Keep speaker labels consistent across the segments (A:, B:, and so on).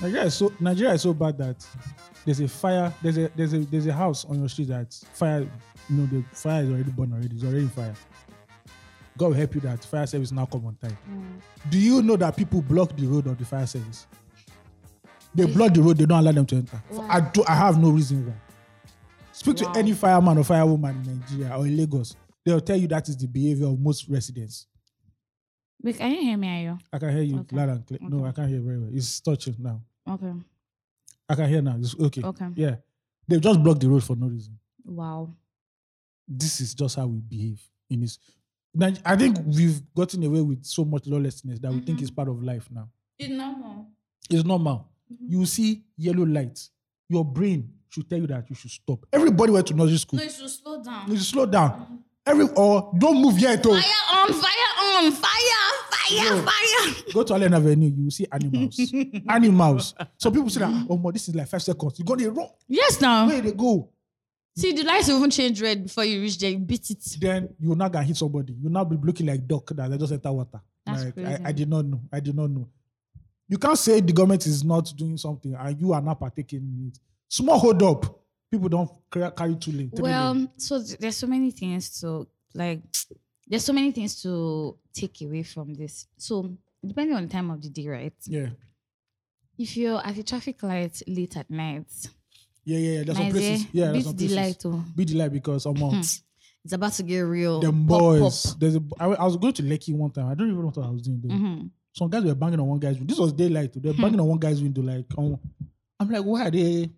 A: Nigeria is so Nigeria is so bad that there's a fire, there's a there's a there's a house on your street that fire, you know, the fire is already burnt already, it's already in fire. God will help you that fire service now come on time.
B: Mm.
A: Do you know that people block the road of the fire service? They block the road, they don't allow them to enter. For- I do I have no reason why. Speak
B: Wow.
A: to any fireman or firewoman in Nigeria or in Lagos, they'll tell you that is the behavior of most residents.
B: Wait, can you hear me, Ayo?
A: I can hear you
B: Okay.
A: loud and clear. No,
B: Okay.
A: I can't hear very well. It's touching now.
B: Okay.
A: I can hear now. It's okay.
B: Okay.
A: Yeah. They've just blocked the road for no reason.
B: Wow.
A: This is just how we behave in this. Nige- I think we've gotten away with so much lawlessness that we think
B: Mhm.
A: is part of life now.
B: It's normal.
A: It's normal.
B: Mhm.
A: You see yellow lights. Your brain should tell you that you should stop. Everybody went to nursery school.
B: it should slow down.
A: You should slow down. Every or don't move yet. Oh.
B: on, fire on, fire,
A: No.
B: fire.
A: Go to Allen Avenue, you will see animals. animals. So people say that, oh, my, this is like five seconds. You got the wrong
B: Yes, now.
A: way they go.
B: See, the lights even change red before you reach there. You beat it.
A: then you're not gonna hit somebody. You'll now be looking like duck that they just enter water.
B: That's
A: like,
B: crazy.
A: I, I did not know. I did not know. You can't say the government is not doing something and you are not partaking in it. Small hold up. People don't cra- carry too late.
B: Well, so th- there's so many things to like. There's so many things to take away from this. So depending on the time of the day, right?
A: yeah,
B: If you're at a traffic light late at night,
A: yeah, yeah. yeah. There's some
B: Nigel,
A: places. Yeah, there's
B: eh? beat
A: some
B: the
A: places.
B: light. Oh.
A: Be the light because I'm on
B: It's about to get real.
A: them
B: Pop,
A: boys.
B: pop.
A: There's a, I, wa- I was going to Lekki one time. I don't even know what I was doing there.
B: Mhm.
A: Some guys were banging on one guy's window. This was daylight. They're
B: Hmm.
A: banging on one guy's window. Like, on, I'm like, why are they?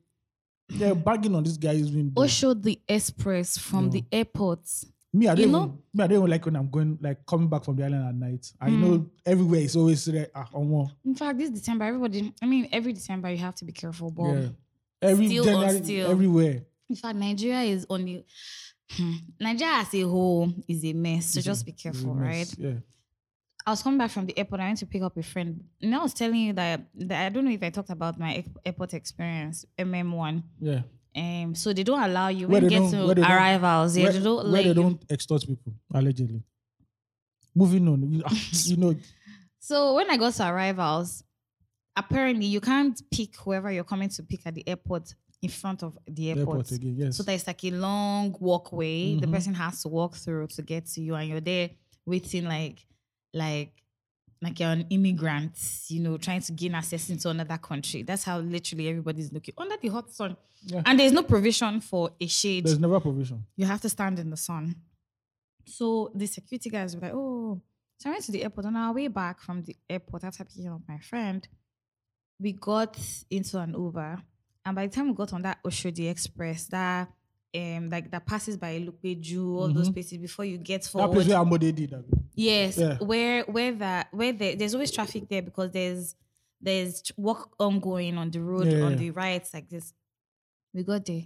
A: They're banging on this guy's window.
B: Osho the Express from
A: No.
B: the airport.
A: me, I don't
B: You
A: even,
B: know?
A: me, I don't even like when I'm going like coming back from the island at night. I
B: Mm.
A: know everywhere is always like ah, omo.
B: In fact, this December, everybody, I mean, every December, you have to be careful. But
A: yeah. Every
B: still on
A: January,
B: still.
A: everywhere.
B: in fact, Nigeria is only, hmm, Nigeria as a whole is a mess. So
A: is a-
B: just be
A: is a
B: careful, right?
A: mess. Yeah.
B: I was coming back from the airport. I went to pick up a friend. And I was telling you that, that I don't know if I talked about my air- airport experience, MM1.
A: Yeah.
B: Um, so they don't allow you
A: Where
B: when you
A: they
B: get
A: don't- where
B: to
A: they don't-
B: arrivals. Yeah,
A: where
B: they don't
A: where
B: let
A: they
B: you.
A: don't extort people, allegedly. Moving on. You, ah, you know,
B: So when I got to arrivals, apparently you can't pick whoever you're coming to pick at the airport in front of the
A: airport,
B: airport.
A: again. Yes.
B: So there's like a long walkway the
A: Mhm.
B: person has to walk through to get to you, and you're there waiting like like like you're an immigrant, you know, trying to gain access into another country. That's how literally everybody's looking under the hot sun.
A: Yeah.
B: And there's no provision for a shade
A: There's never provision.
B: you have to stand in the sun. So the security guys were like, oh, so I went to the airport. On our way back from the airport after picking up my friend, we got into an Uber. And by the time we got on that Oshodi Express, that um like that passes by Lupeju, all those
A: Mhm.
B: places before you get
A: That place
B: forward.
A: where Amode did that.
B: yes,
A: Yeah.
B: where where that where there, there's always traffic there because there's there's tr- work ongoing on the road
A: Yeah,
B: on
A: yeah.
B: the right like this. We got there.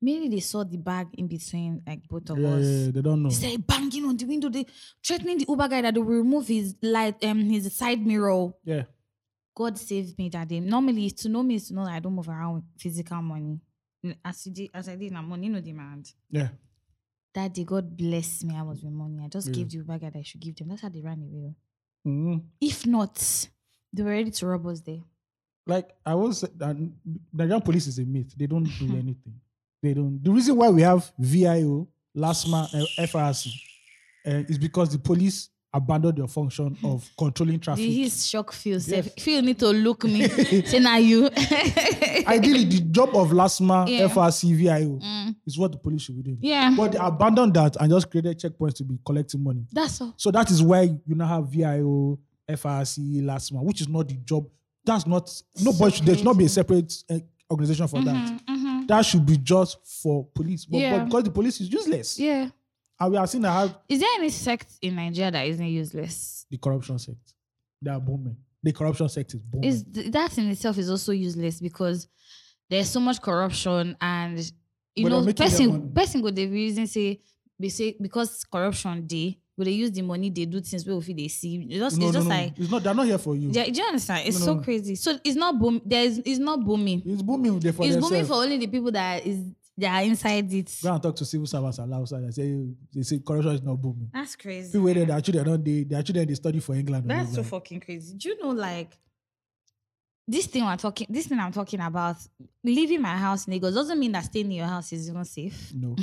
B: Maybe they saw the bag in between like both of
A: Yeah,
B: us.
A: yeah, yeah, they don't know.
B: They started banging on the window, they threatening the Uber guy that they will remove his light, um, his side mirror.
A: Yeah.
B: God saved me that day. Normally, to know me is to know that I don't move around with physical money. Mm, As you did, as I did, na money no demand.
A: Yeah.
B: That day, God bless me. I was with money. I just
A: Yeah.
B: gave the Uber guy that I should give them. That's how they ran away. oh.
A: Mhm.
B: If not, they were ready to rob us there.
A: like I was that Nigerian police is a myth. They don't do anything. They don't. The reason why we have VIO, LASMA, eh, and FRC uh, is because the police abandoned their function of controlling traffic.
B: Did his shock feel safe?
A: Yes.
B: Feel need to look me. Say now you.
A: Ideally, the job of LASMA,
B: Yeah.
A: FRC, VIO
B: Mm,
A: is what the police should be doing.
B: yeah,
A: But they abandoned that and just created checkpoints to be collecting money.
B: that's all.
A: So that is why you now have VIO, FRC, LASMA, which is not the job. That's not nobody. Should, there should not be a separate uh, organization for that.
B: Mhm, mhm.
A: that should be just for police. But,
B: Yeah.
A: but because the police is useless.
B: Yeah.
A: And we are seeing how
B: Is there any sect in Nigeria that isn't useless?
A: the corruption sect. They are booming. The corruption sect is booming.
B: Is th- that in itself is also useless because there's so much corruption and you
A: But they're
B: know
A: making their
B: person
A: money.
B: person go the reason say they say because corruption they will they use the money they do things where they see it's just, it's just like
A: it's not. They're not here for you.
B: do you understand? It's
A: No,
B: so
A: no.
B: crazy. So it's not boom. There is it's not booming.
A: It's booming there for
B: it's
A: themselves.
B: booming for only the people that is that are inside it.
A: Go and talk to civil servants and outside and say they say corruption is not booming.
B: That's crazy.
A: People where their children don't they their children they study for England. or
B: That's so
A: whatever.
B: fucking crazy. Do you know, like, this thing we're talking, this thing I'm talking about, leaving my house in Lagos doesn't mean that staying in your house is even safe.
A: No.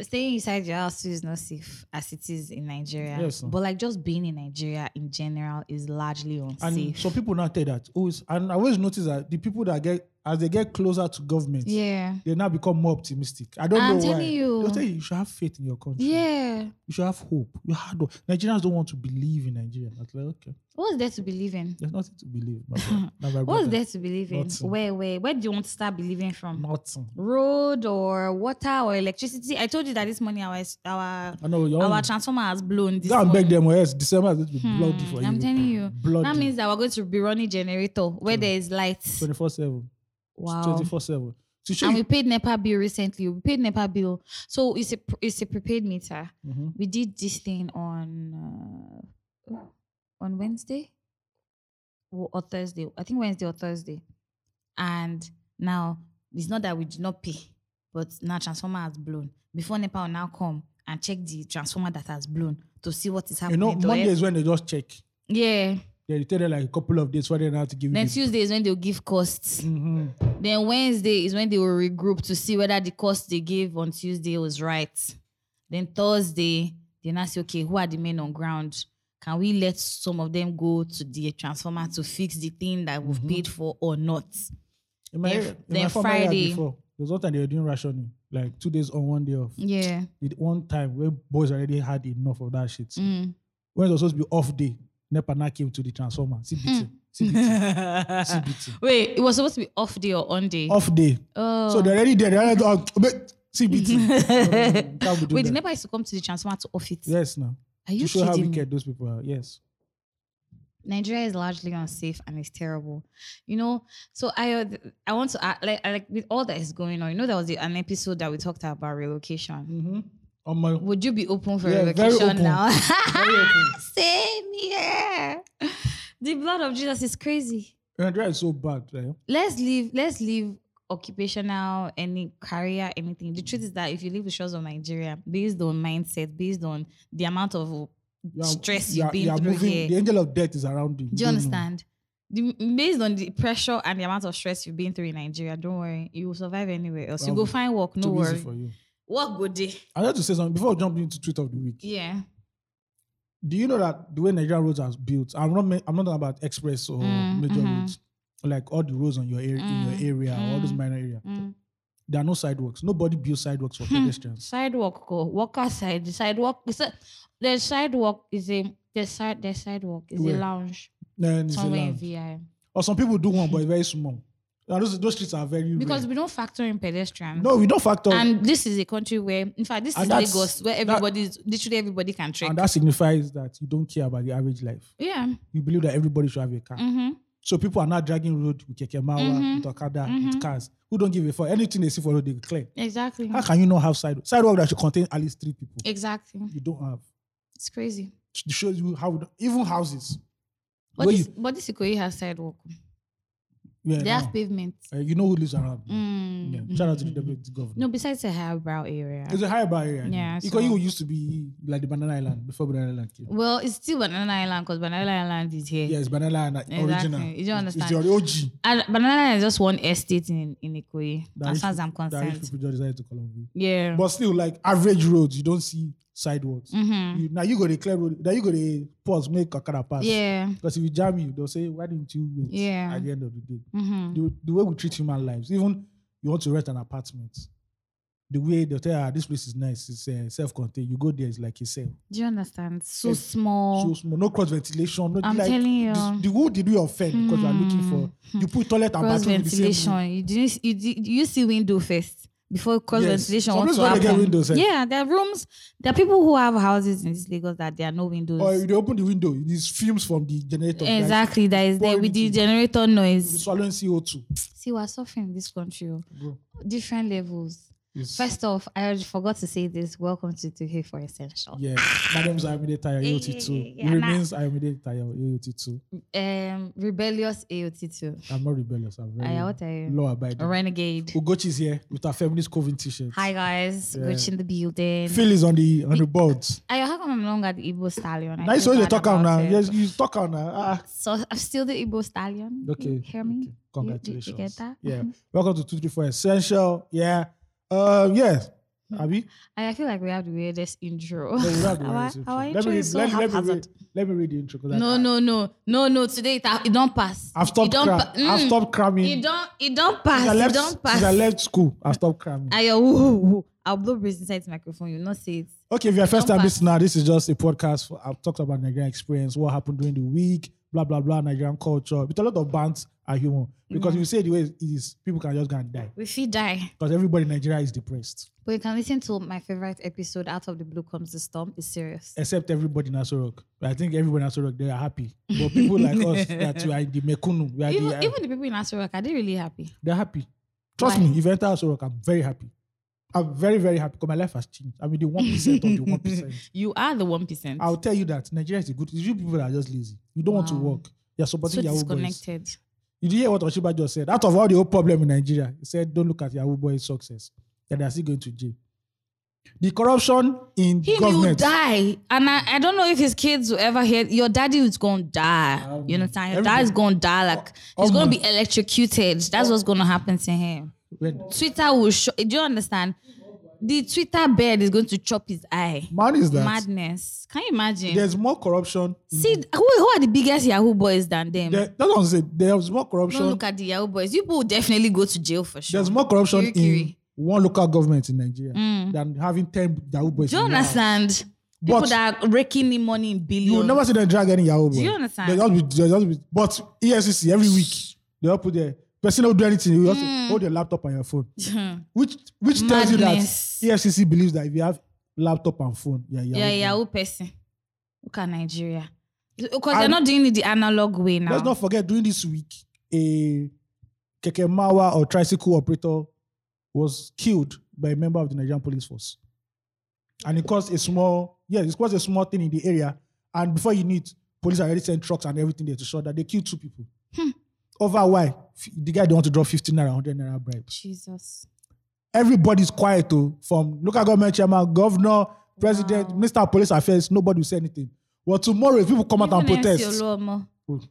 B: Staying inside your house too is not safe as it is in Nigeria.
A: Yes, ma'am.
B: but like just being in Nigeria in general is largely
A: And
B: unsafe.
A: some people now tell that. Oh, it's, and I always notice that the people that get as they get closer to government,
B: yeah.
A: they now become more optimistic. I don't
B: I'm
A: know why.
B: telling you.
A: They'll tell you you should have faith in your country.
B: Yeah.
A: You should have hope. You had Nigerians don't want to believe in Nigeria. I was like, okay,
B: What's there to believe in?
A: there's nothing to believe. My brother. Now, my
B: What's
A: brother,
B: there to believe in?
A: Nothing.
B: Where, where, where do you want to start believing from?
A: Nothing.
B: Road or water or electricity? I told you that this morning our our
A: I know you
B: our
A: want
B: transformer has blown. This
A: go and beg
B: morning.
A: them or else December is going to be bloody
B: Hmm,
A: for you.
B: I'm telling you,
A: bloody.
B: That means that we're going to be running generator where
A: True.
B: there is light.
A: 24 7.
B: Wow.
A: 24 7. To show
B: And we
A: you.
B: paid NEPA bill recently. We paid NEPA bill. So it's a pr- it's a prepaid meter.
A: Mhm.
B: We did this thing on uh, on Wednesday or, or Thursday. I think Wednesday or Thursday. And now it's not that we did not pay, but now transformer has blown. Before NEPA will now come and check the transformer that has blown to see what is
A: You
B: happening.
A: know,
B: to
A: Monday
B: it.
A: is when they just check.
B: yeah.
A: They tell them like a couple of days for them now to give
B: Then
A: you. the-
B: Tuesday is when they'll give costs.
A: Mhm.
B: Then Wednesday is when they will regroup to see whether the cost they gave on Tuesday was right. Then Thursday, they now say, okay, who are the men on ground? Can we let some of them go to the transformer to fix the thing that we've
A: Mhm.
B: paid for or not?
A: In my,
B: Then-
A: in my
B: then
A: former year
B: Friday.
A: Before, there was one time they were doing rationing, like two days on, one day off.
B: Yeah.
A: The one time where boys already had enough of that shit.
B: Mm.
A: When it was supposed to be off day, Nepa now came to the transformer.
B: Hmm.
A: CBT. CBT. CBT.
B: Wait, it was supposed to be off day or on day?
A: Off day.
B: Oh.
A: So they're already there. They're already oh, but CBT. Can't be doing
B: Wait, the
A: that.
B: neighbor used to come to the transformer to off it.
A: Yes, now.
B: Are
A: To
B: you
A: show how
B: kidding me?
A: wicked those people are. Yes.
B: Nigeria is largely unsafe and it's terrible. You know, so I uh, th- I want to add, like I- like with all that is going on. You know, there was the, an episode that we talked about relocation.
A: Mm-hmm. On my
B: Would you be open for
A: Yeah, very
B: relocation
A: open.
B: now?
A: Very open.
B: Same here. The blood of Jesus is crazy.
A: Nigeria is so bad. eh? Right?
B: Let's leave. Let's leave occupational, any career, anything. The truth is that if you leave the shores of Nigeria, based on mindset, based on the amount of
A: You are-
B: Stress
A: you
B: you've
A: are-
B: been
A: you are
B: through
A: moving.
B: here.
A: The angel of death is around you.
B: Do you
A: don't know.
B: understand? The, based on the pressure and the amount of stress you've been through in Nigeria, don't worry, you will survive anywhere else. You go
A: Bravo.
B: find work, no
A: Too easy
B: worry.
A: for you.
B: Work good day.
A: I have to say something before I jump into tweet of the week.
B: Yeah.
A: Do you know that the way Nigerian roads are built? I'm not. ma- I'm not talking about express or
B: Mm,
A: major
B: mhm.
A: roads, like all the roads on your area, in
B: Mm,
A: your area, or all those
B: mm.
A: minor area.
B: Mm. Hmm.
A: There are no sidewalks. Nobody builds sidewalks for pedestrians.
B: Sidewalk go. Walker side. The sidewalk is a the sidewalk is a the side the sidewalk is
A: Where?
B: a lounge
A: Then it's
B: somewhere in
A: allowed.
B: VI.
A: Or some people do one, but it's very small. And those, those streets are very
B: Because
A: rare.
B: we don't factor in pedestrians.
A: no, we don't factor.
B: And this is a country where in fact this
A: And
B: is
A: that's-
B: Lagos where everybody is literally everybody can trek.
A: and that signifies that you don't care about the average life.
B: Yeah.
A: You believe that everybody should have a car.
B: Mm-hmm.
A: So people are now dragging road with keke mawa,
B: Mhm.
A: with okada, with
B: Mhm.
A: cars. Who don't give a fuck? Anything they see for road, they clear.
B: Exactly.
A: How can you not have sidewalk? Sidewalk that should contain at least three people.
B: Exactly.
A: You don't have.
B: It's crazy.
A: It shows you how we don't- even houses.
B: But
A: Where
B: this, but this Ikoyi has sidewalk.
A: Yeah,
B: They
A: now,
B: have pavement.
A: uh, you know who lives around.
B: Mm.
A: Yeah. Shout out to the deputy governor.
B: No, besides the highbrow area.
A: It's a higher bar area.
B: Yeah,
A: Because
B: so-
A: you used to be like the Banana Island before Banana Island came.
B: Well, it's still Banana Island because Banana Island is here.
A: Yes, Banana Island original.
B: You don't
A: It's- It's
B: understand.
A: the OG
B: And Banana Island is just one estate in, in Ikoyi,
A: That
B: as
A: rich
B: far as I'm
A: that rich
B: concerned.
A: people just decided to call on
B: Yeah.
A: But still, like average roads, you don't see sidewalks.
B: Mm-hmm.
A: You, now you go to clear road. Now you go to pause, make Kakara pass.
B: Yeah.
A: Because if you jam you, they'll say, why didn't you wait
B: Yeah.
A: at the end of the day?
B: Mm-hmm.
A: The, the way we treat human lives, even you want to rent an apartment, the way they'll tell you, ah, this place is nice, it's uh, self-contained. You go there, it's like a cell.
B: Do you understand? So
A: It's So
B: small.
A: small, no cross-ventilation. No,
B: Oh. I'm
A: like,
B: telling you.
A: The, the who did you offend because you are looking for,
B: Hmm.
A: you put toilet and
B: cross
A: bathroom in the same room.
B: ventilation. You didn't. You did. You see window first before cross
A: Yes.
B: ventilation
A: Some
B: wants to
A: places where they get
B: happen.
A: windows, eh?
B: yeah, there are rooms. There are people who have houses in this Lagos that there are no windows.
A: Or if they open the window, these fumes from the generator. guys,
B: exactly, that is there
A: pouring
B: with the
A: into you.
B: generator
A: You're
B: noise.
A: swallowing CO2.
B: See, we're suffering in this country. oh.
A: Bro,
B: Different levels.
A: it's-
B: First off, I already forgot to say this. Welcome to Tuhe for Essential.
A: Yeah, my name is Ayomide Tayo,
B: Yeah,
A: AOT2.
B: yeah, yeah,
A: it
B: yeah, nah.
A: remains Ayomide Tayo, AOT2.
B: Um, rebellious AOT2.
A: I'm not rebellious, I'm very
B: Aya, what are you?
A: law abiding.
B: A renegade.
A: Ugochi is here with our feminist Coven t shirt.
B: Hi guys,
A: Yeah.
B: Gucci in the building.
A: Phil is on the on the board.
B: Aya, how come I'm I'm long at the Igbo stallion. I
A: Now you
B: feel
A: supposed to
B: bad
A: talk out now.
B: about it.
A: Yes, you talk out now. Ah,
B: So I'm still the Igbo stallion. You
A: okay.
B: hear me?
A: okay.
B: You- you-
A: Congratulations.
B: You, get that? Mm-hmm.
A: Yeah. Welcome to 234 Essential. Yeah. Um, yes.
B: Hmm.
A: Abi?
B: And I feel like we have the weirdest intro.
A: No, you don't have to worry,
B: our
A: it's intro.
B: our
A: Let
B: intro
A: me read-
B: is so
A: let me- let me
B: haphazard.
A: read- let me read the intro. 'cause I-
B: No,
A: I-
B: no, no, no, no. Today it, ha- it don't pass.
A: I've stopped,
B: It don't.
A: cram-
B: pa-
A: I've
B: mm.
A: stopped cramming.
B: It don't. It don't pass.
A: Since I left,
B: it don't
A: since I
B: pass.
A: left school, I stopped cramming.
B: Ayo, woo, woo, woo. I'll blow breeze inside the microphone. You'll not say it.
A: Okay, if you're a first
B: Don't
A: time
B: pass.
A: listener, this is just a podcast. For, I've talked about Nigerian experience, what happened during the week, blah blah blah, Nigerian culture. With a lot of bands are human because
B: Mhm.
A: if you say it the way it is, people can just go and die
B: We feel die.
A: because everybody in Nigeria is depressed,
B: But you can listen to my favorite episode, Out of the Blue Comes the Storm. It's serious.
A: except everybody in Aso Rock. I think everybody in Aso Rock they are happy, but people like us that we are in the Mekunu, we are
B: Even,
A: the, uh,
B: even the people in Asuraka, they're really happy.
A: they're happy. Trust
B: Why?
A: me, if you enter Aso Rock, I'm very happy. I'm very very happy because my life has changed. I mean, the one percent of the one percent.
B: You are the 1%.
A: I'll tell you that Nigeria is a good. You people that are just lazy. You don't want to
B: Wow.
A: work. You're supporting
B: so
A: Yahoo boys.
B: disconnected.
A: Did you hear what Oshiba just said? Out of all the whole problem in Nigeria, he said, "Don't look at Yahoo boys' success. That they are still going to jail. The corruption in
B: Him, you
A: government.
B: die. And I, I don't know if his kids will ever hear. Your daddy is going to die.
A: Um,
B: you know what I'm saying? Your
A: everybody-
B: dad's going to die. Like, he's going to
A: almost.
B: be electrocuted. That's what's going to happen to him.
A: When,
B: Twitter will show. Do you understand? The Twitter bird is going to chop his eye.
A: man is that?
B: Madness. Can you imagine?
A: There's more corruption.
B: See, who, who are the biggest Yahoo boys than them?
A: There, that's what I'm saying. There's more
B: Don't
A: corruption.
B: look at the Yahoo boys. You people will definitely go to jail for sure.
A: There's more corruption
B: Kiri, kiri.
A: in one local government in Nigeria
B: Mm.
A: than having ten Yahoo boys.
B: Do you
A: in Nigeria.
B: understand?
A: But-
B: People that are raking in money in billions.
A: You will never see them drag any Yahoo boy.
B: Do you understand?
A: They just be, they just be, but E ESCC every week they all put their person don't do anything. You just
B: Mm.
A: hold your laptop and your phone, which which tells you that
B: Madness.
A: ESCC believes that if you have laptop and phone, yeah, yeah,
B: yeah, Yahoo person. Look at Nigeria. Because they're
A: And-
B: not doing it the analog way now.
A: Let's not forget during this week a keke mawa or tricycle operator was killed by a member of the Nigerian police force, and it caused a small yeah, it caused a small thing in the area. And before you need, police already sent trucks and everything there to show that they killed two people.
B: Hmm.
A: Over why F- the guy don't want to draw fifteen naira, hundred naira bribes.
B: Jesus.
A: Everybody's quiet though. From local government chairman, governor, president,
B: Wow.
A: minister of police affairs, nobody will say anything. But tomorrow, if people come out and
B: Even
A: protest, oh,
B: MC Oluomo.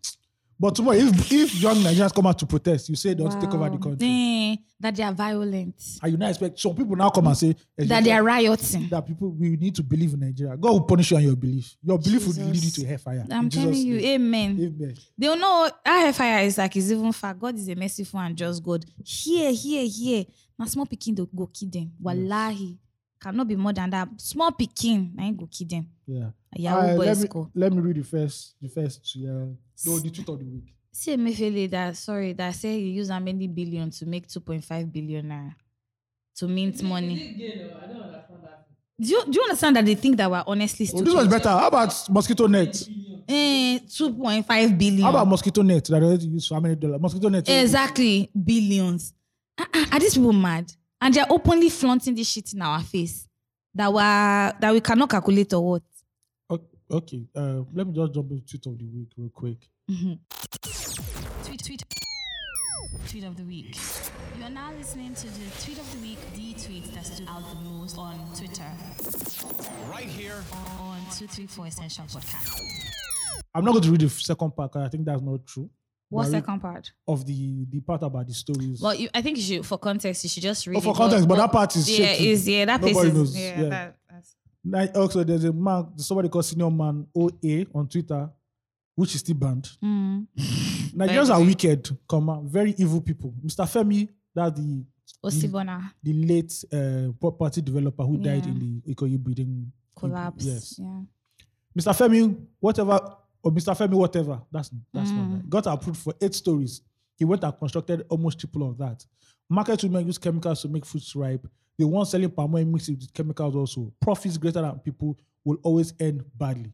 A: but tomorrow, if, if young Nigerians come out to protest, you say they want to take over the
B: Wow.
A: country.
B: Eh, that they are violent.
A: And you now expect some people now come and say
B: That they are rioting.
A: that people we need to believe in Nigeria. God will punish you on your belief. Your belief will lead you
B: Jesus.
A: to hellfire.
B: I'm
A: In Jesus'
B: telling you,
A: name.
B: amen.
A: Amen.
B: They'll know that fire is like is even far. God is a merciful and just God. Here, here, here. Now small picking they go kill them. Wallahi. Cannot be more than that. Small picking, I ain't go kill them.
A: Yeah.
B: Yahoo
A: Uh, let,
B: boys
A: me,
B: go.
A: let me read the first, the first, yeah. No, the tweet of the week.
B: See Emefiele that sorry that say you use how many billion to make 2.5 billion naira to mint money. Do you, do you understand that they think that we're honestly
A: Oh, this was
B: stupid?
A: better. How about mosquito net?
B: Eh, 2.5 billion.
A: How about mosquito net that already used for how many dollars? Mosquito net.
B: Exactly. Billions. Ah, ah, Are these people mad? And they're openly flaunting this shit in our face. That we that we cannot calculate or what.
A: O- Okay. Uh, let me just jump into tweet of the week real quick.
B: Tweet, tweet. Tweet of the week. You are now listening to the tweet of the week, the tweet that stood out the most on Twitter.
C: right here
B: On 234 Essential Podcast.
A: I'm not going to read the second part. 'cause I think that's not true.
B: What
A: But I read-
B: second part?
A: of the the part about the stories.
B: Well, you, I think you should, for context, you should just read
A: Oh, for
B: it.
A: context, but that part is
B: yeah,
A: shaky.
B: is yeah, that place
A: Nobody
B: is
A: knows,
B: yeah.
A: yeah.
B: That, that's,
A: Like, also, there's a man, somebody called Senior Man OA on Twitter, which is still banned.
B: mm.
A: Nigerians
B: By the
A: are
B: way.
A: wicked, comma, very evil people. Mr. Femi, that's the
B: Osibona
A: the late uh, property developer who died
B: Yeah.
A: in the Ikoyi building
B: collapse.
A: Yes,
B: Yeah.
A: Mr. Femi, whatever, or Mr. Femi, whatever. That's that's not
B: Mm.
A: right. Got approved for eight stories. He went and constructed almost triple of that. Market women use chemicals to make fruits ripe. The one selling palm oil mixed with chemicals also. Profits greater than people will always end badly,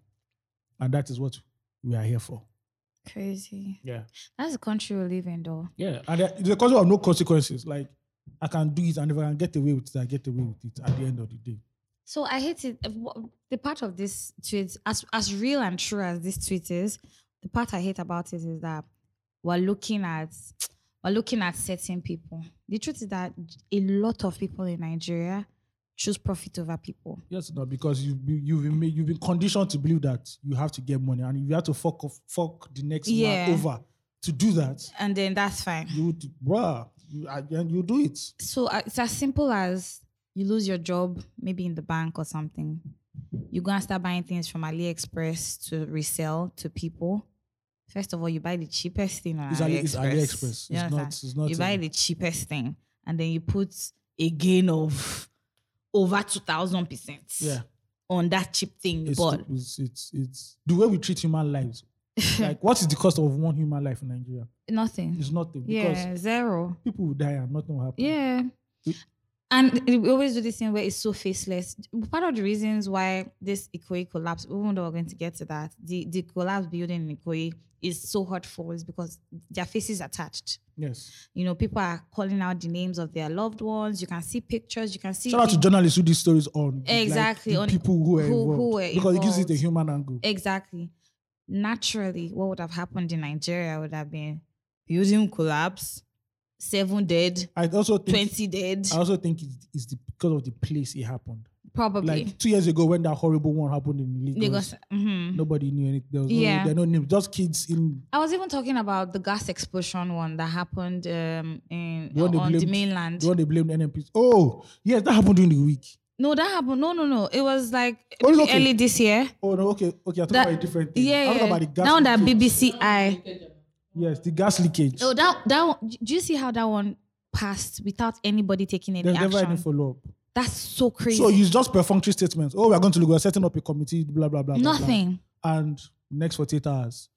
A: and that is what we are here for.
B: Crazy.
A: Yeah,
B: That's the country we live in, though.
A: yeah. And there- it's a culture of no consequences. Like I can do it, and if I can get away with it, I get away with it. At the end of the day,
B: So I hate it. Uh, wh- The part of this tweet, as as real and true as this tweet is, the part I hate about it is that we're looking at we're looking at certain people. The truth is that a lot of people in Nigeria choose profit over people.
A: Yes, no, because you you- you've been made, you've been conditioned to believe that you have to get money, and if you have to fuck off, fuck the next
B: Yeah.
A: man over to do that,
B: And then that's fine.
A: you would, bruh, you, I- and you do it.
B: So uh, it's as simple as you lose your job, maybe in the bank or something. You go and start buying things from AliExpress to resell to people. First of all, you buy the cheapest thing on
A: It's, Ali,
B: AliExpress.
A: it's AliExpress. It's
B: You
A: not.
B: understand?
A: It's not.
B: you
A: uh,
B: buy the cheapest thing, and then you put a gain of over two thousand percent
A: yeah.
B: on that cheap thing you
A: It's,
B: bought.
A: it's it's it's the way we treat human lives. like, what is the cost of one human life in Nigeria?
B: Nothing.
A: It's nothing because
B: Yeah, zero.
A: people will die and nothing will happen.
B: Yeah.
A: We-
B: And we always do this thing where it's so faceless. Part of the reasons why this Ikoyi collapse, even though we're going to get to that, the, the collapse building in Ikoyi is so hurtful is because their faces are touched.
A: Yes.
B: You know, people are calling out the names of their loved ones. You can see pictures. You can see
A: Shout out to journalists who do stories on like,
B: Exactly,
A: the
B: on
A: people who are
B: who- who
A: involved
B: were
A: because it gives it a
B: involved.
A: human angle.
B: Exactly. Naturally, what would have happened in Nigeria would have been building collapse, seven dead,
A: I also think
B: 20 dead,
A: I also think it's, it's the, because of the place it happened.
B: probably.
A: Like two years ago, when that horrible one happened in Lagos,
B: Lagos. mhm.
A: nobody knew anything. There was no-
B: Yeah.
A: there are no names, just kids in.
B: I was even talking about the gas explosion one that happened um, in
A: The one they
B: on the
A: blamed-
B: mainland.
A: The one they blamed NMPs. Oh, yes, that happened during the week.
B: no, that happened. No, no, no. It was like
A: Oh, it's okay.
B: early this year.
A: Oh no, okay, okay. I talking
B: That-
A: about a different thing.
B: Yeah,
A: I'm talking
B: yeah.
A: about the gas.
B: Now that
A: leakage.
B: BBCI.
A: Yes, the gas leakage.
B: Oh, that that one, do you see how that one passed without anybody taking any
A: There's
B: action?
A: never any follow up.
B: That's so crazy.
A: So it's just perfunctory statements. Oh, we are going to look. We are setting up a committee. Blah blah blah. blah, blah.
B: Nothing.
A: and next 48 hours.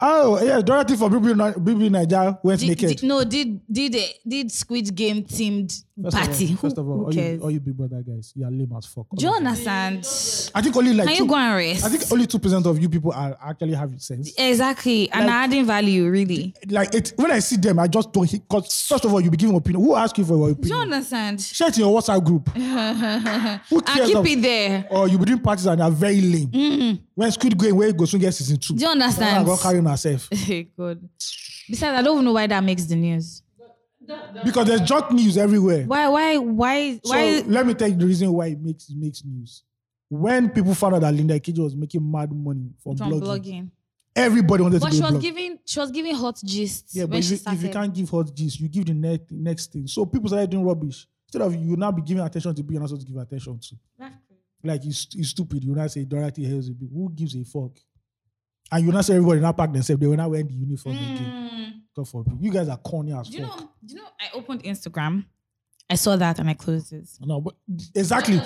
A: Oh, yeah, Dorothy from BB, Ni- BB Niger went
B: Did-
A: naked.
B: did- no, did did did Squid Game themed
A: First of all-
B: party? Who-
A: first of all,
B: who
A: all
B: cares?
A: you, all you Big Brother guys, you are lame as fuck. All of
B: Do you
A: you.
B: understand?
A: I think only like
B: Can you
A: two,
B: go and rest?
A: I think only two percent of you people are actually having sense.
B: exactly, and
A: Like-
B: adding value really.
A: Like it, when I see them, I just don't. Because first of all, you be giving opinion. Who asked you for your
B: Do you
A: opinion?
B: understand?
A: Share it in your WhatsApp group. Who
B: I
A: cares?
B: keep
A: of-
B: it there.
A: Or you be doing parties and are very lame. When Squid Game, where go soon get season two.
B: Do you
A: Someone
B: understand?
A: go carrying herself
B: Good. Besides, I don't even know why that makes the news.
A: because there's junk news everywhere.
B: Why? Why? Why?
A: So
B: Why?
A: let me tell you the reason why it makes it makes news. When people found out that Linda Ikeji was making mad money from,
B: from
A: blogging,
B: blogging.
A: everybody wanted
B: But
A: to
B: she
A: do a
B: was
A: blog.
B: giving she was giving hot gists
A: yeah, but
B: when
A: if
B: she
A: you,
B: started.
A: if you can't give hot gist, you give the next next thing. So people started doing rubbish. Instead of you now be giving attention to people you're not supposed to give attention to. Like it's, it's stupid. You now say Dorothy Hales. Who gives a fuck? And you now say everybody now pack themselves. They will not wear the uniform again.
B: Mm.
A: God forbid. You guys are corny as
B: Do you
A: fuck.
B: know? Do you know? I opened Instagram. I saw that and I closed it.
A: no, but exactly,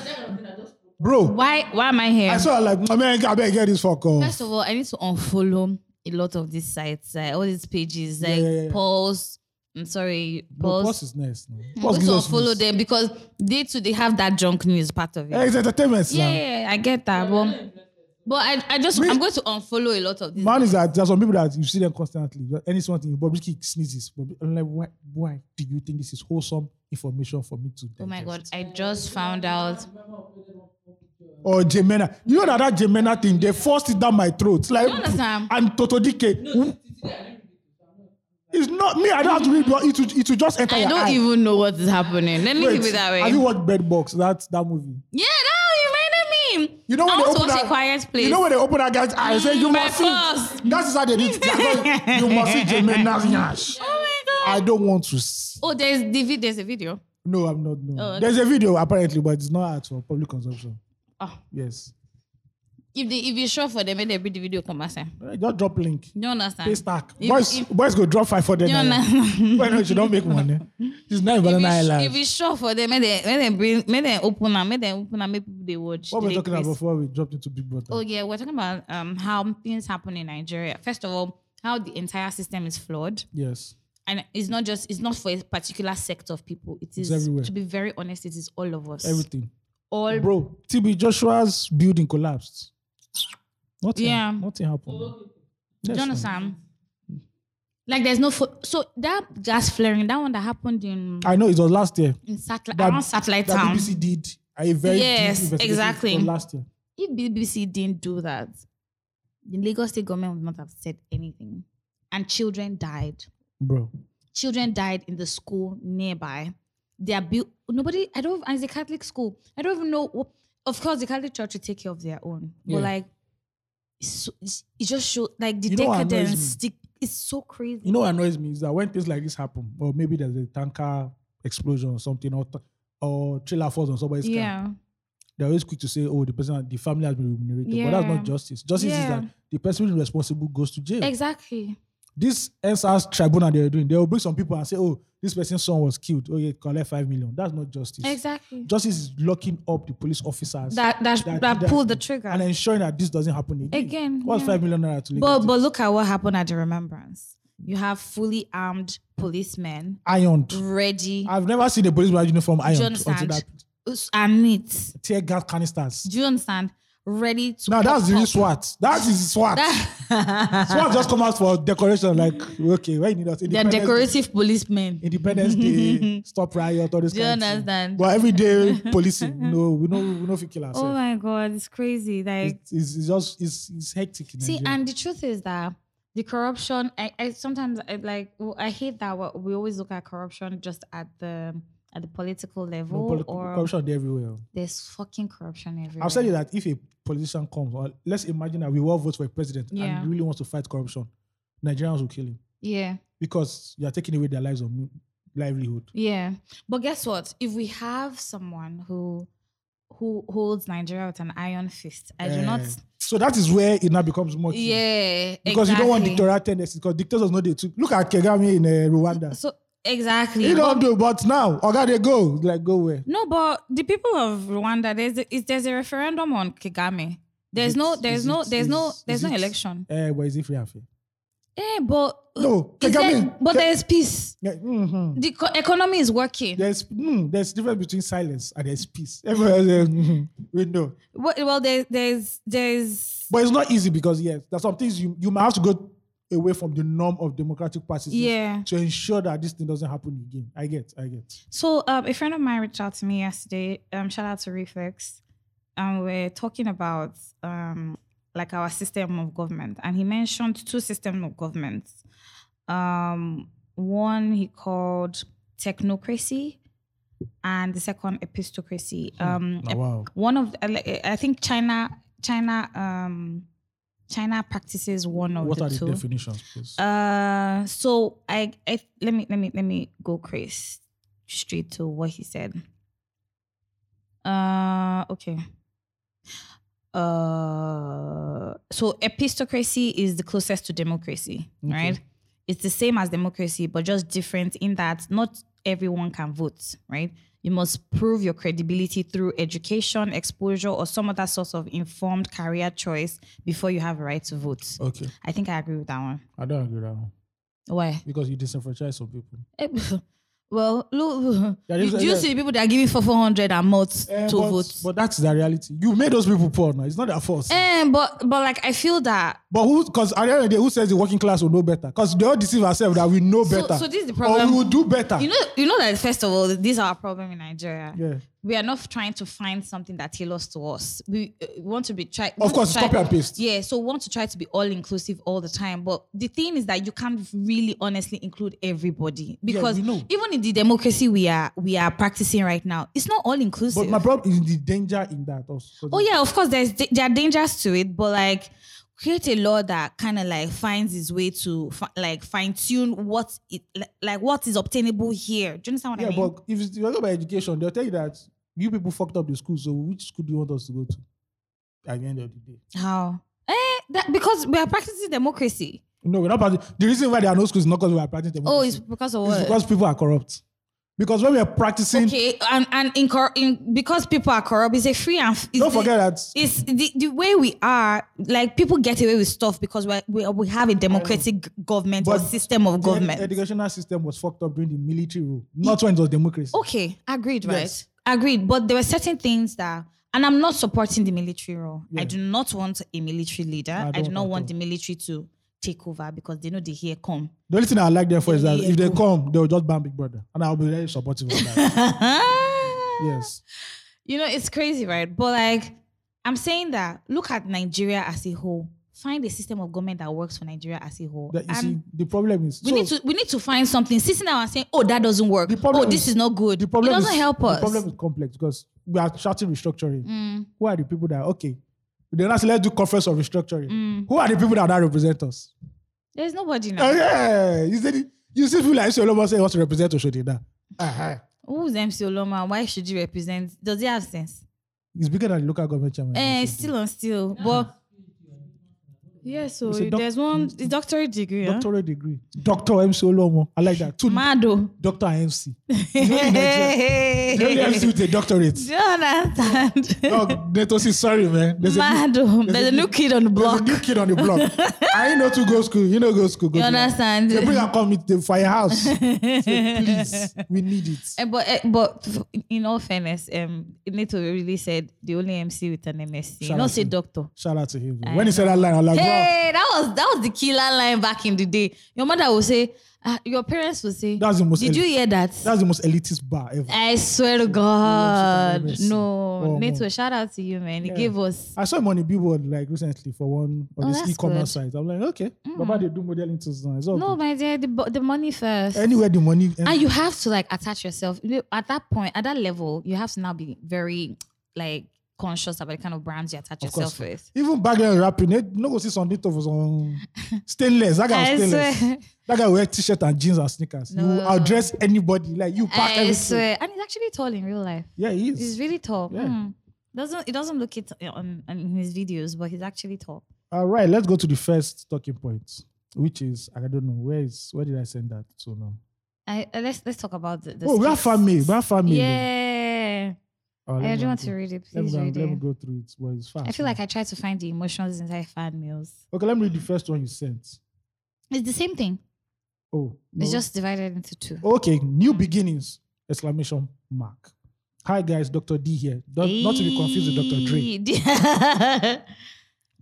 A: bro.
B: Why? Why am I here?
A: I saw like man, I better get this fuck off.
B: First of all, I need to unfollow a lot of these sites, like all these pages,
A: Yeah,
B: like
A: yeah, yeah.
B: Pulse. I'm sorry,
A: Boss,
B: Pulse.
A: boss is nice. No? Boss
B: I'm going
A: gives
B: to
A: us
B: unfollow
A: news.
B: them because they too they have that junk news part of it.
A: Eh, it's entertainment.
B: Yeah,
A: Yeah,
B: yeah, yeah, I get that, but but I, I just
A: Me-
B: I'm going to unfollow a lot of these.
A: Man is that there are some people that you see them constantly. Just Any small thing, Bobrisky sneezes. Bob- I'm like, why, why do you think this is wholesome information for me to?
B: Oh my god!
A: digest?
B: I just found out.
A: Or Jemena, you know that that Jemena thing, they forced it down my throat. Like,
B: You understand?
A: and Toto Dike. who- It's not me. I don't have to read. but It will, it will just enter
B: I
A: your
B: don't
A: eye.
B: even know what is happening. Let me
A: Wait,
B: give it that way.
A: Have you watched Bed Box? That that movie.
B: yeah, no, you reminded me.
A: You know when
B: I
A: they
B: want to
A: open
B: watch
A: that-
B: a quiet place.
A: You know when they open that guy's eyes, say you
B: Mm, my
A: must see.
B: boss.
A: That is how they did. it. That's how- you must see Jemena's nyash.
B: oh my god!
A: I don't want to. See.
B: Oh, there's the vid- there's a video.
A: No, I'm not. No.
B: Oh, okay.
A: There's a video apparently, but it's not out for public consumption.
B: Oh,
A: Yes.
B: if they if you sure for them, make them bring the video come outside.
A: Eh, Just drop link.
B: You understand?
A: Pay stack.
B: Ah. If-
A: boys,
B: if-
A: boys go drop five for them.
B: you
A: Why
B: understand?
A: not? You don't make money. It's not even
B: If
A: an
B: you sh- if
A: island.
B: you sure for them, make them make them bring make them open and make them open and make people they watch.
A: What we're
B: they
A: talking
B: request.
A: about before we dropped into Big Brother.
B: Oh yeah, we're talking about um how things happen in Nigeria. First of all, how the entire system is flawed,
A: Yes.
B: and it's not just it's not for a particular sector of people. It is
A: everywhere.
B: to be very honest, it is all of us.
A: Everything.
B: all
A: Bro, TB Joshua's building collapsed. Nothing.
B: Yeah.
A: Nothing happened. Yes, man.
B: Jonathan. Like there's no fo- so that gas flaring that one that happened in
A: I know it was last year.
B: in satellite
A: that-
B: around satellite
A: that
B: town.
A: BBC did a very deep
B: Yes,
A: investigation
B: exactly.
A: from last year.
B: if BBC didn't do that, the Lagos state government would not have said anything. And children died.
A: Bro,
B: Children died in the school nearby. they are built. Nobody, I don't. As a Catholic school, I don't even know. wh- Of course, the Catholic Church will take care of their own,
A: Yeah.
B: but like, it's so, it's- it just shows like the
A: You know what annoys
B: decadence. The, it's so crazy.
A: You know what annoys me is that when things like this happen, or maybe there's a tanker explosion or something, or th- or trailer falls on somebody's car,
B: yeah,
A: they're always quick to say, "Oh, the person, the family has been remunerated," but that's
B: Yeah.
A: not justice. Justice is
B: Yeah.
A: that the person responsible goes to jail.
B: exactly.
A: this NSAS tribunal they're doing, they will bring some people and say, "Oh, this person's son was killed. Oh, yeah, collect five million. That's not justice.
B: Exactly.
A: Justice is locking up the police officers
B: That that
A: that-
B: that,
A: that-
B: pulled the trigger.
A: and ensuring that this doesn't happen again.
B: Again,
A: what's
B: yeah.
A: five million naira to
B: but
A: legal?
B: but look at what happened at the remembrance. You have fully armed policemen
A: ironed.
B: ready
A: I've never seen a policeman uniform ironed
B: Do you
A: until
B: understand?
A: that
B: and neat.
A: tear gas canisters.
B: Do you understand? Ready to.
A: Now that's
B: pop
A: really
B: up.
A: SWAT. That is SWAT.
B: That-
A: SWAT just come out for decoration. Like, okay, why you need us?
B: They're
A: Independence Day-
B: decorative policemen.
A: Independence Day, stop riot, all this.
B: Do you
A: kind of thing.
B: understand?
A: But everyday policing, no, we know we know if we kill ourselves.
B: Oh my god, it's crazy. Like,
A: it's, it's, it's just it's, it's hectic. In
B: Oh see,
A: Nigeria.
B: and the truth is that the corruption. I, I sometimes I like. w- I hate that we- we always look at corruption just at the at the political
A: no
B: level,
A: poli-
B: or
A: corruption there everywhere.
B: there's fucking corruption everywhere.
A: I've said it that if a politician comes, or let's imagine that we all vote for a president and
B: Yeah.
A: he really wants to fight corruption, Nigerians will kill him
B: Yeah,
A: because you are taking away their lives of m- livelihood.
B: yeah. But guess what? If we have someone who who holds Nigeria with an iron fist, I do
A: Eh,
B: not.
A: So that is where it now becomes more. key.
B: Yeah,
A: Eh, Because you don't want
B: exactly.
A: dictatorial tendencies. Because dictators know they took. Look at Kagame in uh, Rwanda.
B: So exactly.
A: He
B: But-
A: don't do, but now, oh God, they go like go where?
B: No, but the people of Rwanda, there's a, is there's a referendum on Kagame. There's
A: it-
B: no,
A: is
B: there's no,
A: it-
B: there's no,
A: is-
B: there's
A: is
B: no
A: it-
B: election.
A: Eh, where is he free and fair?
B: Eh, but
A: No,
B: is there-
A: Kagame.
B: but there's peace.
A: Yeah, mhm.
B: The co- economy is working.
A: There's mm, there's difference between silence and there's peace. Everyone else, eh, mhm, we know,
B: Well, well there, there's there's
A: but it's not easy because yes, there's some things you you might have to go away from the norm of democratic practices
B: yeah.
A: to ensure that this thing doesn't happen again. I get, I get.
B: So um, a friend of mine reached out to me yesterday. Um, shout out to Reflex. And we're talking about um like our system of government, and he mentioned two systems of government. Um, one he called technocracy, and the second epistocracy. Um,
A: Oh, wow.
B: one of the, like, I think China, China, um, China practices one of
A: What
B: the
A: are the
B: two.
A: definitions, please?
B: Uh, so I, I let me let me let me go Chris straight to what he said. Uh, okay. Uh, so epistocracy is the closest to democracy,
A: Okay.
B: right? It's the same as democracy, but just different in that not everyone can vote, right? You must prove your credibility through education, exposure, or some other source of informed career choice before you have a right to vote.
A: okay,
B: I think I agree with that one.
A: I don't agree with that one
B: Why?
A: because you disenfranchise some people.
B: Eh, well, look,
A: Yeah,
B: you,
A: this-
B: do you
A: yeah.
B: see the people that are giving for 400 a month
A: Eh,
B: to
A: but,
B: vote? Eh. But,
A: but that's the reality. You made those people poor now. It's not their fault.
B: but but like I feel that
A: But who? Because at the end of the day, who says the working class will know better? Because they all deceive ourselves that we know
B: So-
A: better.
B: so this is the
A: Or
B: problem.
A: we will do better.
B: you know you know that first of all these are our problem in Nigeria.
A: Yeah.
B: We are not trying to find something that tailors to us. We uh, want to be try.
A: of
B: we want to
A: course, it's
B: try-
A: copy and paste.
B: Yeah, so we want to try to be all inclusive all the time. But the thing is that you can't really honestly include everybody because
A: we know.
B: even in the democracy we are we are practicing right now, it's not all inclusive.
A: But my problem is the danger in that also.
B: Oh yeah, of course. There's there are dangers to it, but like create a law that kind of like finds its way to fi- like fine tune what it li- like what is obtainable here. Do you understand what
A: Yeah,
B: I mean?
A: but if it's- if you talk about education, they'll tell you that you people fucked up the school. So which school do you want us to go to? At the end of the day,
B: How? Eh, that because we are practicing democracy.
A: no, we're not. Practicing. The reason why there are no schools is not because we are practicing
B: Oh,
A: democracy.
B: it's because of
A: It's
B: what?
A: because people are corrupt. Because when we are practicing,
B: okay, and and in, cor- in because people are corrupt, it's a free and f- it's
A: don't
B: the-
A: forget that
B: It's the, the way we are, like people get away with stuff because we're, we, we have a democratic government or
A: But
B: system of
A: the
B: government.
A: educational system was fucked up during the military rule, not when it was democracy.
B: Okay, agreed, right?
A: Yes.
B: Agreed. But there were certain things that, and I'm not supporting the military role.
A: Yeah.
B: I do not want a military leader. I, do
A: don't
B: not
A: at
B: want
A: all.
B: the military to take over because they know they here come.
A: The only thing I like therefore is that
B: Yeah,
A: if they
B: go.
A: come, they'll just ban Big Brother, and I'll be very supportive of that. yes,
B: You know, it's crazy, right? But like, I'm saying that look at Nigeria as a whole. find a system of government that works for Nigeria as a whole.
A: That, you
B: And
A: see, the problem is
B: we
A: so
B: need to we need to find something. Sitting down and saying, "Oh, that doesn't work.
A: The problem
B: oh, this
A: is-
B: is, not good.
A: the problem
B: it doesn't
A: is,
B: help us."
A: The problem is complex because we are shouting restructuring.
B: Mm,
A: Who are the people that okay? They're not saying, let's do conference of restructuring.
B: mm.
A: Who are the people that now represent us?
B: There's nobody now.
A: Eh, yeah, you see, you see, people like Solomon say he wants to represent Oshodi uh
B: Who's MC Oloma? Why should you represent? Does he have sense?
A: It's bigger than the local government chairman.
B: Eh,
A: Oshodi.
B: still on still, but yeah. So
A: It's a doc-
B: there's one the doctorate degree. huh?
A: doctorate degree. Doctor MC Olomo. I like that. Two
B: Mado.
A: Doctor and MC.
B: Do
A: only Nigeria- The only MC
B: you
A: with a doctorate.
B: understand?
A: No, Netosi, sorry, man. There's a, new,
B: Mado.
A: there's
B: There's
A: a
B: a new kid on the
A: there's
B: block.
A: a new kid on the block. I ain't know to go school. You know, go school. Go
B: You
A: to-
B: understand?
A: They bring and come to the firehouse. Say, Please, we need it.
B: Eh, But eh, but f- in all fairness, um, Neto really said the only MC with an MSc,
A: Shout out
B: not
A: to
B: say
A: him.
B: doctor.
A: Shout out to him.
B: I
A: When he said that line, I was like, wow,
B: Hey, that was that was the killer line back in the day. Your mother will say, uh, your parents will say,
A: that's the most.
B: did
A: elit-
B: you hear that?
A: That's the most elitist bar ever.
B: I swear to God,
A: MSc.
B: no,
A: Oh,
B: Neto,
A: man.
B: shout out to you, man. He
A: Yeah.
B: gave us
A: I saw him on the billboard like recently for one of
B: Oh,
A: these
B: that's Mm.
A: e-commerce sites. I'm like, okay, Baba, they do modeling to now. It's all
B: no,
A: good.
B: my dear, the, bo- the money first.
A: Anywhere the money.
B: and you have to like attach yourself You know, at that point at that level you have to now be very like conscious about the kind of brands you attach
A: Of
B: yourself
A: course.
B: with
A: even back then rapping, they eh, no go see some bit of on stainless. That guy
B: I
A: was stainless.
B: swear.
A: That guy wear t-shirt and jeans and sneakers. You
B: No.
A: address anybody like you pack
B: I
A: everything.
B: swear. and he's actually tall in real life
A: Yeah, he is.
B: he's really tall
A: Yeah.
B: Hmm. doesn't it doesn't look it uh, on, on in his videos but he's actually tall
A: All right, let's go to the first talking point, which is I don't know where is where did I send that to now?
B: I, uh, let's let's talk about the, the
A: Oh, we have
B: skits.
A: family. We have family.
B: yeah
A: Oh, let
B: I
A: me
B: do
A: go
B: want
A: through-
B: to read it
A: Let me,
B: please
A: go,
B: read
A: let me
B: it
A: go through it, but it's fast.
B: I feel like I tried to find the emotions inside fan meals
A: okay. Let me read the first one you sent.
B: it's the same thing
A: Oh, no.
B: it's just divided into two
A: okay. New beginnings! Exclamation mark. Hi guys, Doctor D here. Don't- Not to be confused with Doctor Dre.
B: Dre.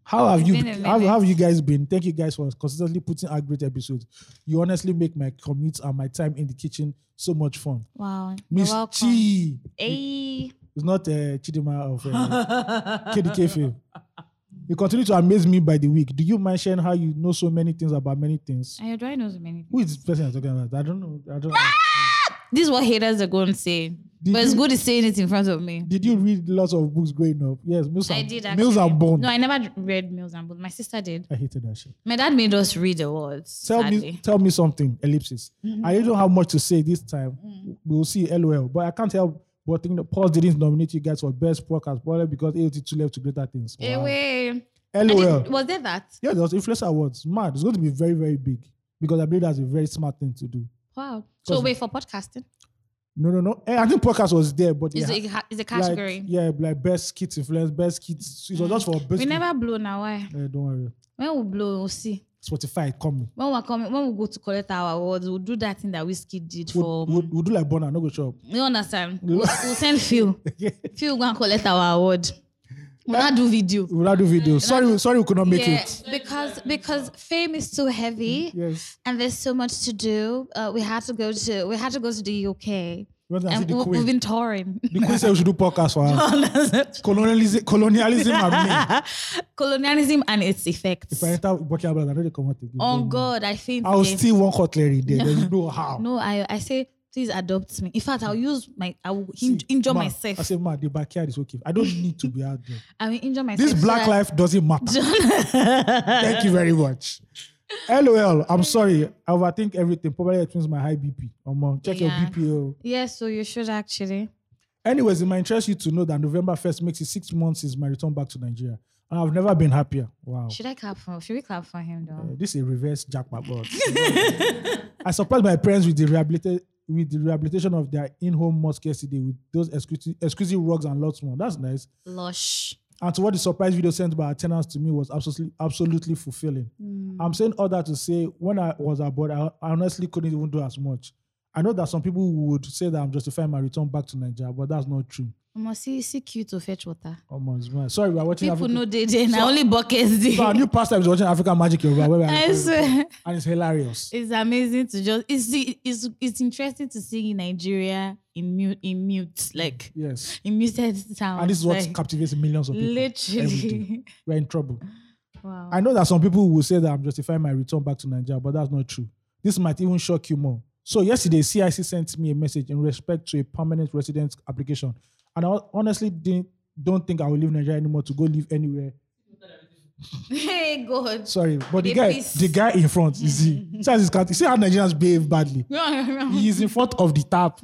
A: How have
B: It's
A: you
B: been a
A: how,
B: minute.
A: how have you guys been? Thank you guys for consistently putting out great episodes. You honestly make my commute and my time in the kitchen so much fun.
B: wow. You're
A: Miss
B: welcome.
A: Chi
B: Hey.
A: is not uh, Chidima of uh, KDK fame. You continue to amaze me by the week. Do you mind sharing how you know so many things about many things?
B: And you're drawing those many.
A: Who is this person you're talking about? I don't know. I don't know.
B: This is what haters are going to say.
A: Did
B: but it's
A: you-
B: good he's saying it in front of me.
A: Did you read lots of books growing up? Yes, Mills and,
B: I did actually.
A: Mills and Bone.
B: No, I never d- read Mills and Bone. My sister did.
A: I hated that shit.
B: My dad made us read the words.
A: Tell
B: sadly.
A: me, tell me something. Ellipsis. I don't have much to say this time. We'll see. LOL. But I can't help but think that Pulse didn't nominate you guys for best podcast, probably because AOT2 left to greater things.
B: Eh,
A: Wow.
B: wait. And
A: LOL.
B: it- was there that?
A: yeah, there was influencer awards. Mad. It's going to be very, very big because I believe that's a very smart thing to do.
B: Wow. So
A: Cause-
B: wait for podcasting.
A: No, no, no. Eh, I think podcast was there, but
B: Is
A: yeah,
B: it ha- is a
A: like,
B: category? Mm.
A: yeah, like best kids influence, best kids. It was just for best.
B: we
A: kid-
B: never blow now. Why?
A: Eh, don't worry.
B: When we blow, we'll see.
A: Spotify coming.
B: When we're coming, when we go to collect our awards, we'll do that thing that Whiskey did
A: We'll,
B: for.
A: we'll, we'll do like Bonner, no go show up.
B: You understand? We'll, we'll send Phil.
A: Yeah.
B: Phil go and collect our award. We'll not do video.
A: We'll not do video.
B: Mm,
A: Sorry, sorry, we could not make
B: yeah,
A: it.
B: because because fame is too heavy
A: Yes.
B: and there's so much to do. Uh, we had to go to we had to go to the UK
A: We went and see
B: and
A: the
B: we,
A: Queen.
B: we've been touring.
A: The queen said we should do podcast for her. Colonialism, colonialism and me.
B: Colonialism and its
A: If I
B: effects.
A: enter Burkina Faso, I know they come out again.
B: Oh
A: Don't
B: God, I think
A: know. I will steal one cutlery there. There's no how.
B: no. I I say please adopt me. In fact, I'll use my I will
A: See,
B: hin- injure
A: ma,
B: myself.
A: I
B: I,
A: said, man, the backyard is okay. I don't need to be out there.
B: will injure myself.
A: This
B: so
A: black
B: that-
A: life doesn't matter. Thank you very much. LOL, I'm sorry. I overthink everything. Probably explains my high BP. Um, check
B: Yeah.
A: your BPO.
B: Yeah, so you should actually.
A: Anyways, it might interest you to know that November 1st makes it six months since my return back to Nigeria. And I've never been happier. Wow.
B: Should I clap for? Should we clap for him though?
A: Uh, this is a reverse jackpot. but- I support my parents with the rehabilitation with the rehabilitation of their in-home mosque yesterday with those exclusive, exclusive rugs and lots more. That's nice.
B: Lush.
A: And to what the surprise video sent by our tenants to me was absolutely absolutely fulfilling.
B: Hmm.
A: I'm saying all that to say when I was abroad, I I honestly couldn't even do as much. I know that some people would say that I'm justifying my return back to Nigeria, but that's not true.
B: Omo, see, see queue to fetch water.
A: Omo, it's mad. Sorry, we're watching
B: People
A: African.
B: know they they na only buckets dey.
A: So our new pastor is watching African Magic Yoruba, where we are
B: I swear.
A: and it's hilarious.
B: It's amazing to just it's it's it's interesting to see in Nigeria in mute in mute like
A: Yes.
B: in muted sound.
A: And this is what
B: like,
A: captivates millions of people. every day.
B: literally.
A: We're in trouble.
B: Wow.
A: I know that some people will say that I'm justifying my return back to Nigeria, but that's not true. This might even shock you more. So yesterday, CIC sent me a message in respect to a permanent residence application, and I hon- honestly didn't, don't think I will leave Nigeria anymore to go live anywhere.
B: hey God.
A: Sorry, but the
B: Dey
A: guy,
B: pissed.
A: the guy in front, you see, CIC can't- you see how Nigerians behave badly. He is in front of the tap,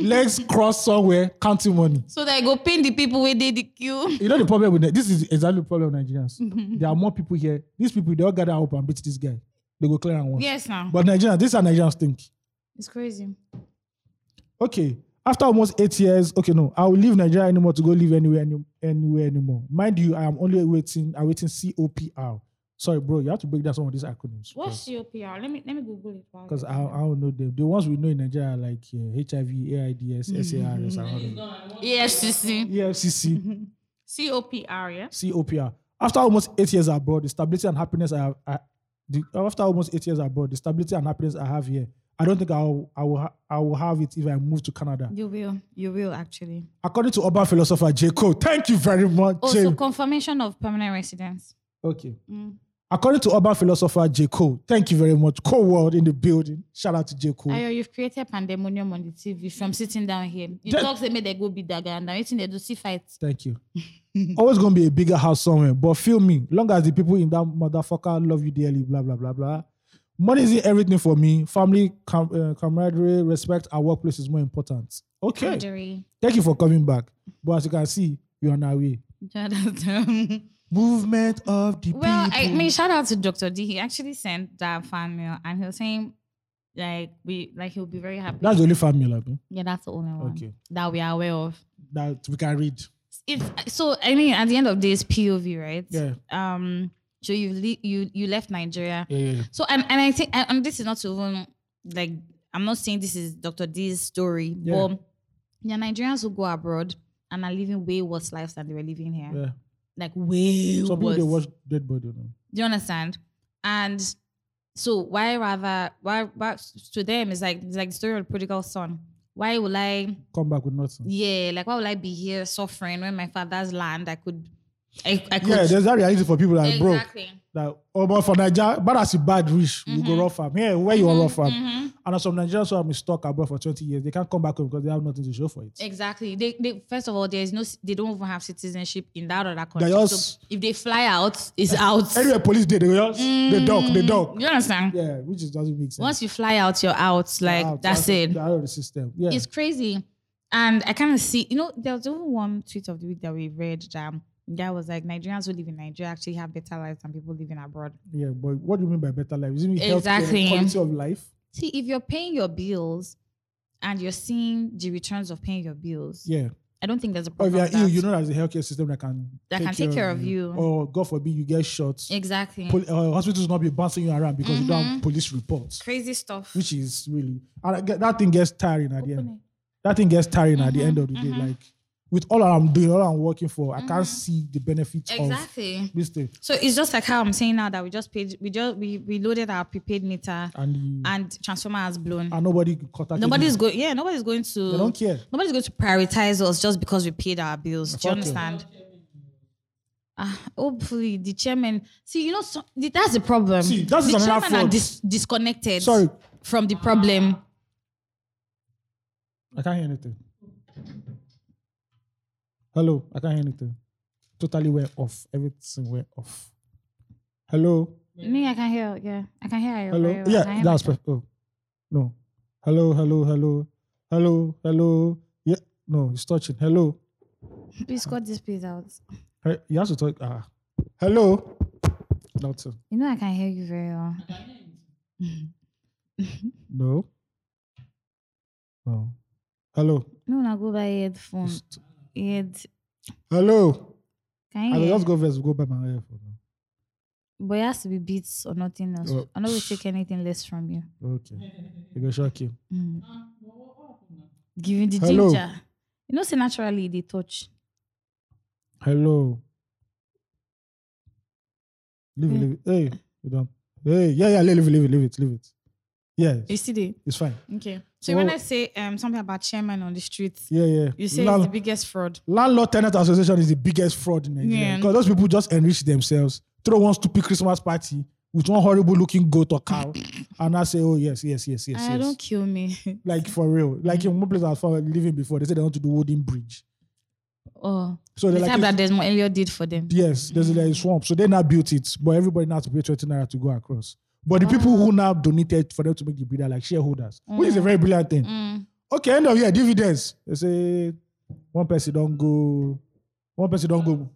A: legs crossed somewhere, counting money.
B: so that I go paint the people where they the queue.
A: You know the problem with Ni- this is exactly the problem with Nigerians. there are more people here. These people they all gather up and beat this guy. They go clear and one.
B: Yes, now
A: But Nigerians, these are Nigerians think.
B: it's crazy.
A: Okay, after almost eight years, okay, no, I will leave Nigeria anymore to go live anywhere, any, anywhere anymore. Mind you, I am only waiting, I'm waiting COPR. Sorry, bro, you have to break down some of these acronyms.
B: What's your PR? Let me let me Google it. while
A: Because
B: you-
A: I, I don't know them. The ones we know in Nigeria are like uh, HIV, AIDS, SARS, and all that. E
B: Yes, you see.
A: EFCC.
B: C O P R. Yeah.
A: COPR. After almost eight years abroad, the stability and happiness I have. I, the, after almost eight years abroad, the stability and happiness I have here, I don't think I will, I will, ha- I will have it if I move to Canada.
B: You will. You will actually.
A: According to urban philosopher J. Cole, thank you very much.
B: Oh,
A: J.
B: so confirmation of permanent residence.
A: okay.
B: Mm.
A: According to urban philosopher J. Cole, thank you very much. Cole World in the building. Shout out to J. Cole.
B: Ayo, you've created pandemonium on the TV from sitting down here. You
A: Just-
B: talk say make they go be that guy and now eating they do see fight.
A: Thank you. Always gonna be a bigger house somewhere, but feel me. Long as the people in that motherfucker love you dearly, blah blah blah blah. Money isn't everything for me. Family, com- uh, camaraderie, respect, our workplace is more important. Okay.
B: Surgery.
A: Thank you for coming back. But as you can see, you're on our way.
B: Yeah, that's dumb.
A: Movement of the
B: Well,
A: people.
B: I mean, shout out to Dr. D. He actually sent that fan mail and he was saying, like, we like he'll be very happy.
A: that's the only family, like,
B: yeah, that's the only one
A: Okay.
B: that we are aware of.
A: that we can read.
B: It's so I mean, at the end of this POV, right?
A: Yeah,
B: Um, so you le- you you left Nigeria.
A: yeah, yeah. yeah.
B: So and and I think and, and this is not even like I'm not saying this is Dr. D's story,
A: Yeah.
B: but yeah, Nigerians who go abroad and are living way worse lives than they were living here.
A: yeah.
B: Like way
A: Some people
B: worse.
A: they watch Dead Body. you know.
B: Do you understand? And so why rather why, why to them it's like it's like the story of the prodigal son. Why will I
A: Come back with nothing.
B: yeah, like why will I be here suffering when my father's land I could I, I could
A: Yeah, there's that reality for people that broke.
B: exactly.
A: that oh but for Nigeria, bad as a bad rich, we
B: Mm-hmm.
A: go rough farm. Yeah, where you on rough farm?
B: mhm.
A: And as some Nigerians who have been stuck abroad for 20 years, they can't come back home because they have nothing to show for it.
B: Exactly. They, they first of all, there is no c- they don't even have citizenship in that other country.
A: just-
B: so if they fly out, it's out.
A: Anyway, police did they just they duck, they duck.
B: You understand?
A: Yeah, which is, doesn't make sense.
B: Mm. Once you fly out, you're out. Like
A: Out,
B: that's
A: out,
B: it.
A: they're Out of the system. Yeah.
B: It's crazy. And I kind of see, you know, there was even one tweet of the week that we read that that was like Nigerians who live in Nigeria actually have better lives than people living abroad.
A: yeah, but what do you mean by better life? Is it mean healthcare,
B: Exactly.
A: quality of life?
B: See, if you're paying your bills and you're seeing the returns of paying your bills,
A: Yeah.
B: I don't think there's a
A: Or if
B: problem.
A: you're
B: with
A: ill,
B: that.
A: you know there's a healthcare system that can
B: That can take care of you.
A: Or God forbid you get shot.
B: exactly.
A: Pol- uh, hospitals not be bouncing you around because you don't
B: Mm-hmm.
A: have police reports.
B: crazy stuff.
A: Which is really and I get- that thing gets tiring at the
B: Open
A: end.
B: it. Mm-hmm,
A: that thing gets tiring at the end of the day. Like with all I'm doing, all I'm working for, I can't see the benefits
B: Mm-hmm. Exactly.
A: of this thing.
B: So it's just like how I'm saying now that we just paid, we just we, we loaded our prepaid meter
A: And you,
B: and transformer has blown.
A: and nobody contacted.
B: nobody's
A: me.
B: going, yeah, nobody's going to.
A: Oh, They don't care.
B: Nobody's going to prioritize us just because we paid our bills. Do you
A: Fuck 'em.
B: understand? Ah, hopefully the chairman. See, you know, so, the- that's the problem.
A: See, that is
B: the
A: another
B: chairman are
A: fraud.
B: dis- disconnected.
A: Sorry.
B: From the problem.
A: I can't hear anything. Hello, I can't hear anything. Totally we're off. Everything we're off. Hello,
B: Me, I can hear. Yeah, I can hear you.
A: hello.
B: very well. I can
A: Yeah,
B: hear
A: that's
B: myself.
A: perfect. Oh, no. Hello, hello, hello, hello, hello. Yeah, no, it's touching. Hello.
B: Please cut this piece out.
A: Hey, You have to talk. Ah. Hello. Nothing.
B: You know, I can hear you very well.
A: No. No. Hello.
B: No, now go buy headphone. Head.
A: Hello.
B: Can
A: I
B: you?
A: will
B: hear?
A: just go first. Go by my earphone.
B: But it has to be beats or nothing else.
A: Oh.
B: I know we take anything less from you.
A: Okay. It go shock you.
B: Mm. Giving the
A: Hello.
B: ginger. You know, say naturally they touch.
A: Hello. Leave it. Leave it. Hey, you don't. Hey, yeah, yeah. Leave it. Leave it. Leave it. Leave it. Yeah,
B: You see the
A: it's fine.
B: okay. So
A: So
B: when
A: what-
B: I say um something about chairman on the street,
A: Yeah, yeah.
B: you say
A: Land-
B: it's the biggest fraud.
A: landlord tenant association is the biggest fraud in Nigeria
B: Yeah.
A: because those people just enrich themselves throw one stupid Christmas party with one horrible looking goat or cow, and I say, oh yes, yes, yes, yes,
B: Ah,
A: yes.
B: don't Mm. kill me.
A: Like for real, like in one place I was for- living before, they said they want to do wooden bridge.
B: oh,
A: So
B: the
A: they're
B: type
A: like,
B: that Desmond Elliot did for them.
A: yes, there's like a swamp. So they now built it, but everybody now has to pay 20 naira to go across. But the people
B: Ah.
A: who now donated for them to make the bridge are like shareholders, which is a very brilliant thing.
B: Mm.
A: okay end of year dividends they say one person don go one person don go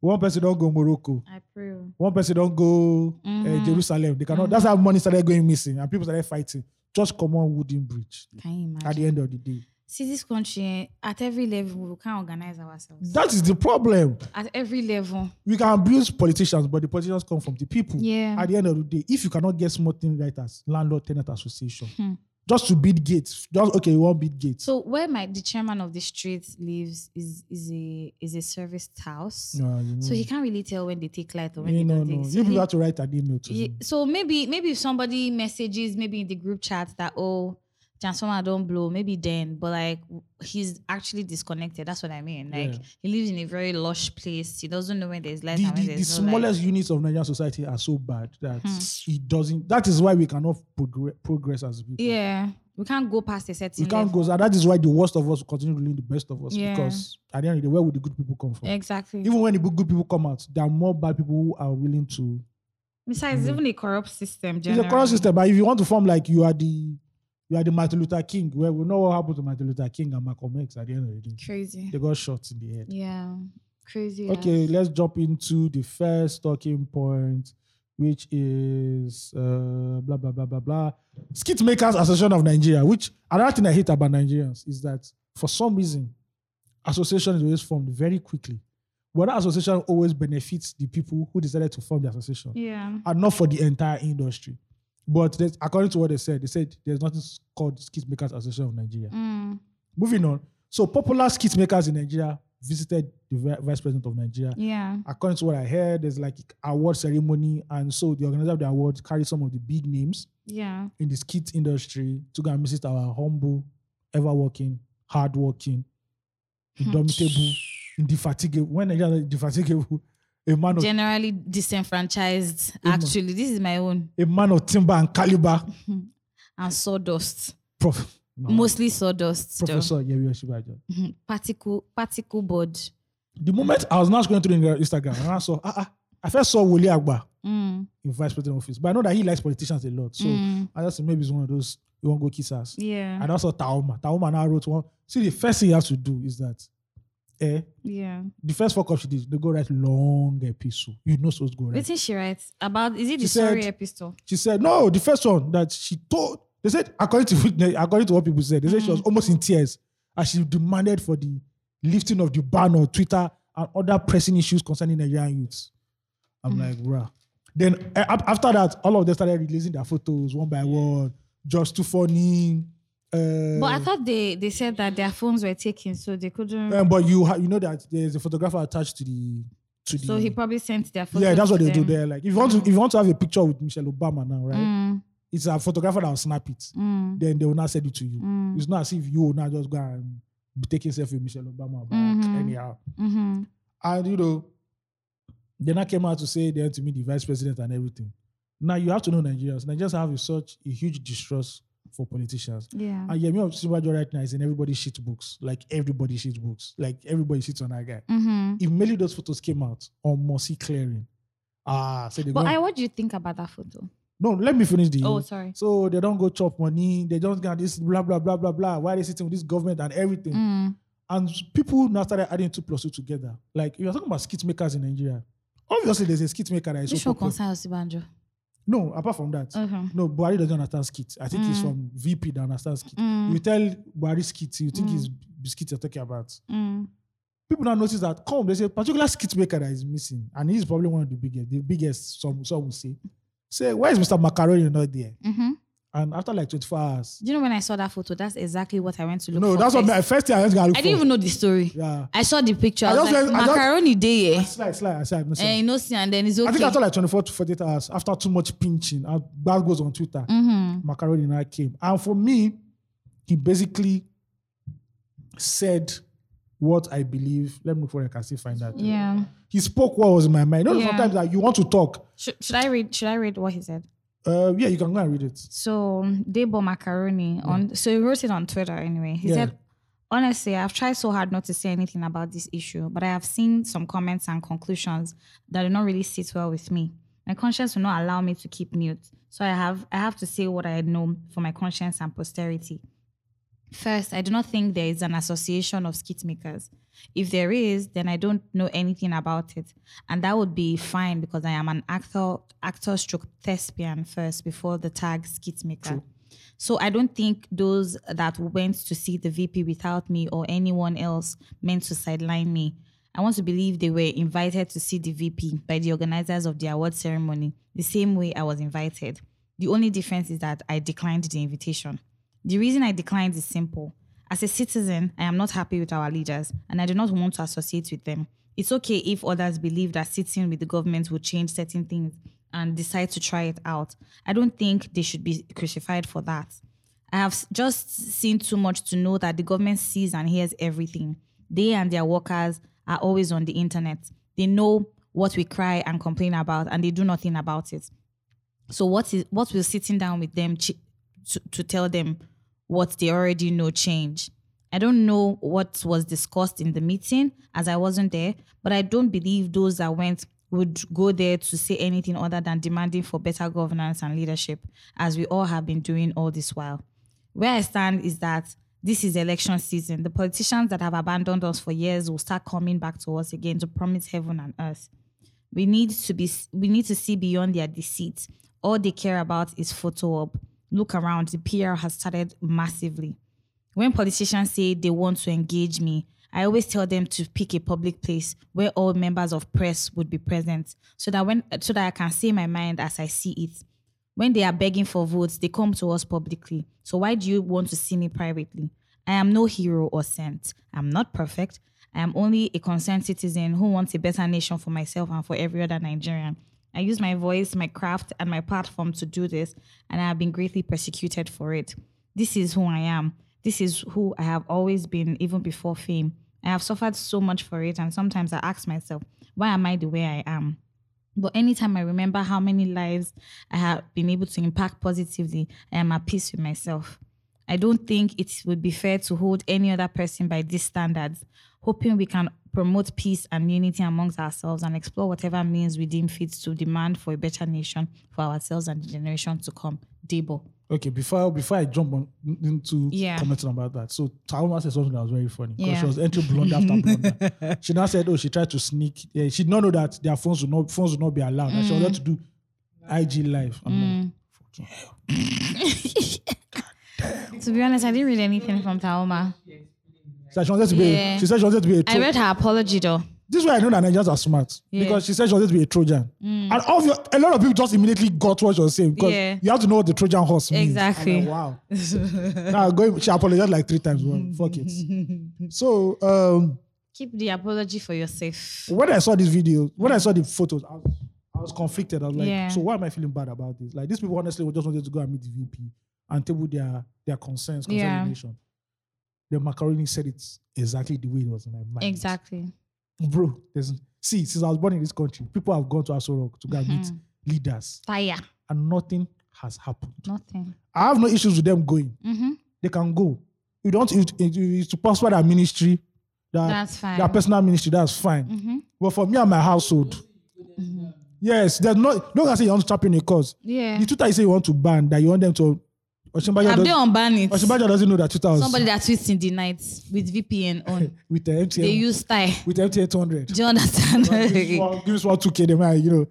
A: one person don go morocco
B: I pray. oh.
A: one person don go mm-hmm. uh,
B: Mhm.
A: jerusalem they cannot mm-hmm. that's how money started going missing and people started fighting just common wooden bridge
B: Can you
A: at
B: imagine?
A: the end of the day
B: See, this country eh, at every level, we can't organize ourselves.
A: that is the problem
B: At every level,
A: we can abuse politicians but the politicians come from the people
B: Yeah.
A: at the end of the day if you cannot get small thing right as landlord tenant association
B: Hmm.
A: just to build gates just okay one build gates
B: so where my the chairman of the street lives is is a is a serviced house.
A: no, you know,
B: So he can't really tell when they take light or when
A: you
B: they
A: know,
B: don't
A: no.
B: take. So
A: you
B: he-
A: people have to write an email to
B: Ye-
A: him
B: so maybe maybe if somebody messages maybe in the group chat that oh transformer don't blow maybe then but like w- he's actually disconnected that's what i mean like
A: Yeah.
B: he lives in a very lush place he doesn't know when there's light
A: the,
B: and when
A: the, the
B: there's no light.
A: smallest units of Nigerian society are so bad that
B: Hmm.
A: it doesn't. That is why we cannot progre- progress as people.
B: yeah we can't go past a certain
A: We can't
B: level.
A: go. And that is why the worst of us will continue ruling the best of us.
B: Yeah.
A: Because at the end of the day, where will the good people come from?
B: exactly
A: Even when the good good people come out, there are more bad people who are willing to.
B: besides it's even a corrupt system
A: It's a current
B: generally.
A: system, but if you want to form like you are the, you are the Martin Luther King, where we know what happened to Martin Luther King and Malcolm X at the end of the day.
B: crazy
A: They got shot in the head.
B: yeah crazy
A: Okay,
B: ass.
A: let's jump into the first talking point, which is uh, blah blah blah blah blah. Skit Makers Association of Nigeria. Which another thing I hate about Nigerians is that for some reason, association is always formed very quickly. But that association always benefits the people who decided to form the association,
B: yeah
A: and not for the entire industry. But there's- according to what they said, they said there's nothing called Skit Makers Association of Nigeria.
B: Mm.
A: Moving on. So popular skit makers in Nigeria visited the vi- vice president of Nigeria
B: yeah
A: according to what I heard, there's like award ceremony, and so the organizer of the award carried some of the big names
B: yeah
A: in the skit industry to go and visit our humble, ever working, hard working, indomitable, indefatigable. When Nigerians are indefatigable, a man of
B: generally disenfranchised
A: Emo.
B: actually this is my own
A: a man of timber and caliber.
B: and sawdust
A: Prof, no,
B: mostly sawdust though.
A: Professor Yemi Osinbajo.
B: Mhm. particle particle board
A: The moment I was now scrolling through the Instagram, and I saw, ah, ah, I first saw Wole Agba
B: Mm,
A: in vice president office, but I know that he likes politicians a lot, so
B: mm,
A: I just said maybe it's one of those you won't go kiss ass.
B: yeah
A: and also Taoma. Taoma now wrote one. See, the first thing you have to do is that, eh,
B: yeah
A: the first fuck up she did, they go write long epistle. You know, supposed to go right.
B: wetin she write about is it the
A: She
B: sorry
A: said-
B: epistle
A: She said, no, the first one that she told, they said, according to witness- according to what people said, they said she
B: Mm.
A: was almost in tears as she demanded for the lifting of the ban on Twitter and other pressing issues concerning Nigerian youths.
B: Mm.
A: I'm like, bruh. Then eh, ap- after that, all of them started releasing their photos one by one. Just too funny. Uh,
B: but i thought they they said that their phones were taken so they couldn't
A: Um, but you ha- you know that there's a photographer attached to the to the.
B: so he probably sent their photos
A: yeah, that's what
B: to
A: they do
B: them.
A: there. Like if you want to if you want to have a picture with Michelle Obama now, right?
B: Mm,
A: It's a photographer that will snap it.
B: mm,
A: Then they will not send it to you.
B: mm,
A: It's not as if you will not just go and be taking selfie with Michelle Obama back
B: Mhm.
A: anyhow.
B: mhm.
A: And you know, then I came out to say they had to meet the vice president and everything. Now you have to know Nigerians. Nigerians have a, such a huge distrust for politicians.
B: yeah
A: And Yemi Osinbajo right now is in everybody's shit books. Like everybody shit books. Like everybody shits on that guy.
B: Mhm.
A: If mainly those photos came out on Mossy clearing, ah, so they go.
B: but i what do you think about that photo
A: no, let me finish the.
B: oh sorry
A: so they don't go chop money. They just got this blah blah blah blah blah. Why they sitting with this government and everything?
B: Mm,
A: And people now started adding two plus two together. Like you're talking about skit makers in Nigeria. Obviously, there's a skit maker that is
B: which
A: so
B: one
A: popular.
B: concerns Obanjo?
A: No, apart from that.
B: okay
A: No, Buhari doesn't understand skit. I think he's
B: Uh. Mm.
A: from VP that understands skit.
B: Mm,
A: You tell Buhari skit, you think
B: Mm.
A: it's biscuit you're talking about.
B: mm,
A: people now notice that come there's a particular skit maker that is missing and he's probably one of the biggest the biggest some some will say say why is mr macaroni not there
B: mhm.
A: and after like 24 hours
B: Do you know when I saw that photo? That's exactly what I went to look
A: no
B: for.
A: that's what
B: first.
A: my first thing i was gonna look
B: I didn't
A: for
B: even know the story.
A: yeah
B: I saw the picture. I,
A: I
B: was
A: just
B: like,
A: went- I just-
B: macaroni day, eh?
A: slide slide i said i'm not
B: And
A: saying
B: you know, see, and then it's
A: i think
B: okay.
A: after like 24 to 48 hours after too much pinching and that goes on twitter
B: mm-hmm.
A: macaroni now came and for me he basically said what i believe let me look for i can still find that
B: Yeah.
A: He spoke what was in my mind. You know,
B: Yeah.
A: sometimes that you want to talk.
B: Should, should I read? Should I read what he said?
A: Uh, yeah, you can go and read it.
B: So um, Debo Macaroni on. So he wrote it on Twitter anyway. He
A: Yeah.
B: said, honestly, I've tried so hard not to say anything about this issue, but I have seen some comments and conclusions that do not really sit well with me. My conscience will not allow me to keep mute, so I have I have to say what I know for my conscience and posterity. First, I do not think there is an association of skit makers. If there is, then I don't know anything about it. And that would be fine because I am an actor, actor stroke thespian first before the tag skit maker. So I don't think those that went to see the VP without me or anyone else meant to sideline me. I want to believe they were invited to see the VP by the organizers of the award ceremony, the same way I was invited. The only difference is that I declined the invitation. The reason I declined is simple. As a citizen, I am not happy with our leaders and I do not want to associate with them. It's okay if others believe that sitting with the government will change certain things and decide to try it out. I don't think they should be crucified for that. I have s- just seen too much to know that the government sees and hears everything. They and their workers are always on the internet. They know what we cry and complain about and they do nothing about it. So what is what will sitting down with them ch- to, to tell them what they already know change? I don't know what was discussed in the meeting as I wasn't there, but I don't believe those that went would go there to say anything other than demanding for better governance and leadership, as we all have been doing all this while. Where I stand is that this is election season. The politicians that have abandoned us for years will start coming back to us again to promise heaven and earth. We need to be we need to see beyond their deceit. All they care about is photo op. Look around, the PR has started massively. When politicians say they want to engage me, I always tell them to pick a public place where all members of press would be present so that when so that I can say my mind as I see it. When they are begging for votes, they come to us publicly. So why do you want to see me privately? I am no hero or saint. I'm not perfect. I am only a concerned citizen who wants a better nation for myself and for every other Nigerian. I use my voice, my craft, and my platform to do this, and I have been greatly persecuted for it. This is who I am. This is who I have always been, even before fame. I have suffered so much for it, and sometimes I ask myself, why am I the way I am? But anytime I remember how many lives I have been able to impact positively, I am at peace with myself. I don't think it would be fair to hold any other person by these standards, hoping we can promote peace and unity amongst ourselves and explore whatever means we deem fit to demand for a better nation for ourselves and the generation to come. Debo.
A: Okay, before before I jump on into
B: Yeah.
A: commenting about that, so Tauma said something that was very funny because
B: Yeah.
A: she was entering blonde after blonde. she now said, "Oh, she tried to sneak. Yeah, she did not know that their phones would not phones would not be allowed. And
B: Mm.
A: she wanted to do IG live. I'm like, fucking hell.
B: To be honest, I didn't read anything from Taoma.
A: So she wanted to be.
B: Yeah.
A: A, she said she wanted to be a.
B: I
A: Tro-
B: read her apology though.
A: this is why I know that Nigerians are smart
B: Yeah. Mm.
A: because she said she wanted to be a Trojan, and all of your, a lot of people just immediately got what she was saying because
B: Yeah.
A: you have to know what the Trojan horse means.
B: Exactly.
A: I'm like, wow. now going, she apologized like three times. Well, fuck it. So. um
B: Keep the apology for yourself.
A: when I saw this video, when I saw the photos, I was, I was conflicted. I was like,
B: Yeah.
A: so why am I feeling bad about this? Like these people honestly were just wanted to go and meet the VP and table their their concerns concerning
B: Yeah.
A: the nation. The macaroni said it exactly the way it was in my mind.
B: Exactly.
A: Bro, there's see, since I was born in this country, people have gone to Aso Rock to go and meet
B: Mm-hmm.
A: leaders
B: Fire.
A: and nothing has happened.
B: Nothing.
A: I have no issues with them going.
B: Mm-hmm.
A: They can go. You don't it, it, it's to prosper their ministry, their,
B: That's fine.
A: their personal ministry, that's fine.
B: mm-hmm.
A: But for me and my household, yes, there's not. Don't say you want to tap in a cause.
B: Yeah.
A: The Twitter you say you want to ban that you want them to. Oshimbaja,
B: Have
A: does,
B: they unbanned it?
A: Osinbajo doesn't know that Twitter was
B: Somebody that tweets in the night with VPN on.
A: with the
B: they
A: MTN
B: use style.
A: with MTN 200.
B: Do you understand?
A: Give us one 2k, they might, you know.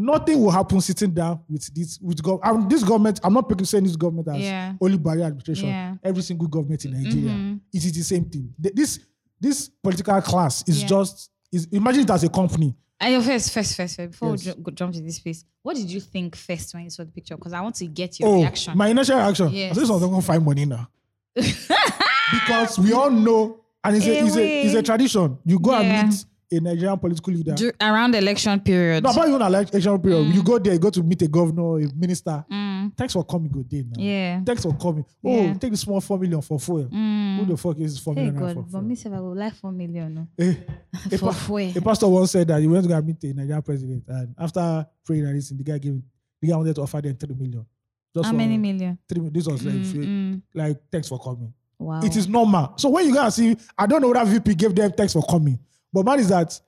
A: Nothing will happen sitting down with this with gov- I'm, this government. I'm not picking saying this government as
B: Yeah.
A: only barrier administration.
B: Yeah.
A: Every single government in Nigeria,
B: Mhm.
A: it is the same thing. The- this this political class is
B: Yeah.
A: just is imagine it as a company.
B: I know first, first, first, first, before
A: Yes.
B: we ju- go- jump to this place, what did you think first when you saw the picture? Because I want to get your reaction.
A: Oh, My initial reaction.
B: Yes.
A: I said something gonna find money now. because we all know, and it's a, it's, a,
B: Ewe.
A: it's a tradition. You go
B: Yeah.
A: and meet a Nigerian political leader.
B: Dur- around election period. Mm.
A: no, but you an election period. You go there, you go to meet a governor, a minister. Thanks for coming, good day. Now.
B: Yeah.
A: Thanks for coming. Oh,
B: Yeah. Mm.
A: take this small four million for fuel. Who the fuck is four
B: Hey
A: million naira
B: God,
A: for
B: but
A: fuel?
B: me say I would like four million no.
A: Eh, a,
B: for
A: pa-
B: fuel.
A: a pastor once said that he went to go and meet the Nigerian president, and after praying and listening, the guy gave the guy wanted to offer them three million. Just
B: How
A: for
B: many million?
A: Three. mi- This was like,
B: Mm, mm.
A: like thanks for coming.
B: Wow.
A: It is normal. So when you go and see, I don't know whether VP gave them thanks for coming, but man is that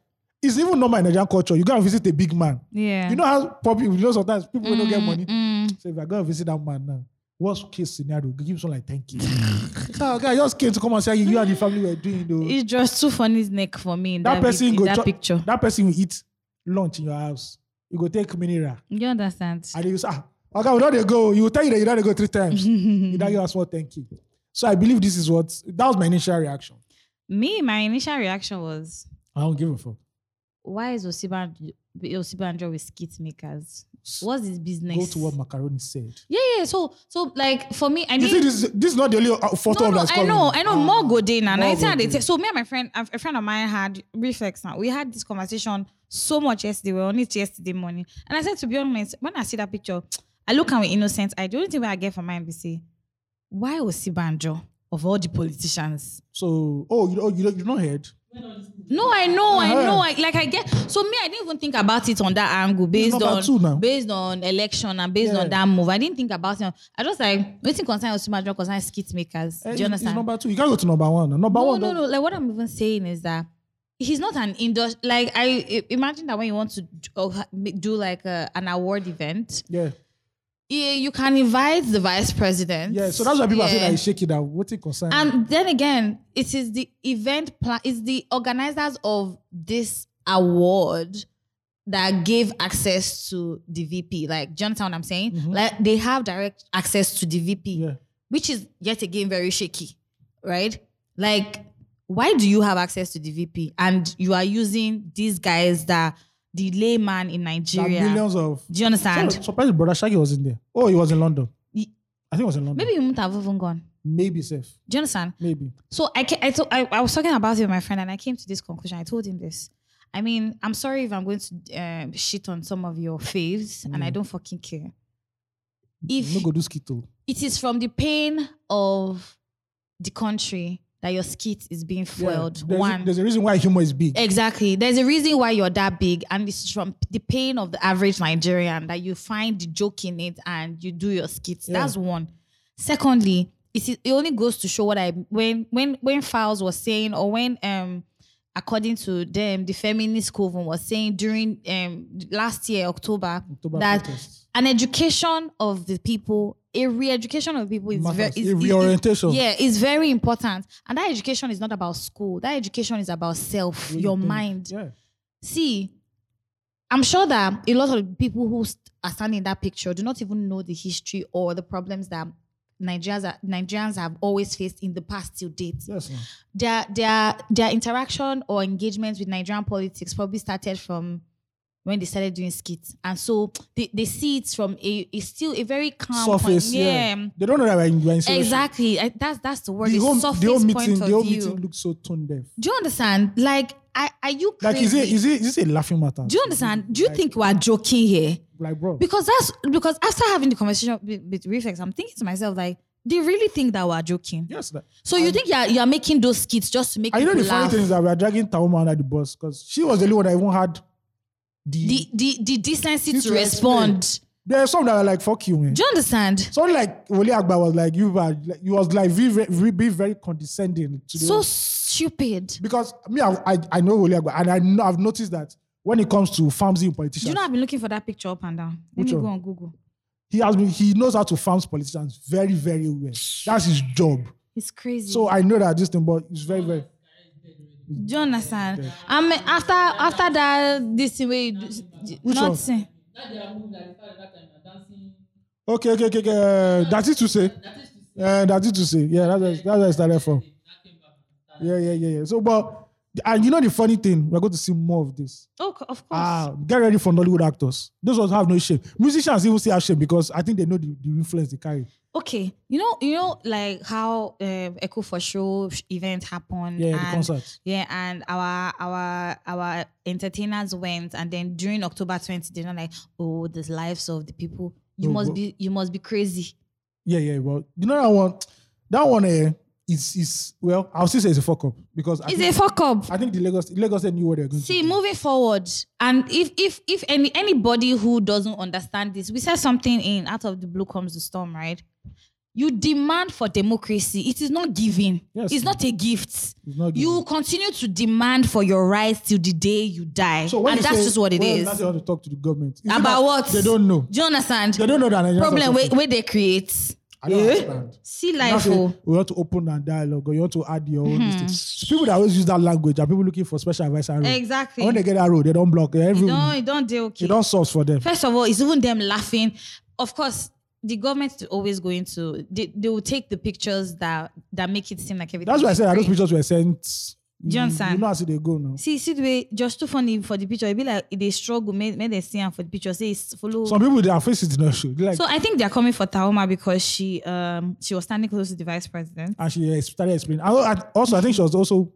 A: it's even normal in Nigerian culture. You go and visit a big man.
B: Yeah.
A: You know how probably you know sometimes people will don't get money.
B: Mm.
A: So if I go and visit that man now, worst case scenario, give him something like thank you. ah, guy just came to come and say you and the family were doing though.
B: It's just too funny his neck for me in
A: that,
B: that, vid-
A: person
B: in
A: go
B: that
A: chop-
B: picture.
A: That person will eat lunch in your house. You go take mineral.
B: You understand?
A: And they will say, ah, okay, we don't dey go. You will tell you that you don't go three times. you don't give us what thank you. So I believe this is what that was my initial reaction.
B: me, my initial reaction was,
A: I don't give a fuck.
B: why is Osibanjo, Osibanjo with skit makers? What's his business?
A: Go to what Macaroni said.
B: yeah, yeah. So, so like for me, I
A: You
B: need.
A: see, this is, this is not the only uh, photo
B: no,
A: of
B: no,
A: that's
B: I
A: coming. Ah,
B: know, I know more go day now.
A: More
B: Now, it's
A: go
B: how they
A: day.
B: take- so me and my friend, a friend of mine had reflex now. We had this conversation so much yesterday. We were on it yesterday morning. And I said, to be honest, when I see that picture, I look at with innocent eye. The only thing where I get from my MBC, why Osibanjo of all the politicians?
A: So, oh, you, oh, you, don't- you not heard?
B: No, I know, I
A: Uh-huh.
B: know. I, like I get so me, I didn't even think about it on that angle based
A: number
B: on
A: two now.
B: based on election and based
A: Yeah.
B: on that move. I didn't think about it. I just like waiting concern Osibanjo concern skit makers.
A: Eh,
B: Do
A: it's, it's
B: you understand?
A: number two. You can't go to number one. Number
B: no,
A: one.
B: no,
A: don't-
B: no. Like what I'm even saying is that he's not an industry. Like I i- imagine that when you want to d- oh, ha- ma- do like a, an award event,
A: Yeah.
B: yeah, you can invite the vice president.
A: Yeah. So that's why people are saying
B: Yeah.
A: that it's shaky. That what it concern.
B: And then again, it is the event plan. It's the organizers of this award that gave access to the VP. Like, do you understand what I'm saying?
A: Mhm.
B: Like, they have direct access to the VP
A: yeah.
B: which is yet again very shaky, right? Like, why do you have access to the VP and you are using these guys that the layman in
A: There are
B: Nigeria?
A: millions of
B: Do you understand?
A: Surprised, surprised brother Shaggy was in there. Oh, he was in London.
B: Ye-
A: I think it was in London.
B: Maybe you wouldn't have even gone.
A: Maybe safe.
B: Do you understand?
A: Maybe.
B: So I ca- I, to- I I was talking about it with my friend and I came to this conclusion. I told him this. I mean, I'm sorry if I'm going to uh, shit on some of your faves, and I
A: Mm.
B: don't fucking care. If
A: Mm-hmm. no go do skito.
B: it is from the pain of the country that your skit is being foiled.
A: Yeah. There's,
B: One. Eh,
A: there's a reason why humor is big.
B: Exactly. There's a reason why you're that big, and it's from the pain of the average Nigerian that you find the joke in it and you do your skits.
A: Yeah.
B: That's one. Secondly, it, is, it only goes to show what I when when when Files was saying or when um according to them the feminist coven was saying during um last year October,
A: October
B: that
A: protests.
B: an education of the people, a re-education of people is very
A: Matters.
B: is,
A: A
B: is-
A: reorientation.
B: yeah, it's very important. And that education is not about school. That education is about self,
A: Really
B: your
A: big.
B: mind.
A: Yeah.
B: See, I'm sure that a lot of people who st- are standing in that picture do not even know the history or the problems that Nigerians are, Nigerians have always faced in the past till date.
A: Yes. ma'am.
B: Their their their interaction or engagement with Nigerian politics probably started from when they started doing skits, and so they, they see it from a it's still a very calm point.
A: Surface. Yeah. They don't know that we're in, we're in serious shit.
B: Exactly. I, that's that's the word.
A: The
B: The
A: whole,
B: surface
A: the whole meeting,
B: point of
A: the whole
B: view.
A: meeting looks so tone deaf.
B: Do you understand? Like, I, are you
A: Like,
B: crazy?
A: is it, is it, is it a laughing matter?
B: Do you understand? Do you
A: Like-
B: think we are joking here?
A: Like, bro.
B: Because that's because after having the conversation with, with Reflex, I'm thinking to myself like, they really think that we're joking.
A: yes. That,
B: So you think you're you're making those skits just to make
A: and you
B: people
A: know the funny
B: laugh?
A: thing is that we are dragging Tauma under the bus because she was the only one that even had the.
B: the, the the decency
A: You
B: to
A: to
B: respond.
A: there are some that were like, fuck you, man.
B: Do you understand?
A: Something like Wole Agba was like you were like, you was like be, very- be very condescending to the
B: So stupid.
A: because me I I, I know Wole Agba and I know, I've noticed that when it comes to farmsy in
B: Do
A: politicians
B: you know I've been looking for that picture up and down? Let
A: Which
B: me
A: one?
B: go on Google.
A: he has been he knows how to farm politicians very very well that's his job
B: It's crazy.
A: so I know that this thing but it's very very
B: Do you understand? I mean, after after that, this way, nothing.
A: okay okay okay, okay. Uh, that is to say uh, that is to say yeah that's where- that's where I started from yeah yeah yeah yeah so but and you know the funny thing we're going to see more of this
B: Oh, co- of course.
A: Ah, get ready for Nollywood actors. Those ones have no shame. Musicians even still have shame because I think they know the, the influence they carry.
B: okay, you know, you know, like how um, Echo for Show sh- event happened.
A: Yeah, the
B: and-
A: concerts.
B: Yeah, and our our our entertainers went, and then during October 20, they're not like, oh, the lives of the people. You
A: No,
B: must
A: but-
B: be you must be crazy.
A: Yeah, yeah. Well, you know that one. That one eh, is is well. I'll still say it's a fuck up because I
B: It's a
A: think,
B: fuck up.
A: I think the Lagos Lagos they knew what they're going
B: See,
A: to do.
B: moving forward, and if if if any anybody who doesn't understand this, we said something in out of the blue comes the storm, right? You demand for democracy. It is not giving.
A: Yes,
B: it's
A: ma'am.
B: not a gift.
A: It's not
B: You will continue to demand for your rights till the day you die,
A: when
B: and
A: you
B: that's
A: say-
B: just what it
A: when
B: is.
A: Nigerians
B: Do
A: want to talk to the government it's
B: About
A: not-
B: what?
A: they don't know.
B: you understand?
A: They don't know that Nigerians are
B: Problem where,
A: talking.
B: where they create.
A: I don't
B: Eh?
A: understand.
B: See
A: Now
B: life.
A: say,
B: oh. Mm-hmm.
A: we want to open a dialogue or you want to add your own this thing. So people that always use that language are people looking for special advisory road.
B: Exactly.
A: And when they get that road they don't block
B: You
A: everyone
B: don't, you don't deal okay.
A: you don't source for them
B: First of all, it's even them laughing. Of course, the government is always going to they, they will take the pictures that that make it seem like everything.
A: that's why I
B: is
A: said that those
B: great.
A: pictures were sent you-
B: Johnson.
A: you know how they go now
B: See, see the way just too funny for the picture. It be like they struggle, may, may they see am for the picture. Say it's follow.
A: some people their faces did not show They're like
B: so I think they're coming for Taoma because she um she was standing close to the vice president.
A: and she ex- started explaining and al- and also I think she was also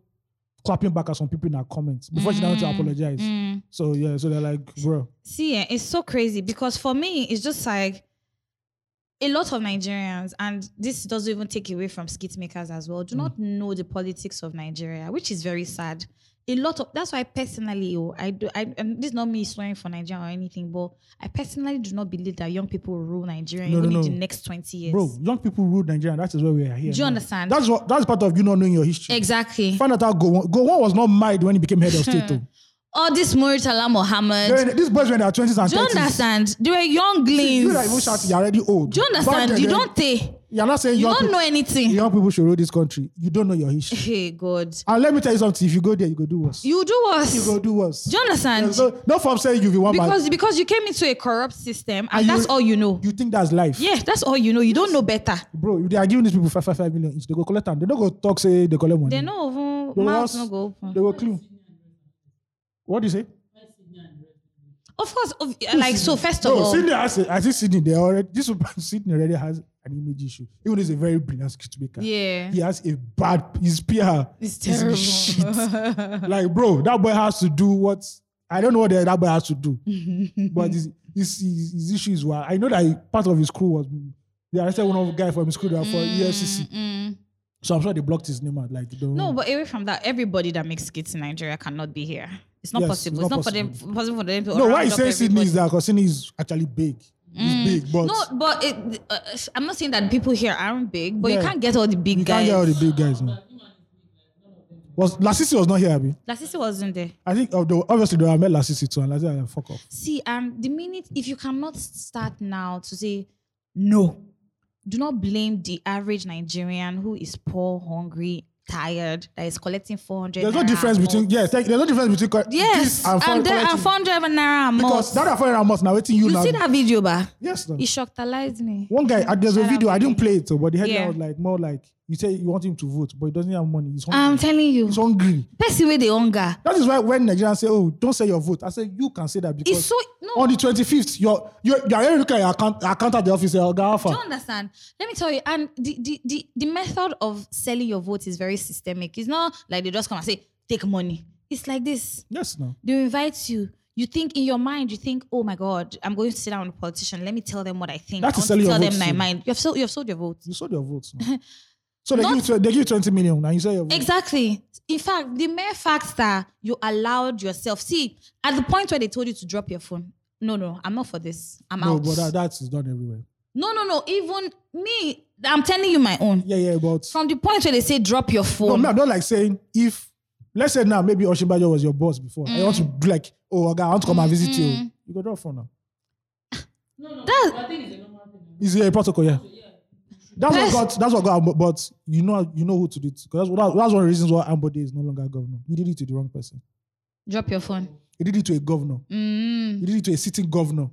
A: clapping back at some people in her comments before she now
B: Mm,
A: went to apologize so yeah so they're like bro
B: See, eh, it's so crazy because for me, it's just like a lot of Nigerians, and this doesn't even take away from skit makers as well,
A: Mm.
B: do not know the politics of Nigeria, which is very sad. A lot of that's why personally, oh, I do, I, and this is not me swearing for Nigeria or anything, but I personally do not believe that young people will rule Nigeria
A: No,
B: even
A: no,
B: in the
A: no.
B: next 20 years.
A: bro young people rule Nigeria that is why we are here
B: do you
A: now.
B: understand?
A: that's what that's part of you not knowing your history
B: exactly.
A: Find out how Gowon, Gowon was not married when he became head of state. oh.
B: All this Muritala Mohammed.
A: They were- These boys were in their 20s and
B: do you
A: 30s.
B: understand? They were younglings.
A: You that even shout, you're already old.
B: do you understand?
A: Back then,
B: you
A: they-
B: don't take.
A: You're not saying
B: You
A: young,
B: don't know
A: people,
B: anything.
A: young people should rule this country. You don't know your history.
B: Hey God,
A: and let me tell you something. If you go there, you go do worse.
B: you do us.
A: You go do worse.
B: do you understand?
A: So, not from saying you be one man.
B: because because you came into a corrupt system and,
A: And
B: that's
A: you-
B: all you know.
A: You think that's life.
B: yeah, that's all you know. You don't know better.
A: Bro, if they are giving these people five, five, five million each, they go collect them. They don't go talk, say they collect money.
B: They know who
A: They will
B: mouth
A: ask-
B: no go
A: They
B: open.
A: will clue. What do you say?
B: Of course, of, like so. First of
A: No,
B: all,
A: Sydney has a, I think Sydney they already this Sydney already has an image issue. Even though he's a very brilliant skit maker.
B: yeah,
A: He has a bad his PR. is
B: it's terrible.
A: shit. like, bro, that boy has to do what I don't know what that boy has to do. but his, his, his, his issue is why I know that he- part of his crew was they arrested one of the guy from his crew that for
B: Mm.
A: E EFCC.
B: Mm-mm.
A: So I'm sure they blocked his name out. Like they don't
B: No, but away from that, everybody that makes skits in Nigeria cannot be here. It's not
A: Yes,
B: possible.
A: it's
B: It's
A: not
B: not, for them possible for them to.
A: no why
B: round
A: he
B: up
A: says Sydney
B: everybody. Mm.
A: is that because Sydney is actually big. He's big, but
B: no, but it, uh, I'm not saying that people here aren't big, but
A: Yeah.
B: you can't get all the big
A: you can't
B: guys.
A: get all the big guys now. Was Lassisi was not here, Abby.
B: Lasisi wasn't there.
A: I think of the, obviously they were met Lassisi too, and Lassisi like, fuck off.
B: See, and the minute if you cannot start now to say no, do not blame the average Nigerian who is poor, hungry, tired, that is collecting 400.
A: There's no
B: naira
A: difference
B: a
A: between
B: month.
A: yes, thank- there's no difference between co-
B: yes,
A: this and, foreign
B: and then and
A: currency.
B: 400 naira a
A: because
B: month.
A: that are foreign amount now waiting you,
B: You
A: now.
B: see that video, ba?
A: Yes, no.
B: It shocked me.
A: One guy, uh, there's a
B: Shout out
A: video. I
B: to
A: didn't
B: him.
A: play it, so, but the headline
B: Yeah.
A: was like more like you say you want him to vote, but he doesn't have money. He's hungry.
B: I'm telling you,
A: He's hungry.
B: person with the hunger.
A: That is why when Nigerians say, "Oh, don't say your vote," I say you can say that because
B: It's so no.
A: on the 25th, you're you're you're already looking at your account, account at the office. You're
B: Do you understand? Let me tell you, and the, the the the method of selling your vote is very systemic. It's not like they just come and say, take money. It's like this.
A: Yes, no.
B: They invite you. You think in your mind, you think, oh my God, I'm going to sit down with a politician. Let me tell them what I think.
A: That is
B: I want to
A: selling your
B: tell them
A: vote
B: my
A: too.
B: mind. You've sold you've sold your vote.
A: You sold your votes. no. So they
B: Not-
A: give you, tw- they give you 20 million, and you say your vote.
B: Exactly. In fact, the mere fact that you allowed yourself, see, at the point where they told you to drop your phone, no, no, I'm not for this. I'm
A: No,
B: out.
A: but that, that is done everywhere.
B: no, no, no. Even me, I'm telling you my own.
A: Yeah, yeah, but
B: From the point where they say drop your
A: No,
B: phone,
A: me, I'm not like saying if let's say now maybe Oshibajo was your boss before. I want to be like, oh God, I want to come and visit you. You go drop phone now.
B: That
A: It's a protocol, yeah. That's what got that's what got Ambo- but you know you know who to do it. Because that's, that's one of the reasons why Ambode is no longer governor. He did it to the wrong person.
B: drop your phone.
A: He did it to a governor.
B: Mm.
A: He did it to a sitting governor.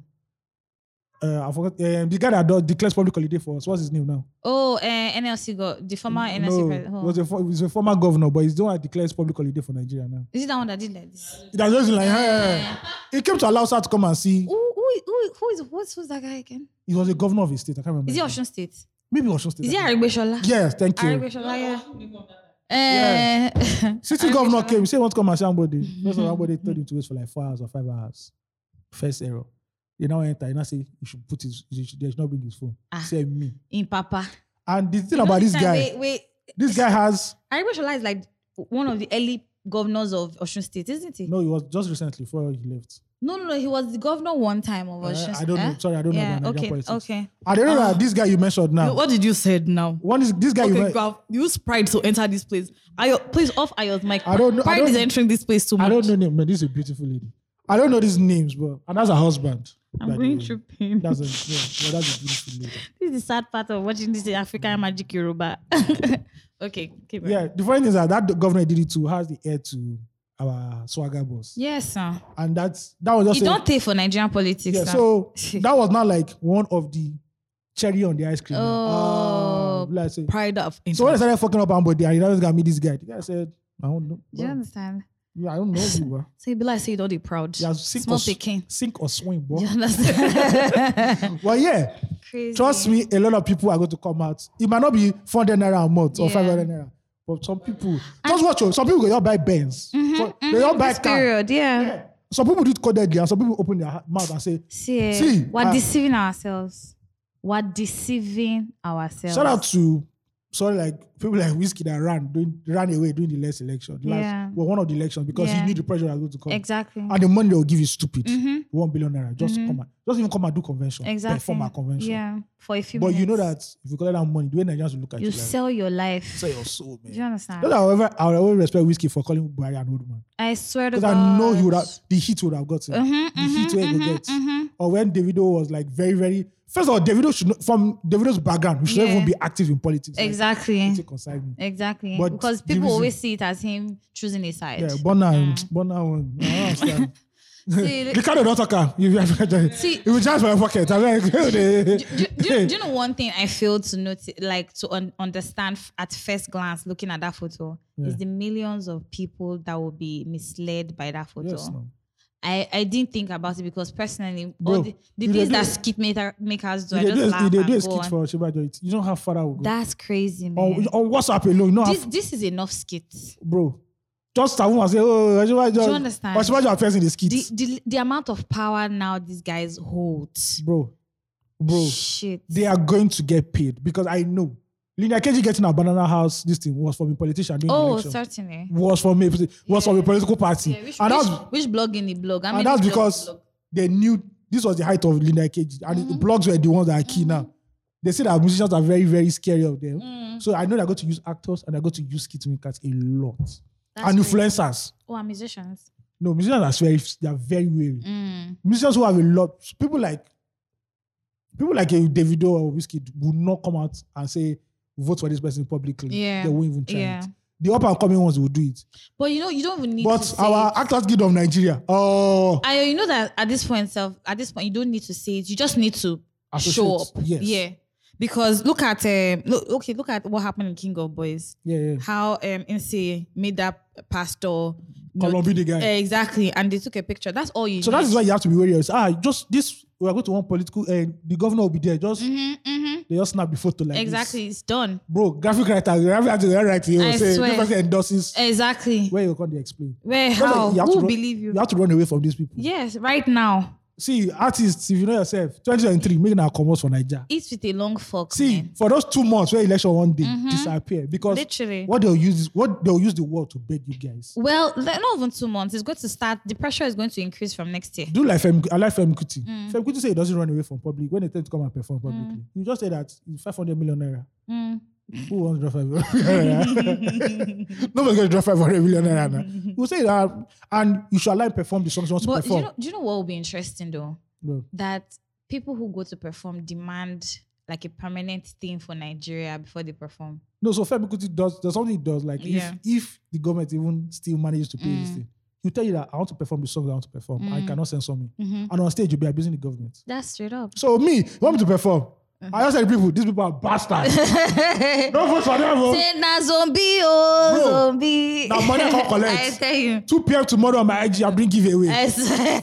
A: Uh, I forgot um, the guy that does, declares public holiday for us. What's his name now?
B: Oh, uh, NLC got the former NLC.
A: no,
B: president.
A: was a, fo- he's a former governor, but he's the one that declares public holiday for Nigeria now.
B: Is it that one that did like this?
A: It was just like, hey. He came to allow us to come and see.
B: Who, who, who, who is what's who's that guy again?
A: He was a governor of a state. I can't remember. his
B: Is he
A: name.
B: Ocean State?
A: Maybe Osun State.
B: Is he Arigbeshola?
A: Yes, thank you.
B: Arigbeshola, yeah. Eh,
A: City
B: Arigbeshola.
A: governor came. He said, "Want to come and see somebody?" First of all, somebody told him to wait for like four hours or five hours. First error. They now enter and I say you should put his, you should, they should not bring his phone.
B: Ah.
A: Send me.
B: in Papa.
A: And the thing
B: You know,
A: about this
B: time,
A: guy,
B: Wait, wait.
A: this guy has
B: Aribo Shola is like one of the early governors of Osun State, isn't he?
A: no. He was just recently before he left.
B: No, no, no. He was the governor one time of
A: Uh,
B: Osun State. eh?
A: I don't know. Sorry, I don't
B: Yeah,
A: know about Nigerian
B: okay,
A: politics.
B: okay.
A: I don't know
D: Ah.
A: that this guy you mentioned now.
D: What did you said now?
A: One is this guy you
D: Okay,
A: men-
D: you have used pride to enter this place. Ayo, please off Ayo's mic.
A: I don't know- I
D: Pride
A: don't-
D: is entering this place too much.
A: I don't know name, but this is a beautiful lady. I don't know these names, but and that's her husband. by
B: I'm
A: the
B: going
A: way.
B: through pain.
A: That's a, yeah, well, that's a beautiful lady.
B: This is the sad part of watching this African Magic Yoruba. Mm. okay, keep going.
A: Yeah, the funny thing is that that governor did it too has the heir to our swagger boss,
B: Yes, sir.
A: and that's that was just
B: You
A: a-
B: don't pay for Nigerian politics,
A: yeah.
B: sir.
A: So that was not like one of the cherry on the ice cream.
B: Oh.
A: Uh, let's say.
D: Pride of
A: So when I
D: entering.
A: started fucking up Ambody, and you know, gonna meet this guy. The guy said, "I don't know.
B: Do you
A: bro.
B: understand?
A: Yeah, I don't know you, bro.
B: So you be like, say you don't be proud.
A: Yeah, sink
B: Small
A: or, sw-
B: picking.
A: sink or swim, bro."
B: Do you understand?
A: Well, yeah.
B: Crazy.
A: Trust me, a lot of people are going to come out. It might not be 400 naira a month or
B: Yeah.
A: 500 naira, but some people just watch. oh, Some people go just buy Benz. So-
B: Mhm,
A: They
B: mhm,
A: don't buy
B: this
A: car.
B: period, yeah.
A: Yeah. Some people did coded and some people open their ha- mouth and say,
B: See, eh,
A: See, ah.
B: we're
A: I-
B: deceiving ourselves. We're deceiving ourselves.
A: shout out to sorry, like people like Whiskey that ran doing, ran away during the last election. Last,
B: Yeah.
A: Well, one of the elections because
B: Yeah.
A: he knew the pressure was going to come.
B: Exactly.
A: And the money they will give you is stupid.
B: Mhm.
A: One billion naira. Just
B: Mhm.
A: come and just even come and do convention.
B: Exactly.
A: Perform at convention.
B: Yeah. For a few
A: But
B: minutes.
A: you know that if you collect that money, the way Nigerians will look at
B: You
A: you,
B: sell your life.
A: like, sell your soul, man.
B: Do you understand?
A: Not that I will ever- I will always respect whiskey for calling Buhari an old man.
B: I swear to
A: Because
B: God.
A: I know he would have the heat would have gotten.
B: Mhm,
A: the heat where
B: mhm,
A: he would
B: mhm,
A: get.
B: mhm.
A: Or when Davido was like very, very first of all, Davido should not, from Davido's background, we should not
B: Yeah.
A: even be active in politics. like,
B: Exactly.
A: politics concern me.
B: Exactly.
A: But
B: because
A: the
B: people
A: reason-
B: always see it as him choosing a side.
A: Yeah, Bonner, mm. Bonner one. I don't understand.
B: See,
A: You can't don't talk am. You have
B: See-
A: it will just my pocket. I'm like, do,
B: do, do, do you know one thing I failed to notice, like to un- understand f- at first glance, looking at that photo,
A: Yeah.
B: is the millions of people that will be misled by that photo.
A: Yes, no.
B: I, I didn't think about it because personally,
A: Bro,
B: all the,
A: if
B: the
A: they
B: things
A: do-
B: that skit maker, makers do,
A: If
B: I
A: they
B: just
A: do, a- if
B: laugh
A: they do a
B: and go
A: skit
B: on.
A: for Shibajo, it- you don't have father will go.
B: That's crazy,
A: On,
B: man.
A: on WhatsApp alone, you don't have
B: this this is enough skits.
A: bro. Just Tamu and say, oh, Oshibajo.
B: Do you understand?
A: Oshibajo are first in the
B: The,
A: skits.
B: the the amount of power now these guys hold.
A: bro, bro,
B: Shit.
A: they are going to get paid because I know. Lina KG getting a banana house, this thing was from a politician doing
B: Oh,
A: election.
B: certainly.
A: Was from a was from a political party.
B: Yeah, which,
A: and
B: which,
A: that's
B: which blog in the blog? How
A: and
B: many
A: that's
B: blogs
A: because
B: blog?
A: they knew this was the height of Lina KG. And
B: Mm-hmm.
A: the blogs were the ones that are key now. They say that musicians are very, very scary of
B: Mm, Mm-hmm.
A: them. So I know they're going to use actors and they're going to use skit makers a lot.
B: That's
A: and
B: crazy.
A: influencers.
B: Oh, are musicians.
A: No, musicians are very they are very wary.
B: Mm.
A: musicians who have a lot people like people like a Davido or Whiskey will not come out and say vote for this person publicly.
B: Yeah.
A: They won't even try
B: Yeah.
A: it. The up and coming ones will do it.
B: But you know, you don't even need to
A: But
B: say
A: our
B: it.
A: Actors Guild of Nigeria, oh,
B: I, you know that at this point, self, at this point, you don't need to say it. You just need to show up.
A: Associate, yes.
B: Yeah. Because look at um, look, okay, look at what happened in King of Boys.
A: yeah, yeah.
B: How um NC made that pastor you know,
A: Colombi the guy.
B: eh, exactly, and they took a picture. That's all you.
A: so that is why you have to be wary. It's, Ah, just this we are going to one political and the governor will be there. Just
B: hmm hmm
A: they just snap the photo like this.
B: Exactly, it's done.
A: Bro, graphic writer, graphic writer, they write to you.
B: I
A: say, this
B: swear.
A: person endorses
B: Exactly. Where,
A: where you can't explain. That's
B: how?
A: why you have to
B: Who will
A: run-
B: believe you?
A: You have to run away from these people.
B: Yes, right now.
A: See, artists, if you know yourself, 2023, making our commerce for Nigeria.
B: Eat with a long fork.
A: See,
B: man.
A: for those two months where election one day disappear because
B: Mhm. Literally.
A: what they'll use is what they'll use the word to beg you guys.
B: Well, le- not even two months. It's going to start. The pressure is going to increase from next year.
A: Do like Fem, I like Fem Kuti.
B: Mm.
A: Fem Kuti say he doesn't run away from public when they tend to come and perform publicly. You just say that it's 500 million naira.
B: Mm.
A: Who wants to draw 500 million naira? Nobody's going to draw 500 million naira now. You say that and you should allow him perform the songs he wants to
B: But do you
A: perform.
B: know? Do you know what will be interesting though?
A: No.
B: That people who go to perform demand like a permanent thing for Nigeria before they perform.
A: No, so Femi Kuti does there's something he does. Like
B: Yeah.
A: if if the government even still manages to pay this thing, you tell you that I want to perform the song I want to perform. I cannot censor me. And on stage you'll be abusing the government.
B: That's straight up.
A: So me, you want me to perform? I just tell the people, these people are bastards. Don't vote for them. oh.
B: Say na zombie, oh
A: Bro,
B: zombie.
A: na money come collect.
B: I tell you.
A: 2 p.m. tomorrow on my IG, I'm doing giveaway.
B: I swear.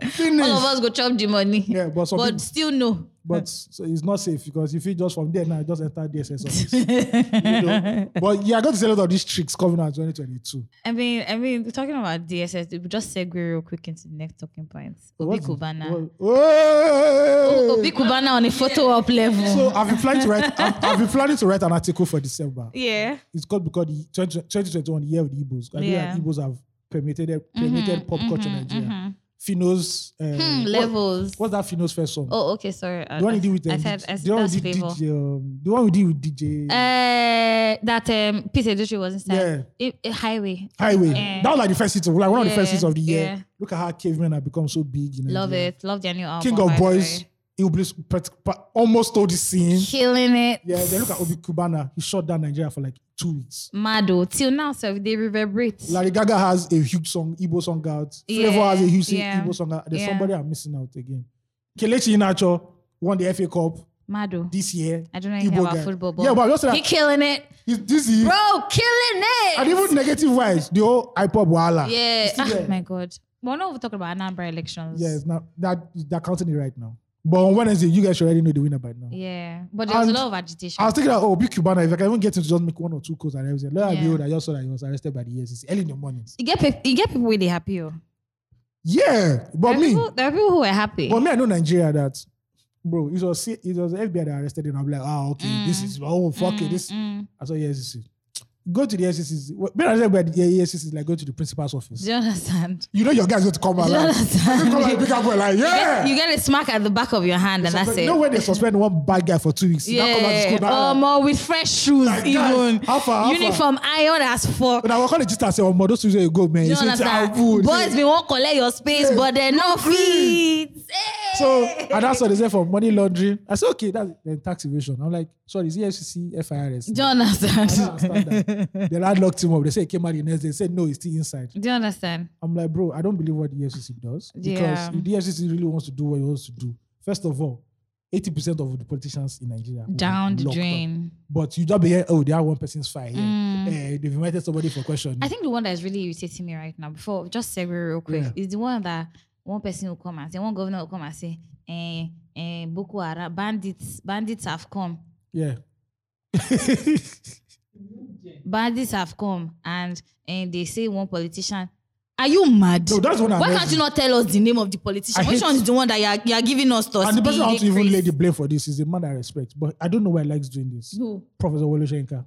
A: Finish.
B: All of us go chop the money.
A: Yeah, but some people-
B: still no.
A: But so it's not safe because if you just from there now, just enter DSS office. you know? But you are going to see a lot of these tricks coming out in 2022.
B: I mean, I mean, we're talking about DSS, we just segue real quick into the next talking point. Obi
A: What's-
B: Kubana.
A: what- Oh, Hey!
B: Oh, Obi Kubana on a photo up level.
A: So I've been planning to write. I've, I've been planning to write an article for December.
B: yeah.
A: It's called because the 20, 2021 year of the Igbos. I yeah.
B: Yeah. Mm-hmm,
A: think that Igbos have permeated permeated pop culture in Nigeria. Finos uh,
B: Hmm,
A: what-
B: levels.
A: What's that Finos first song?
B: Oh, okay, sorry. I-
A: the one
B: I,
A: he did with um,
B: I said I
A: the
B: said
A: one
B: that's
A: he did
B: flavor.
A: with DJ, um, the one we did with DJ
B: Uh, that um, Peter Dutra was inside.
A: Yeah.
B: It, it- highway.
A: Highway.
B: eh,
A: that was like the first hit of like one of the first
B: yeah,
A: hits of the year.
B: yeah.
A: Look at how cavemen have become so big. In
B: Love
A: Nigeria.
B: it. Oh, Love their new album.
A: King of
B: by the
A: Boys.
B: way.
A: Iblis pret- pa- almost stole the scene.
B: Killing it.
A: Yeah, then look at Obi Kubana. He shut down Nigeria for like two weeks.
B: Mado. Till now, so they reverberate.
A: Larry Gaga has a huge song, Igbo song out. Flavor
B: Yeah,
A: has a huge
B: yeah,
A: Igbo song out. There's
B: yeah.
A: somebody I'm missing out again. Kelechi Inacho won the FA Cup
B: Mado.
A: this year.
B: I don't know anything
A: Igbo
B: about
A: guy.
B: football,
A: Yeah, but I'm just saying
B: he
A: that
B: killing it.
A: he's this year.
B: Bro, killing it.
A: And even negative wise, the whole iPop wala.
B: yeah.
A: still
B: Oh
A: there.
B: my God. We're not even talking about Anambra elections.
A: Yeah, it's not, that, they're counting it right now. But on Wednesday, you guys should already know the winner by now.
B: Yeah. But there was
A: And
B: a lot of agitation.
A: I was thinking, that, oh, big Cubana, if I can even get him to just make one or two calls and everything. Lo and
B: Yeah.
A: behold, I just saw that he was arrested by the E ESCC It's early in the morning.
B: you get pe- you get people really happy. Oh.
A: Yeah, but
B: There are
A: me.
B: people, there are people who are happy.
A: But me, I know Nigeria that, bro, it was C- it was FBI that arrested him. I'm like, ah, okay, this is oh fuck it, this.
B: Mm.
A: I saw E yes, go to the E SCC. Well, Me, I said, but the E SCC is like go to the principal's office.
B: Do you understand?
A: You know your guy's going to come out.
B: Do you
A: Like,
B: understand?
A: you come out, pick up, we're like, yeah.
B: You get a smack at the back of your hand, and that's
A: Suspend-
B: it.
A: you know when they suspend one bad guy for two weeks, he now come out uh, to
B: yeah,
A: school, now-
B: um, or with fresh shoes,
A: Like, guys,
B: even
A: how far, how far?
B: uniform iron as fuck.
A: When I walk on the gist and say, oh, my, those two days you go, man.
B: You
A: You see, it's
B: understand?
A: Abu, this
B: Boys,
A: is-
B: we won't collect your space, but they're no feet. Hey!
A: So and that's what they say for money laundering. I said, okay, that's then tax evasion. I'm like, sorry, is E EFCC FIRS?
B: Do you understand?
A: I don't understand that. the lad locked him up. They said he came out the next day. They said no, he's still inside.
B: Do you understand?
A: I'm like, bro, I don't believe what the FCC does because
B: Yeah.
A: if the FCC really wants to do what it wants to do, first of all, 80% of the politicians in Nigeria will be
B: Down the
A: locked up.
B: drain. Mm.
A: But you don't be here, oh, they are one person's fire. here. Eh, they've invited somebody for question.
B: I think the one that is really irritating me right now, before just segue real quick,
A: Yeah.
B: is the one that one person will come and say, one governor will come and say, eh, eh, Boko Haram, bandits, bandits have come.
A: yeah.
B: Bandits have come and and they say one politician. Are you mad?
A: No, that's what I'm
B: Why can't
A: asking.
B: you not tell us the name of the politician?
A: I
B: Which
A: hate-
B: one is the one that you're you're giving us to
A: and the person I
B: speed
A: want to even
B: increase?
A: lay the blame for this is the man I respect. But I don't know why he likes doing this.
B: Who?
A: Professor Woloshenka.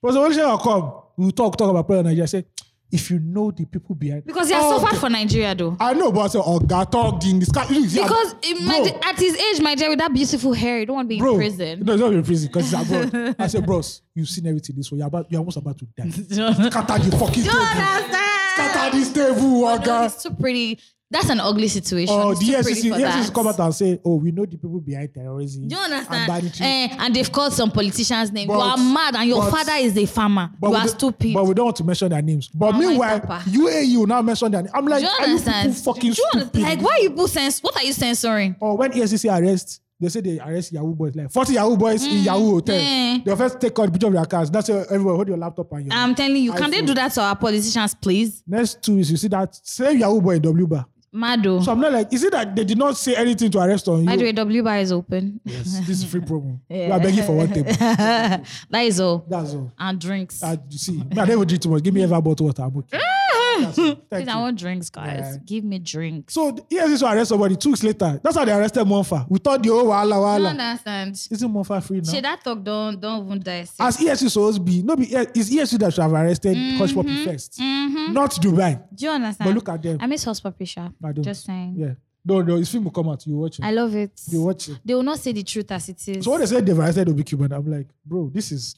A: Professor Woloshenka will come. We'll talk, talk about prayer in Nigeria. Say, if you know the people behind
B: Because he has
A: Oh,
B: suffered
A: okay.
B: for Nigeria though.
A: I know, but I say, oh, God, talk in this car.
B: Because in my, at his age, my dear, with that beautiful hair, you don't want to be in prison.
A: No, it's not in prison because it's abroad. I said, bros, you've seen everything this way. You're, about, you're almost about to die. Scatter the fucking
B: You don't
A: table.
B: understand?
A: Scatter this table, oh,
B: No,
A: God.
B: it's too pretty. That's an ugly situation.
A: Oh,
B: it's
A: the
B: too pretty
A: SEC,
B: for
A: the SEC
B: that.
A: come out and say, oh, we know the people behind terrorism.
B: Do you
A: And
B: understand?
A: banditry.
B: Eh, and they've called some politicians' names. You
A: But-
B: are mad, and your
A: but-
B: father is a farmer.
A: But
B: you
A: we
B: are
A: don't-
B: stupid.
A: But we don't want to mention their names. But
B: Oh my
A: meanwhile,
B: papa.
A: UAU now mention their name. I'm like,
B: Do you
A: are you people
B: understand?
A: fucking
B: Do you under-
A: stupid?
B: Like, why you people cens? What are you censoring?
A: or when E ESCC arrest, they say they arrest Yahoo boys, like 40 Yahoo boys in Yahoo hotel.
B: Mm.
A: They'll first take out picture of their cars. That's why everyone hold your laptop and your.
B: I'm telling you, can they
A: iPhone.
B: do that to our politicians, please?
A: Next two weeks, you see that same Yahoo boy in W bar.
B: Mado.
A: So I'm not like, is it that they did not say anything to arrest on you?
B: oh. By the way, W bar is open.
A: Yes, this is free promo.
B: Yeah.
A: We are begging for one table.
B: that is all.
A: That's all.
B: And drinks.
A: Uh, you see, me, I never drink too much. Give me ever bottle water. I'm okay. That's all.
B: Please,
A: Thank
B: I
A: you.
B: want drinks, guys.
A: Yeah.
B: Give me drinks.
A: So E the ESCC will arrest somebody two weeks later. That's how they arrested Monfa. We thought the whole wala
B: Do you
A: wala.
B: understand?
A: Isn't Monfa free now?
B: Shey, that talk don't don't even die.
A: As ESCC supposed to be, no, be eh, it's ESCC that should have arrested
B: Mm-hmm.
A: mm first, not Dubai.
B: Do you understand?
A: But look at Mm. them.
B: Mm-hmm. I miss Horse Papisha.
A: I don't.
B: Just saying.
A: Yeah. No, no, his film will come out. You watch it.
B: I love it.
A: you watch it.
B: They will not say the truth as it is.
A: So when they said they've arrested Obi Cuban, I'm like, bro, this is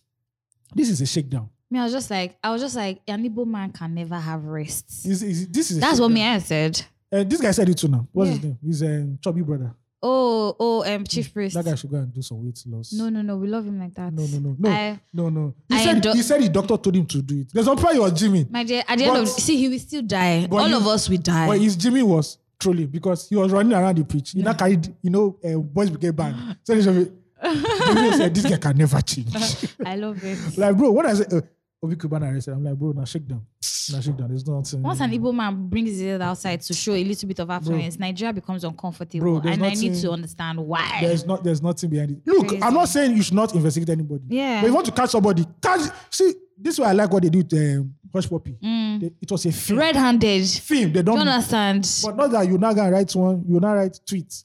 A: this is a shakedown.
B: me, I was just like, I was just like, an Igbo man can never have rest.
A: Is is this is a
B: That's what
A: shakedown.
B: me I said.
A: And this guy said it too now. What's his
B: Yeah.
A: name? He's a um, chubby brother.
B: Oh, oh, um, Chief Priest.
A: That guy should go and do some weight loss.
B: No, no, no. We love him like that.
A: no, no, no, no,
B: I-
A: no, no. He
B: I
A: said
B: endo-
A: he said his doctor told him to do it. There's no problem with Jimmy.
B: My dear, at the end
A: But-
B: of see, he will still die.
A: but
B: All
A: you-
B: of us will die.
A: But his Jimmy was trolling because he was running around the pitch. He now carried, you know, uh, boys brigade band. So they should be, Jimmy said, this guy can never change.
B: I love it.
A: like, bro, what I say, uh, Obi Kuban arrested. I'm like, bro, now shake down. Now shake down. There's nothing.
B: Once an Igbo man brings his head outside to show a little bit of affluence, Nigeria becomes uncomfortable.
A: Bro, there's
B: and I need
A: nothing-
B: to understand why.
A: There's not. There's nothing behind it. Look,
B: Crazy.
A: I'm not saying you should not investigate anybody.
B: Yeah.
A: But if you want to catch somebody, catch. See, this is why I like what they do to um, Hush Puppy.
B: Mm.
A: They- it was a film.
B: Red handed.
A: Film. They
B: Do
A: don't.
B: you understand?
A: But not that you're not gonna write one. You're not write tweet,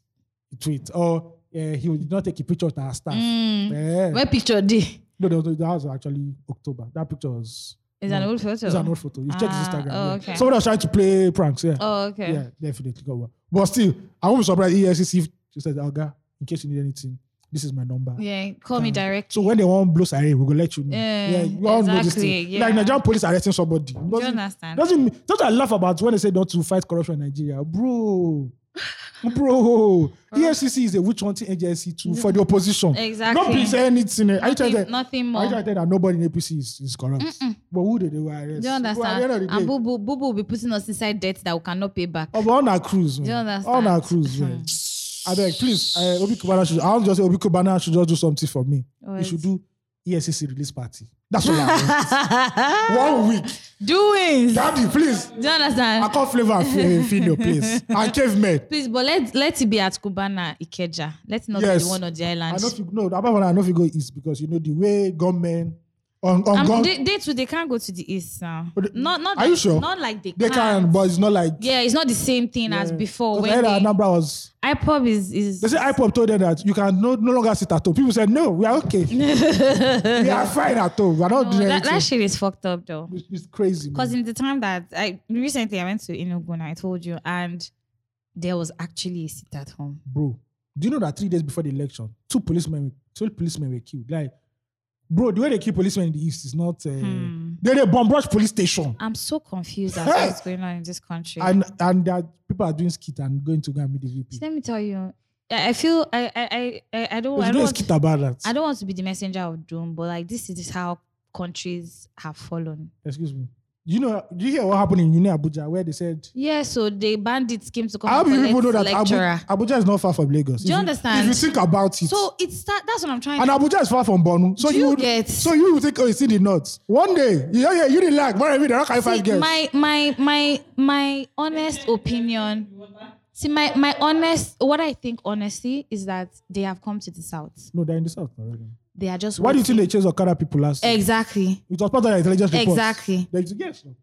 A: tweet or. Uh, he did not take a picture to our staff.
B: Mm.
A: Eh.
B: Where picture D?
A: No, no, no, that was actually October. That picture was.
B: Is
A: no,
B: an old photo.
A: It's an old photo. You check his
B: Ah,
A: Instagram.
B: oh,
A: yeah.
B: okay.
A: Somebody was trying to play pranks. Yeah.
B: Oh, okay.
A: Yeah, definitely got one. But still, I won't be surprised. ESCC she said, "Oga, in case you need anything, this is my number."
B: Yeah, Call me
A: Um,
B: direct.
A: So when they want blow siren, we go let you know.
B: Yeah,
A: you all know this
B: exactly,
A: thing.
B: yeah.
A: Like Nigerian police arresting somebody.
B: Do you
A: Doesn't,
B: understand?
A: doesn't mean- that's what I laugh about when they say not to fight corruption in Nigeria, bro. Bro, E EFCC is a witch hunting agency too for the opposition.
B: Exactly.
A: Nobody say anything. Are you trying
B: nothing,
A: to
B: nothing
A: I
B: more.
A: try to tell that nobody in APC is, is corrupt. But who did they were
B: Do
A: arrest?
B: you
A: Well, at the
B: understand?
A: end of the
B: and
A: day,
B: Bubu, Bubu will be putting us inside debt that we cannot pay back.
A: oh, but on our cruise, man.
B: Do you understand?
A: On our cruise, man. I beg, please, uh, Obi Kubana should, I want to just say Obi Kubana should just do something for me.
B: What?
A: He should do E ESCC release party. That's all I want. One week.
B: Doings. Do
A: Daddy, please.
B: you understand?
A: I call flavor and eh, Fi- Fino, please. And cavemen.
B: Please, but let let it be at Kubana Ikeja. Let's not be
A: Yes.
B: the one on the
A: I
B: island.
A: know if you know, apart from that, I know if you go east because you know the way gunmen on, on
B: Um,
A: gun, they,
B: they, they too they can't go to the east now.
A: But they-
B: Not not
A: Are you sure?
B: Not like they,
A: can, but it's not like
B: Yeah, it's not the same thing as before.
A: Because I heard
B: When
A: that
B: they,
A: number was
B: IPOB is is
A: They say IPOP told them that you can no, no longer sit at home. People said, no, we are okay. we are fine at home. We are not
B: no,
A: doing
B: Oh, that,
A: anything.
B: that shit is fucked up though.
A: It's- it's crazy. man.
B: Because in the time that I recently I went to Inuguna, I told you, and there was actually a seat at home.
A: Bro, do you know that three days before the election, two policemen, two policemen were killed? Like, bro, the way they kill policemen in the East is not... Uh,
B: Hmm.
A: They, they bomb rush police station.
B: I'm so confused as to what's going on in this country.
A: And and that people are doing skit and going to go and meet the VP.
B: Let me tell you, I, I feel I I I- I, I don't
A: There's
B: oh, I
A: no
B: don't want
A: skit about that.
B: I don't want to be the messenger of doom, but like this is how countries have fallen.
A: Excuse me. You know, do you hear what happened in Uni Abuja where they said...
B: Yeah, so the bandits came to come.
A: How
B: and
A: do people
B: collect
A: know that Abu-
B: lecturer.
A: Abuja is not far from Lagos?
B: Do you
A: If
B: understand?
A: If you think about it.
B: so it's that, that's what I'm trying.
A: And
B: to
A: Abuja is far from Borno. So
B: Do
A: you,
B: you
A: would,
B: get-
A: so you would think, oh, it's in the north. One day, yeah, yeah, you didn't like. Where are we? They're not carrying
B: See,
A: five girls.
B: my my my my honest opinion. See, my my honest, what I think honestly is that they have come to the south.
A: No, they're in the south already.
B: They are just
A: Why do you
B: waiting.
A: think they chased Okada people last year?
B: exactly?
A: It was part of the intelligence report.
B: Exactly.
A: They said, yes. no.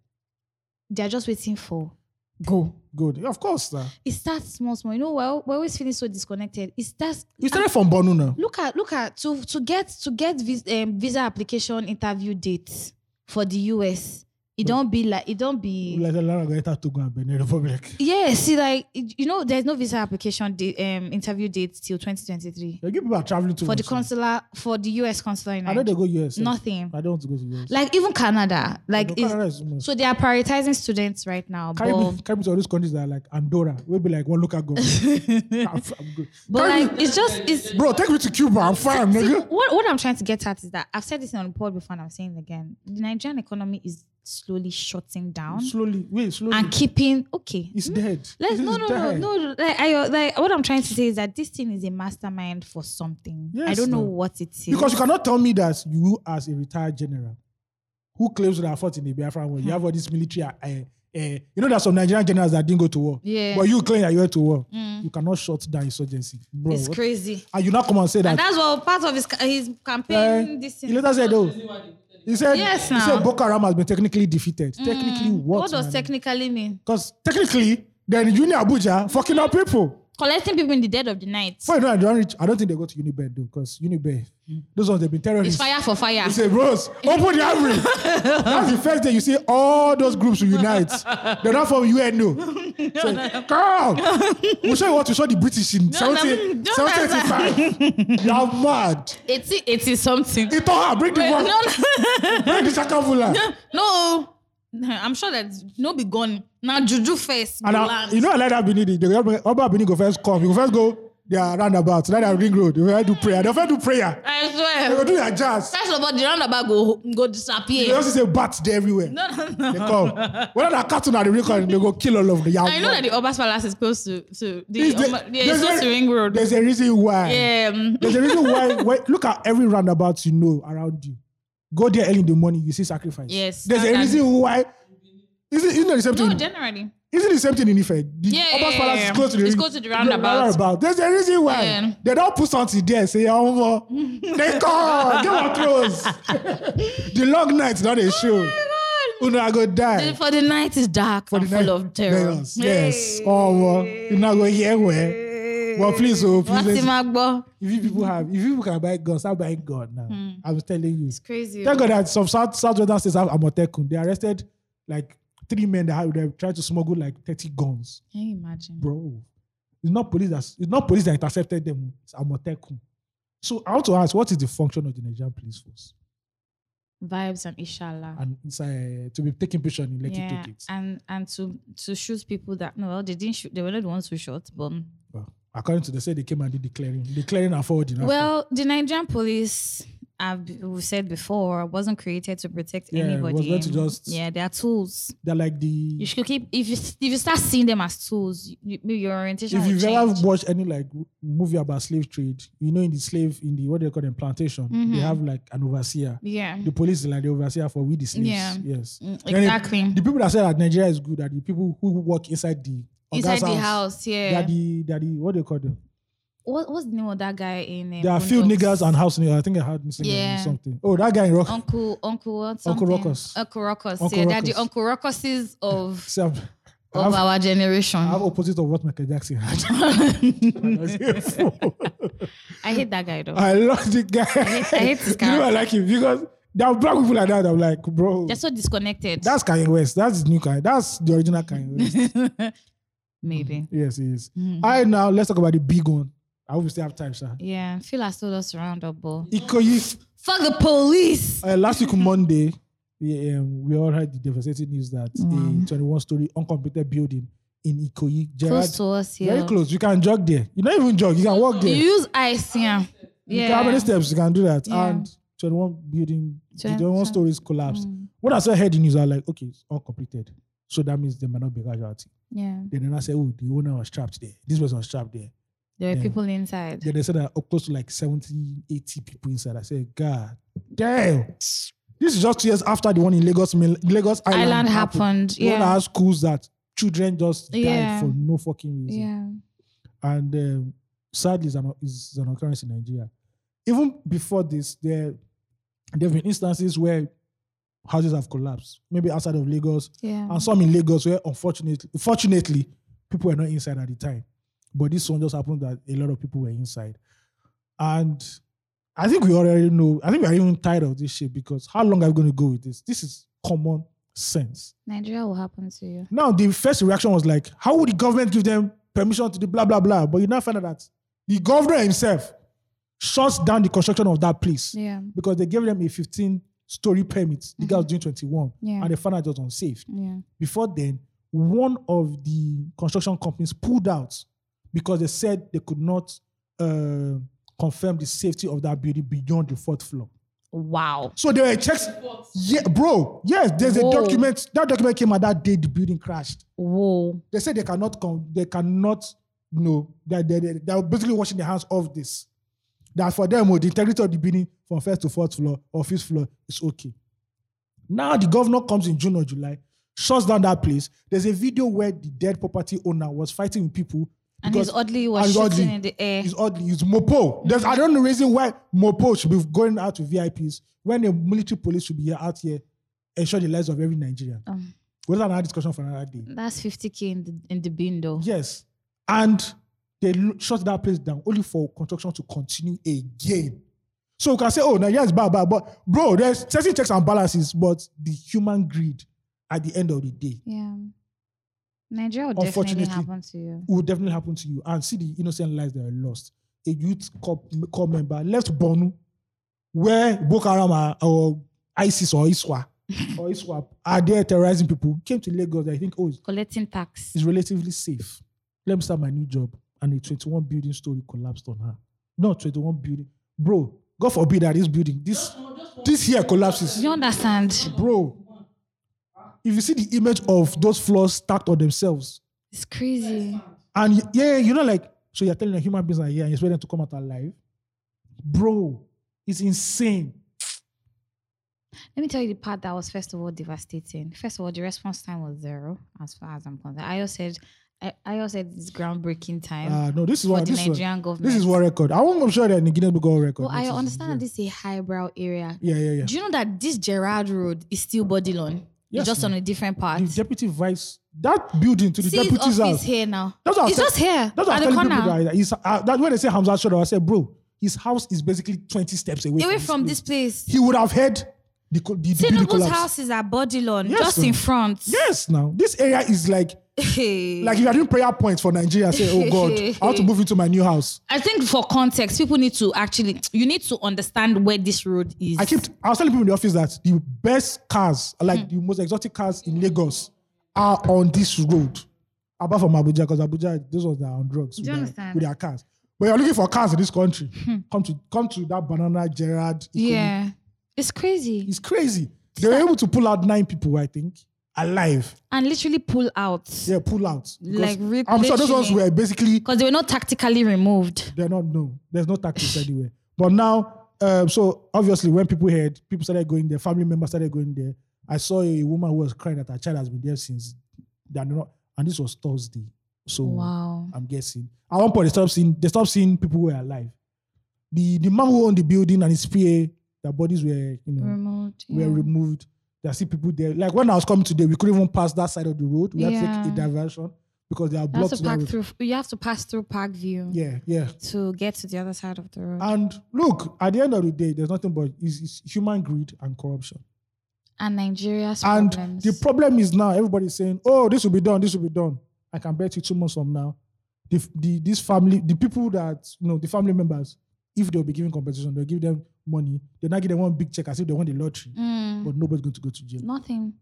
B: They are just waiting for go.
A: Good. Yeah, of course. Sir.
B: It starts small, small. You know, we're, we're always feeling so disconnected. It starts. ah,
A: You started from Borno now.
B: Look at look at to to get to get vis, um, visa application interview dates for the US. It don't be like it don't be
A: Like, Lara go enter Togo and Benin Republic.
B: Yeah, see, like it- you know, there's no visa application date, um, interview date till 2023
A: They give people are traveling to
B: for the consular for the U.S. consular in
A: I know they
B: Nigeria.
A: go US. eh?
B: Nothing.
A: I don't want to go to US.
B: Like even Canada, like
A: No,
B: it's-
A: Canada is almost-
B: so they are prioritizing students right now.
A: Carry
B: But,
A: me, carry me to all these countries that are like Andorra. We'll be like one local government. I'm f- I'm good.
B: but
A: Carry
B: like
A: me-
B: it's just it's
A: bro, take me to Cuba. I'm fine,
B: See,
A: nigga.
B: what what I'm trying to get at is that I've said this on the pod before, and I'm saying it again. The Nigerian economy is slowly shutting down
A: Slowly, wait, slowly.
B: and keeping okay.
A: It's dead.
B: Let's
A: It
B: no
A: is
B: no no
A: dead.
B: no like I like what I'm trying to say is that this thing is a mastermind for something. I
A: Yes,
B: don't know
A: no.
B: what it is.
A: Because you cannot tell me that you, as a retired general, who claims that fought in the Biafran
B: Hmm.
A: war, you have all this military. Uh, uh, you know, there's some Nigerian generals that didn't go to war.
B: Yeah. Hmm.
A: But you claim that you went to war. You cannot shut down insurgency, bro.
B: It's
A: what-
B: crazy.
A: And you now come and say that.
B: And that's what part of his his campaign.
A: eh,
B: this
A: he later said, "Oh, he said,
B: Yes,
A: he
B: now. Hmm.
A: said Boko Haram has been technically defeated. Technically, what?
B: what does technically mean?
A: Because technically, they're in Uni Abuja, fucking up people.
B: Collecting people in the dead of the night.
A: Before you know, I don't reach. I don't think they go to Unibed though, because Unibed, those ones they've been
B: It's
A: terrorists.
B: fire for fire.
A: You say, Rose, open the armory. That's the first day you see all those groups unite. They're not from UNO. So, girl, we show you what we saw the British in
B: No, no,
A: 17
B: don't
A: 1785. You are mad.
B: It's it is something.
A: It all bring the
B: no,
A: one,
B: no,
A: bring the Shakavula.
B: no. I'm sure that no be gone now. Juju face.
A: And I, you know, I like that Benin. The Oba Benin go first come. You go first go, they are roundabout. Then they ring road. They will do prayer. They will do prayer.
B: I
A: They
B: swear.
A: will do their jazz.
B: First of all, the roundabout go go
A: They
B: disappear.
A: also say bats there everywhere. No, no, no. They come. Whether they're cartoon or the real cartoon, they go kill all of the young
B: I know that the Obas Palace is close to to the,
A: Is there-
B: Oba- yeah, it's
A: there's
B: close
A: a-
B: to Ring Road.
A: There's a reason why.
B: Yeah. um,
A: There's a reason why, why. Look at every roundabout you know around you. Go there early in the morning, you see sacrifice.
B: Yes,
A: There's a
B: standard.
A: reason why. Is it, isn't it the same
B: No,
A: thing?
B: generally.
A: Is it the same thing in Ife? The
B: Yeah,
A: Abbas Palace
B: yeah, yeah,
A: is
B: yeah.
A: close to the,
B: It's close to the roundabout.
A: There's a reason why.
B: Yeah.
A: They don't put something there and say, oh, they call, Game of Thrones. the long nights, not a show. Una go die.
B: For the night is dark and
A: night-
B: full of terror.
A: Yes, yes. Oh, you not go hear where. Well, please, oh, please.
B: What's
A: let's-
B: in my bo-
A: If you people have, if you people can buy guns, start buying gun now.
B: Hmm.
A: I'm telling you.
B: It's crazy. oh.
A: Thank God that some South Southwestern states have Amotekun. They arrested like three men that had they tried to smuggle like 30 guns,
B: Can you imagine?
A: bro. It's not police that's it's not police that intercepted them. It's Amotekun. So I want to ask, what is the function of the Nigerian police force?
B: Vibes and Ishala.
A: And it's uh, to be taking picture in Lekki
B: Yeah,
A: tickets.
B: and and to to shoot people that no, well, they didn't shoot. They were not the ones who shot, but
A: Well, according to they say they came and did declaring, declaring and forwarding. after.
B: well, the Nigerian police, I've we said before, wasn't created to protect
A: Yeah, it was
B: anybody.
A: meant to just-
B: yeah, they are tools.
A: they're like
B: You
A: the
B: should keep if you if you start seeing them as tools, you, maybe your orientation.
A: if
B: will
A: you've ever
B: change.
A: watched any like movie about slave trade, you know in the slave in the what do they call them plantation,
B: Mm-hmm.
A: they have like an overseer.
B: yeah,
A: The police is like the overseer for we the slaves.
B: Yeah.
A: Yes.
B: Mm,
A: Then it-
B: exactly.
A: The people that say that Nigeria is good are the people who work inside the
B: Inside
A: Oga's
B: the house,
A: They are
B: yeah.
A: the they are the what do you call them?
B: What, what's the name of that guy in? Uh,
A: There are few
B: Boondocks?
A: niggas and house niggas. I think I heard missing
B: Yeah.
A: something. Oh, that guy in rock.
B: Uncle, Uncle, what?
A: Uncle
B: something?
A: Ruckus.
B: Uncle Ruckus.
A: Uncle
B: yeah, they're the
A: Ruckus.
B: Uncle Ruckuses of
A: Sam. I
B: of
A: have,
B: our generation.
A: I have opposite of what Michael Jackson had.
B: I hate that guy though.
A: I love the guy. I
B: hate- I hate this
A: You know
B: guy.
A: I like him because there are black people like that. I'm like, bro.
B: They're so disconnected.
A: That's Kanye West. That's new Kanye. That's the original Kanye West.
B: maybe. Hmm.
A: yes, he is. All right, now let's talk about the big one. I hope we still have time, sir.
B: Yeah, Phil has told us to round up, but
A: Ikoyi.
B: fuck the police.
A: Uh, last week Monday, we, um, we all heard the devastating news that a 21-story uncompleted building in Ikoyi, Gerard,
B: Mm. Close to us here.
A: very close. You can jog there. You don't even jog. You can walk
B: You
A: there.
B: use ice, yeah.
A: You can- How many
B: Yeah.
A: steps you can do that?
B: Yeah.
A: And 21 building, the
B: Twen-
A: 21
B: twen-
A: stories collapsed.
B: Hmm.
A: When I saw heard the news, I was like, okay, it's all completed. So that means there might not be a casualty.
B: Yeah.
A: Then I said, oh, the owner was trapped there. This person was trapped there.
B: There were
A: Yeah.
B: people inside.
A: Then they said that up close to like 70, 80 people inside. I said, God damn. This is just two years after the one in Lagos, Mil- Lagos Island,
B: Island happened.
A: The One that
B: Yeah.
A: has schools that children just died
B: Yeah.
A: for no fucking reason.
B: Yeah.
A: And um, sadly, it's an, it's an occurrence in Nigeria. Even before this, there, there have been instances where houses have collapsed, maybe outside of Lagos,
B: Yeah.
A: and some in Lagos where unfortunately, fortunately, people were not inside at the time. But this one just happened that a lot of people were inside, and I think we already know. I think we are even tired of this shit because how long are we going to go with this? This is common sense.
B: Nigeria will happen to you.
A: Now the first reaction was like, how would the government give them permission to do blah blah blah? But you now find out that the governor himself shuts down the construction of that place
B: Yeah.
A: because they gave them a 15 story permit. The guy was doing 21,
B: Mm-hmm. Yeah.
A: and they found out it was unsafe
B: Yeah.
A: before then, one of the construction companies pulled out because they said they could not uh, confirm the safety of that building beyond the fourth floor.
B: Wow.
A: So there were checks. Yeah, bro. Yes, there's
B: Whoa.
A: a document. That document came out that day the building crashed.
B: Whoa.
A: They said they cannot come. They cannot. No, they they they, they are basically washing their hands off this. That for them, oh, the integrity of the building from first to fourth floor or fifth floor is okay. Now the governor comes in June or July, shuts down that place. There's a video where the dead property owner was fighting with people.
B: And
A: because-
B: his oddly
A: and
B: was
A: he's
B: shooting
A: oddly-
B: in the air.
A: He's oddly. He's Mopo. There's I don't know reason why Mopo should be going out to VIPs when the military police should be here out here ensure the lives of every Nigerian.
B: Um.
A: Well, that's another discussion for another day.
B: That's 50k in the in the bin though.
A: Yes. And they lo- shut that place down only for construction to continue again. So you can say, oh, Nigeria is bad, bad, but bro, there's certain checks and balances, but the human greed at the end of the day
B: Yeah. Nigeria will definitely
A: Unfortunately.
B: happen to you.
A: will definitely happen to you and see the innocent lives that are lost. A youth corps, corps member left Bornu where Boko Haram are- or ISIS or ISWA or ISWAP are there terrorizing people, came to Lagos, I think, oh,
B: Collecting tax.
A: is relatively safe. Let me start my new job. And a 21 building story collapsed on her. No, 21 building. Bro, God forbid that this building, this this here collapses.
B: You understand?
A: Bro, if you see the image of those floors stacked on themselves,
B: It's crazy.
A: and y- yeah, you know, like, so you're telling a human beings are here and you expect them to come out alive. Bro, it's insane.
B: Let me tell you the part that was first of all devastating. First of all, the response time was zero, as far as I'm concerned. Ayo said, I, Ayo said it's groundbreaking time
A: Ah, no, this is
B: for
A: what
B: the
A: this, one,
B: Nigerian government.
A: this is what record. I won't I'm sure that the Guinness Book of World Record.
B: Well, I
A: This is-
B: understand that this is a highbrow area.
A: Yeah, yeah, yeah.
B: Do you know that this Gerard Road is still Bodilon?
A: Yes,
B: it's just
A: ma'am.
B: on a different part.
A: The deputy vice that building to the
B: See his
A: deputy's
B: office
A: house.
B: here now.
A: That's what I
B: it's
A: said-
B: just here
A: That's what
B: at
A: I'm
B: the
A: telling
B: corner.
A: people that, he's- uh, that when they say Hamza Shodo, I said, bro, his house is basically 20 steps away.
B: away from this place.
A: He would have heard the co- the, the building
B: Tinubu's
A: collapse.
B: house is at Bodilon,
A: Yes,
B: just
A: ma'am.
B: in front.
A: Yes, now this area is like
B: Hey.
A: like if you are doing prayer points for Nigeria. Say, oh God, I want to move into my new house.
B: I think for context, people need to actually you need to understand where this road is.
A: I keep I was telling people in the office that the best cars, like
B: Hmm.
A: the most exotic cars in Lagos, are on this road. Apart from Abuja, because Abuja, those ones that are on drugs
B: Do
A: with,
B: you
A: their,
B: understand? Hmm.
A: with their cars. But you're looking for cars in this country. Come to come to that banana Gerard. Ikoyi.
B: yeah, it's crazy.
A: It's crazy. They were able to pull out nine people, I think, alive.
B: And literally pull out
A: Yeah, pull out. Because
B: Like, re-
A: I'm sure those ones
B: literally.
A: were basically
B: because they were not tactically removed.
A: they're not no. There's no tactics anywhere. But now, um, so obviously, when people heard, people started going there. Family members started going there. I saw a woman who was crying that her child has been there since. They are not, and this was Thursday. So
B: Wow.
A: I'm guessing. At one point, they stopped seeing. They stopped seeing people who were alive. The the man who owned the building and his PA, their bodies were you know
B: Removed.
A: were
B: yeah.
A: removed. There are still people there. Like when I was coming today, we couldn't even pass that side of the road. We had to
B: Yeah.
A: take a diversion because they are
B: You have
A: blocked.
B: to
A: that
B: pack
A: road.
B: through. You have to pass through Parkview
A: Yeah, Ah. yeah.
B: to get to the other side of the road.
A: And look, at the end of the day, there's nothing but it's, it's human greed and corruption.
B: and Nigeria's
A: And
B: problems.
A: the problem is now everybody's saying, "Oh, this will be done. This will be done." I can bet you two months from now, the, the this family, the people that you know, the family members, if they'll be giving compensation, they'll give them money. They'll not give them one big check as if they won the lottery,
B: Mm,
A: but nobody's going to go to jail.
B: nothing.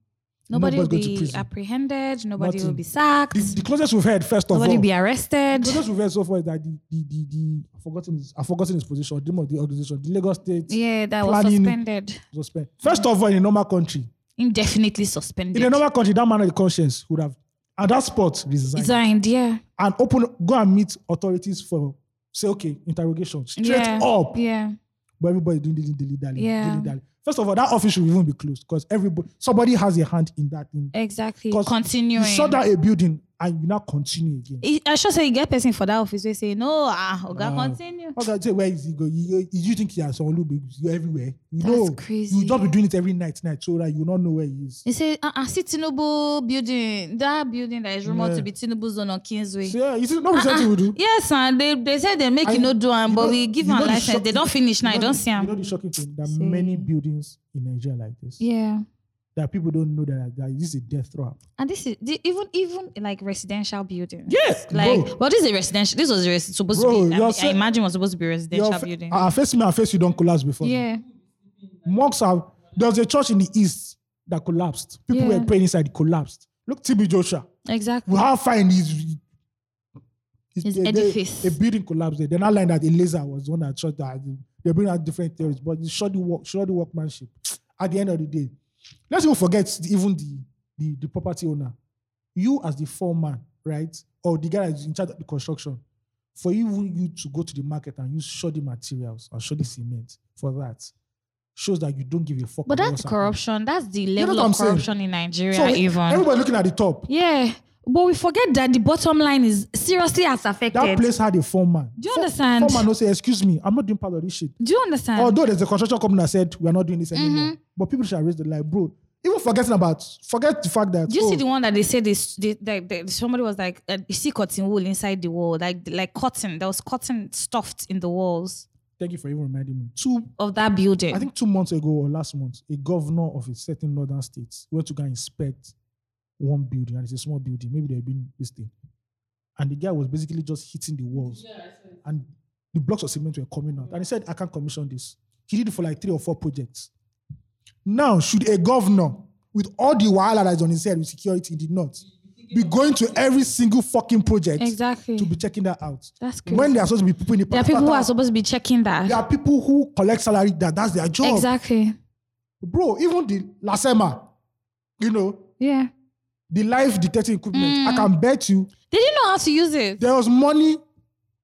B: Nobody will
A: Nobody's going to
B: be
A: prison.
B: apprehended. Nobody will
A: Nothing.
B: be sacked.
A: The, the closest we've heard, first of
B: nobody
A: all,
B: will be arrested.
A: So just we've heard so far is that the the the, the I've forgotten his I've forgotten his position, the name of the organization, the Lagos State
B: Yeah, that was
A: Planning-
B: suspended.
A: suspend. First of all, in a normal country,
B: Indefinitely suspended.
A: in a normal country, that man of the conscience would have at that spot resigned
B: Resigned, yeah.
A: and open go and meet authorities for say okay interrogation straight
B: yeah.
A: up.
B: Yeah.
A: But everybody doing dilly dilly dally,
B: Yeah.
A: dilly dally. First of all, that office should even be closed because everybody somebody has a hand in that thing.
B: Exactly.
A: 'Cause You
B: Continuing.
A: shut down a building and you now continue again.
B: I I should say you get person for that office. They say no, ah, Oga,
A: Wow.
B: continue.
A: How can I say where is he going? You, you- you think he has some Olugbe? You everywhere. You
B: That's
A: know,
B: crazy.
A: you just be doing it every night, night, so that you not know where he is.
B: They say ah, uh, see Tinubu building, that building that is rumored
A: Yeah.
B: to be Tinubu zone on Kingsway.
A: So, yeah, you see, no uh we do.
B: Yes, and they they said they make
A: And
B: you no do am,
A: you
B: but
A: know-
B: we give
A: you
B: them
A: know the
B: license.
A: shock-
B: They don't finish now.
A: you
B: I
A: know
B: don't
A: the-
B: see
A: You know
B: am.
A: the shocking thing. There are
B: See.
A: many buildings in Nigeria like this
B: Yeah,
A: that people don't know that, that this is a death trap.
B: and this is the, even even like residential building.
A: Yes,
B: Like,
A: bro.
B: well, this is a residential. This was res- supposed
A: Bro,
B: to be. I,
A: you're
B: mean, I
A: saying-
B: imagine was supposed to be
A: Your
B: residential
A: fa-
B: building.
A: ah, face me, and face you don't collapse before. me.
B: yeah,
A: Monks have. There was a church in the east that collapsed. People
B: Yeah.
A: were praying inside, it collapsed. Look, TB Joshua.
B: exactly.
A: we have fine is
B: His edifice.
A: eh, A building collapsed. there. They're not lying that a laser was the one that shot that. They're bringing out different theories, but it's shoddy work, shoddy workmanship. At the end of the day, let's not forget the- even the, the the property owner. You as the foreman, right, or the guy that's in charge of the construction, for you you to go to the market and use shoddy materials or shoddy cement for that shows that you don't give a fuck.
B: But
A: about
B: that's
A: what's happening.
B: corruption. That's the
A: know
B: level
A: what I'm
B: of
A: saying?
B: corruption in Nigeria,
A: So
B: even.
A: everybody looking at the top.
B: yeah. But we forget that the bottom line is seriously as affected.
A: That place had a foreman.
B: Do you
A: Fore-
B: understand?
A: Foreman will say, "Excuse me, I'm not doing part of this shit."
B: Do you understand?
A: Although there's a construction company that said we are not doing this anymore,
B: Mm-hmm.
A: but people should raise the like, bro. Even forgetting about, forget the fact that
B: Do you
A: oh,
B: see the one that they said this? They, they, they, somebody was like, uh, "You see cotton wool inside the wall, like like cotton. There was cotton stuffed in the walls
A: thank you for even reminding me. Two,
B: of that building."
A: I think two months ago or last month, a governor of a certain northern state went to go and inspect one building, and it's a small building. Maybe there had been this thing, and the guy was basically just hitting the walls, and the blocks of cement were coming out. And he said, "I can't commission this." He did it for like three or four projects. Now, should a governor with all the wahala that's on his head with security in the north be going to every single fucking project
B: exactly.
A: to be checking that out?
B: That's crazy.
A: When there are supposed to be people in the
B: there are people who are
A: there
B: supposed to be checking that.
A: are people who collect salary that that's their job
B: Exactly.
A: bro, even the Lasema, you know,
B: Yeah. Mm.
A: the life detecting equipment, I can bet you
B: They didn't know how to use it.
A: there was money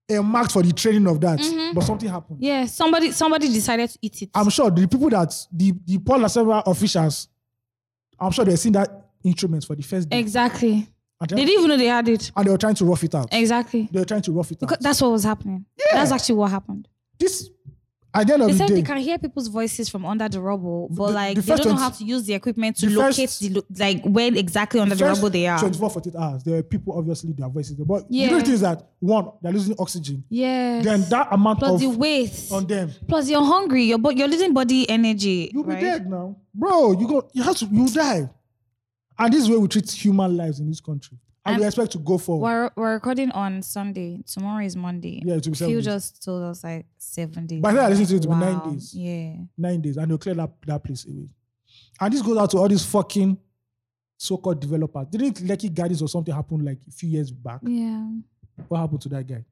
A: earmarked for the training of that,
B: Mhm.
A: but something happened.
B: Yeah, somebody somebody decided to eat it.
A: I'm sure the people that the the Paul Laseva officials, I'm sure they've seen that instrument for the first day,
B: exactly.
A: and,
B: They
A: they,
B: didn't even know they had it.
A: and they were trying to rough it out.
B: Exactly.
A: They were trying to rough it
B: Because
A: out.
B: that's what was happening. That's actually what happened.
A: This at the end of
B: They
A: the
B: said
A: day,
B: they can hear people's voices from under the rubble, but
A: The-
B: like
A: the
B: they
A: first
B: don't know
A: twenty-
B: how to use the equipment to
A: the
B: locate
A: first-
B: the lo- like where exactly under the
A: first
B: rubble they are.
A: 24, 48 hours. There were people obviously their voices, but
B: Yeah.
A: the good thing is that one, they're losing oxygen.
B: Yeah.
A: Then that amount
B: plus the
A: of
B: weight.
A: on them,
B: Plus you're hungry. Your bo- you're losing body energy.
A: you'll
B: right?
A: be dead now, bro. You go, you have to, you die. And this is where we treat human lives in this country, and we
B: And-
A: expect to go forward.
B: We're, we're recording on Sunday. Tomorrow is Monday.
A: Yeah, it will be seven
B: Phil
A: days.
B: just told us like seven days.
A: By the time I listened to it, it will be nine
B: Wow.
A: days.
B: Yeah.
A: nine days and they'll clear that, that place away. And this goes out to all these fucking so-called developers. Didn't Lekki Gardens or something happen like a few years back?
B: Yeah.
A: What happened to that guy?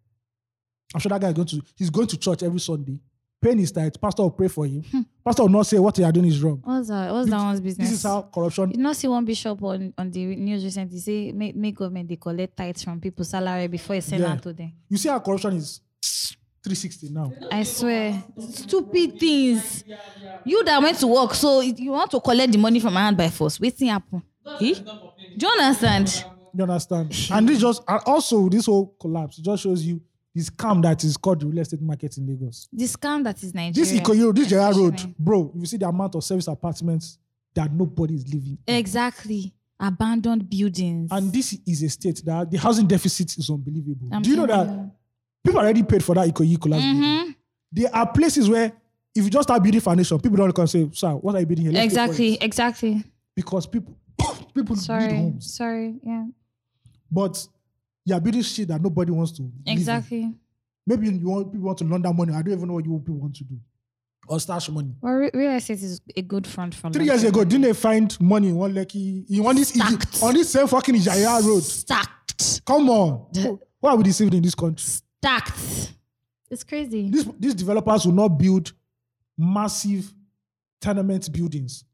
A: I'm sure that guy is going to he's going to church every Sunday. Pain is tight. Pastor will pray for him.
B: Hmm.
A: Pastor will not say what you are doing is wrong.
B: What's that? What's
A: This-
B: that one's business?
A: This is how corruption.
B: you know, see one bishop on, on the news recently say make, make government they collect tithes from people's salary before it send
A: Yeah.
B: out to them.
A: You see how corruption is 360 now.
B: I swear, stupid things. You that went to work, so it- you want to collect the money from my hand by force. Waiting happen. Eh? Do you understand?
A: You understand? and this just and also this whole collapse just shows you this scam that is called the real estate market in Lagos.
B: The scam that is Nigeria.
A: This Ikoyi, this Gerard Road,
B: Especially.
A: bro. You see the amount of service apartments that nobody is living. in.
B: Exactly. Abandoned buildings.
A: And this is a state that the housing deficit is unbelievable.
B: I'm
A: Do you know that
B: telling you.
A: people already paid for that Ikoyi collapse? building?
B: Mhm.
A: There are places where if you just start building foundation, people don't come say, "Sir, what are you building here?" Let's pay for
B: Exactly.
A: it."
B: Exactly.
A: because people people need
B: Sorry.
A: homes,
B: Sorry. Yeah.
A: but you are building shit that nobody wants to. live in.
B: Exactly.
A: Maybe you want people want to launder money. I don't even know what you people want to do or stash money.
B: Well, re- real estate is a good front for
A: Three years
B: Nigeria.
A: ago, didn't they find money in one lucky on this
B: Stacked.
A: on this same fucking Ijaya road?
B: Stacked.
A: Come on, why are we deceived in this country?
B: Stacked. It's crazy.
A: These these developers will not build massive tenement buildings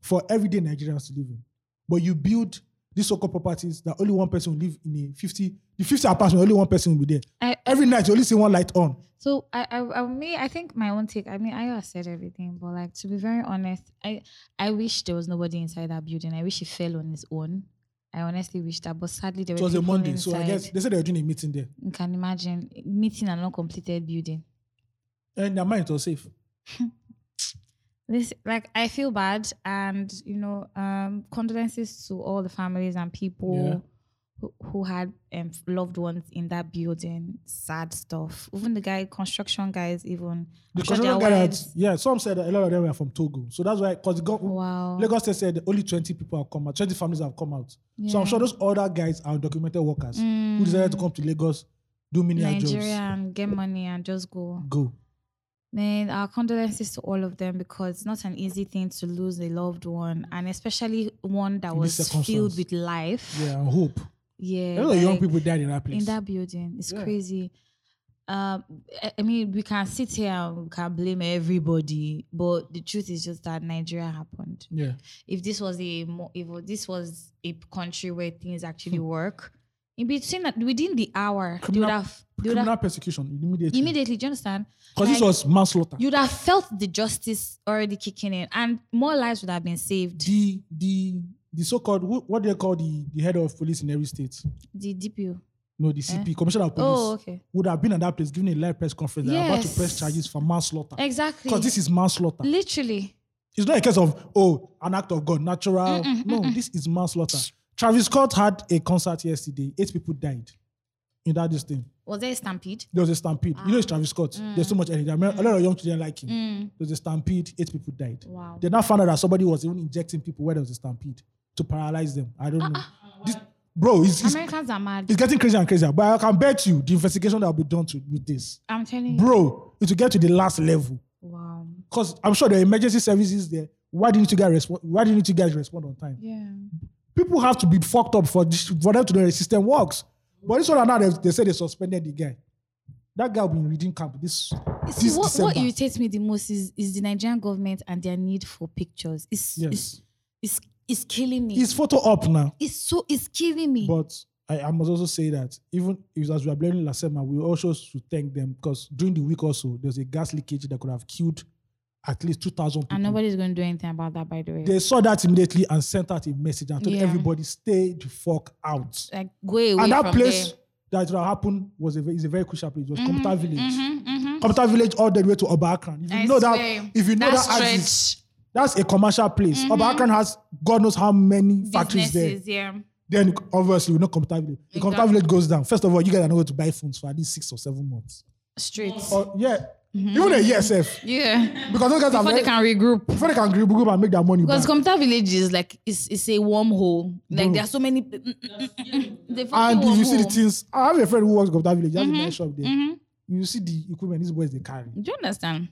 A: for everyday Nigerians to live in, but you build these so-called properties that only one person will live in a fifty the fifty apartment only one person will be there.
B: I,
A: Every night you only see one light on.
B: so I, I, I, me, I think my own take. I mean, I said everything, but like to be very honest, I, I wish there was nobody inside that building. I wish it fell on its own. I honestly wish that, but sadly there
A: It
B: were
A: was a
B: people
A: Monday,
B: inside.
A: so I guess they said they were doing a meeting there,
B: you can imagine meeting an uncompleted building.
A: and their mind was safe.
B: This like I feel bad, and you know, um, condolences to all the families and people who, who had um, loved ones in that building. Sad stuff. Even the guy, construction guys, even
A: The
B: I'm sure
A: construction guy
B: their
A: that-
B: wives-
A: yeah, some said that a lot of them were from Togo, so that's why because the gov-
B: Wow.
A: Lagos State said only 20 people have come out, 20 families have come out. So
B: Yeah. Mm-hmm. Mm.
A: I'm sure those other guys are documented workers who decided to come to Lagos, do mini
B: Nigeria
A: jobs,
B: and get money and just go.
A: go.
B: Man, our condolences to all of them because it's not an easy thing to lose a loved one, and especially one that
A: In this
B: was filled
A: circumstance.
B: with life.
A: Yeah, and hope.
B: yeah
A: A lot of young
B: like-
A: people died in that place.
B: in that building. It's
A: Yeah.
B: crazy. Um, I- I mean, we can sit here and we can blame everybody, but the truth is just that Nigeria happened.
A: yeah,
B: If this was a mo- if this was a country where things actually work, in between that within the hour, you
A: Hmm. Criminal-
B: would have you would
A: criminal
B: have
A: persecution immediately.
B: immediately. Do you understand?
A: Because this
B: like-
A: was manslaughter.
B: You would have felt the justice already kicking in, and more lives would have been saved.
A: the the the so-called wh- what do they call the, the head of police in every state?
B: The DPO.
A: No, the CP, Commissioner of Police,
B: Oh, okay.
A: would have been at that place giving a live press conference. They're about to
B: Yes.
A: press charges for manslaughter.
B: Exactly.
A: Because this is manslaughter.
B: Literally.
A: It's not a case of oh, an act of God, natural. no, this is manslaughter. Travis Scott had a concert yesterday. Eight people died in that this thing.
B: Was there a stampede?
A: There was a stampede. You know, it's Travis Scott. There's so much energy. I mean, a lot of young children like him.
B: Mm.
A: There was a stampede. Eight people died.
B: Wow.
A: They now found out that somebody was even injecting people where there was a stampede to paralyze them. I don't know. This, bro, it's, it's,
B: Americans are mad.
A: it's getting crazier and crazier. But I can bet you the investigation that will be done to, with this,
B: I'm telling you.
A: bro, it will get to the last level.
B: Wow.
A: Because I'm sure there are emergency services there. Why didn't you guys respond? Why didn't you guys respond on time?
B: Yeah.
A: People have to be fucked up for this, for them to know the system works. But this one now they, they say they suspended the guy. That guy will be in reading camp this.
B: See,
A: this
B: what, what
A: December.
B: irritates me the most is, is the Nigerian government and their need for pictures. It's,
A: Yes.
B: it's, it's, it's killing me.
A: It's
B: It's,
A: photo up now,
B: so, it's killing me.
A: but I, I must also say that even if as we are blaming Lasema, we also should thank them because during the week also there's a gas leakage that could have killed at least two thousand people.
B: And nobody's going to do anything about that, by the way.
A: they saw that immediately and sent out a message and told
B: Yeah.
A: everybody stay the fuck out.
B: like, go away
A: and that
B: from
A: place
B: there.
A: that would have happened was a very, is a very crucial place. It was
B: Mhm,
A: Computer Village.
B: mhm, mhm.
A: Computer Village all the way to Obakran. If you
B: I
A: know
B: swear.
A: that, if you know
B: That
A: that, axis,
B: stretch. Mm-hmm.
A: that's a commercial place. Obakran has God knows how many factories there.
B: Businesses, yeah.
A: Then obviously we know Computer Village. The Computer
B: Exactly.
A: Village goes down. First of all, you guys are not going to buy phones for at least six or seven months.
B: Straight.
A: Or yeah, even a year sef.
B: Yeah.
A: Because those guys are
B: Mm-hmm. Before
A: very,
B: they can regroup.
A: before they can group, group and make their money
B: Because
A: back.
B: Comta Village is like it's, it's a wormhole. Like
A: Bro.
B: there are so many. mm, mm, mm, mm, The fucking
A: And if you see the
B: wormhole.
A: things, I have a friend who works Computer Village. He has a nice shop there.
B: Mhm.
A: You see the equipment these boys they carry.
B: Do you understand?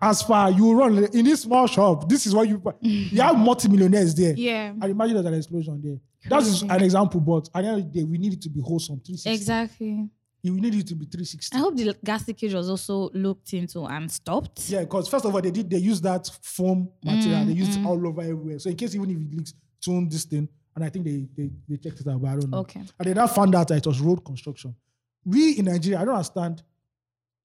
A: as far you run in this small shop this is what you you have multi-millionaires there
B: Yeah.
A: and imagine there's an explosion there that is
B: Crazy.
A: an example but at the end of the day we need it to be wholesome 360
B: Exactly.
A: we need it to be 360
B: I hope the gas leakage was also looked into and stopped.
A: yeah because first of all they did they use that foam material they used
B: Mm,
A: it all over everywhere so in case even if it leaks tune this thing and i think they they, they checked it out but i don't know
B: Okay.
A: and they now found out that it was road construction we in nigeria i don't understand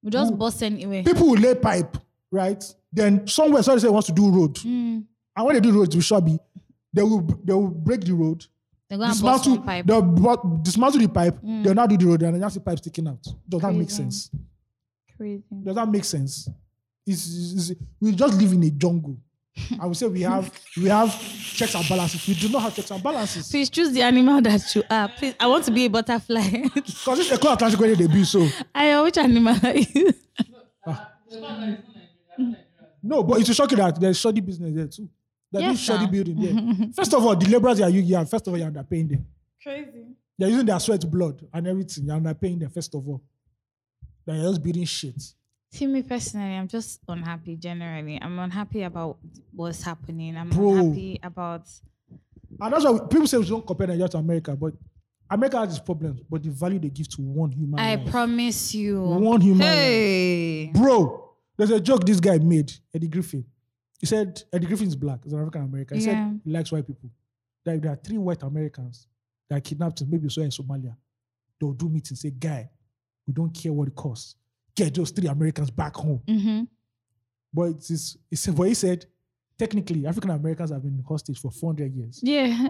B: We just
A: Mm.
B: bust anyway.
A: people will lay pipe right then somewhere somebody say wants to do road
B: Mm.
A: and when they do roads with shabby they will they will break the road
B: They're gonna bust
A: dismantle
B: one pipe. Mm.
A: they'll bu- dismantle the pipe they'll now do the road and that's the pipe sticking out does that make
B: Crazy.
A: sense
B: Crazy.
A: does that make sense it's, it's- it's- we just live in a jungle and we say we have we have checks and balances we do not have checks and balances
B: Please choose the animal that you are. Please, I want to be a butterfly.
A: because it's a co atlantic way they be so
B: I which animal are you?
A: no but it's shocking that there's shoddy business there too there's
B: Yes,
A: this shoddy
B: sir.
A: building there first of all the laborers are you yeah first of all you're underpaying them
B: Crazy.
A: They're using their sweat, blood, and everything, and they're paying the first of all. They're just building shit.
B: See me personally, I'm just unhappy generally. I'm unhappy about what's happening. I'm
A: Bro.
B: unhappy about
A: And that's why people say we don't compare Nigeria to America, but America has its problems, but the value they give to one human.
B: I
A: life.
B: promise you.
A: One human life.
B: Hey.
A: Bro, there's a joke this guy made, Eddie Griffin. He said, Eddie Griffin is black, he's an African American. He
B: Yeah.
A: said he likes white people. That if there are three white Americans that are kidnapped, maybe you saw in Somalia, they'll do meetings, say, guy, we don't care what it costs. Get those three Americans back home.
B: Mm-hmm.
A: But it's, it's, it's but he said, technically, African Americans have been hostage for 400 years.
B: Yeah.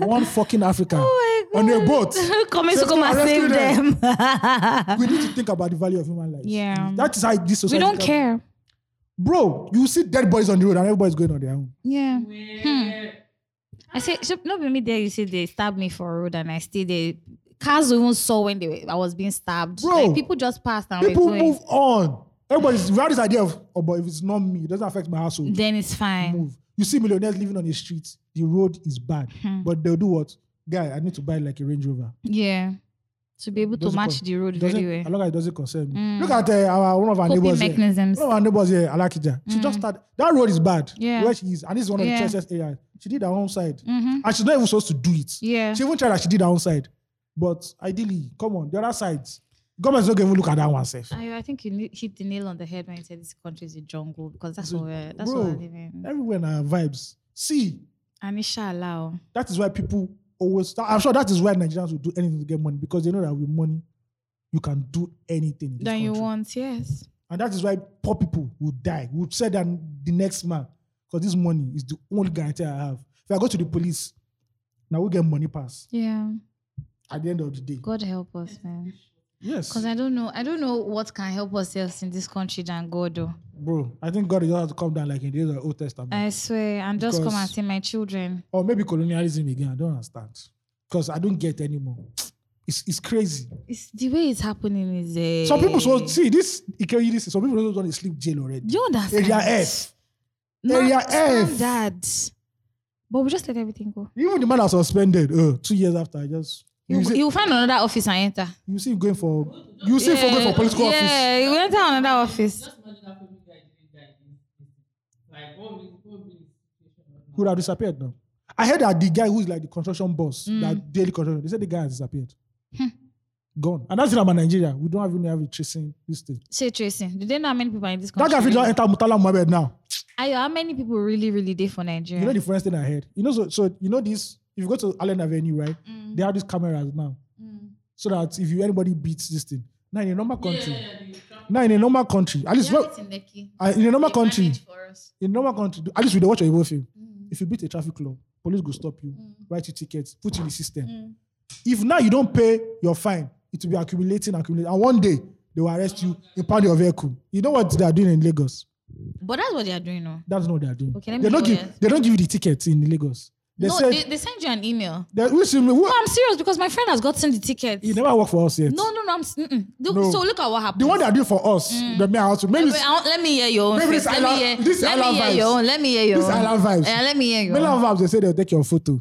A: One fucking African
B: Oh my
A: on a
B: God.
A: boat.
B: Come in to
A: Says,
B: come and
A: "Arrest
B: save
A: you
B: them.
A: then." we need to think about the value of human life.
B: Yeah.
A: That is how this
B: we
A: society.
B: don't
A: can-
B: care.
A: Bro, you see dead boys on the road and everybody's going on their own.
B: Yeah. Hmm. I say, so, not be me there. You say they stabbed me for a road, and I stay there. Cars even saw when they were, I was being stabbed.
A: Bro.
B: Like, people just passed and
A: People
B: were going.
A: move on. Everybody's we have this idea of, oh, but if it's not me, it doesn't affect my household.
B: Then it's fine.
A: move. You see millionaires living on the street, the road is bad.
B: Hmm.
A: But they'll do what? Guy, I need to buy like a Range Rover.
B: Yeah. To be able to
A: Doesn't
B: match
A: con-
B: the road
A: doesn't-
B: very
A: As
B: well.
A: long as it doesn't concern me. Look at uh, our, one of our
B: eh? Hmm. Coping
A: neighbors. here.
B: mechanisms. Hmm.
A: One of our neighbors here, Alakija. She just started. That road is bad.
B: Yeah.
A: Where she is. And this is one of
B: Yeah.
A: the churches area. She did her own side. And she's not even supposed to do it.
B: Mm-hmm. Yeah.
A: She even tried that she did her own side. But ideally, come on, the other side. Government's not going to look at that one self.
B: I, I think you ni- hit the nail on the head when you said this country is a jungle because that's
A: So,
B: what we're that's
A: bro,
B: what we're living. in.
A: Everywhere now vibes. See,
B: And inshallah. oh.
A: that is why people always I'm sure that is why Nigerians will do anything to get money because they know that with money, you can do anything. in this
B: Then you
A: country.
B: want, yes.
A: And that is why poor people will die. Would say that the next man, because this money is the only guarantee I have. If I go to the police, now we get money pass
B: Yeah.
A: at the end of the day.
B: God help us, man.
A: Yes.
B: Because I don't know. I don't know what can help us else in this country than God though.
A: Bro, I think God just has to come down like in the days of the Old Testament.
B: I swear. And just come and
A: Because-
B: see my children.
A: or maybe colonialism again. I don't understand. Because I don't get anymore. It's, it's crazy.
B: It's the way it's happening is uh,
A: Some people so see this Ikeyi this some people don't want to sleep jail already.
B: Do you understand?
A: Area F.
B: Not
A: Area F.
B: standard. But we just let everything go.
A: Even the man that suspended uh, two years after, I just you,
B: You,
A: see,
B: will find another office and enter.
A: you see him going for you see him for going for political
B: yeah,
A: office.
B: Yeah, you enter another office.
A: would have disappeared now. I heard that the guy who's like the construction boss,
B: Mm.
A: that daily construction, they said the guy has disappeared.
B: Hmm.
A: Gone. And that's it about Nigeria. We don't have even have a tracing this thing.
B: Say tracing. Do they know how many people are in this
A: That
B: country?
A: guy fit just
B: really?
A: enter Mutala Mohammed now.
B: Ayo, how many people really, really did for
A: You
B: Nigeria?
A: know the first thing I heard. You know, so, so you know this, if you go to Allen Avenue, right?
B: Mm,
A: they have these cameras now, so that if you anybody beats this thing, now in a normal country,
B: mm.
A: now in a normal country, at least not, uh, in a normal country, in a normal country, at least we don't watch a Igbo film.
B: Mm,
A: If you beat a traffic law, police go stop you, write you tickets, put you in the system.
B: mm.
A: If now you don't pay your fine, it will be accumulating, accumulating, and one day they will arrest you, impound your vehicle. You know what they are doing in Lagos?
B: But that's what they are doing now.
A: That's not what they are doing.
B: Okay, let me
A: they don't
B: go
A: give
B: there.
A: they don't give you the tickets in Lagos. They
B: no,
A: said
B: they, they send you an email.
A: they, who, see me- who-
B: No, I'm serious because my friend has gotten the tickets.
A: it never worked for us yet.
B: No, no, no. I'm, s- mm-mm. The-
A: No.
B: So look at what happened.
A: The one that do for us,
B: Mm.
A: the mayor also maybe
B: Wait,
A: it's-
B: I want- let me hear your own.
A: Maybe
B: first.
A: this
B: Let me
A: island-
B: hear.
A: this
B: Let me
A: island
B: hear
A: vibes.
B: your own. Let me hear your
A: This
B: own.
A: island vibes.
B: Yeah, let me hear your
A: Mainland
B: own.
A: Vibes, they say they'll take your photo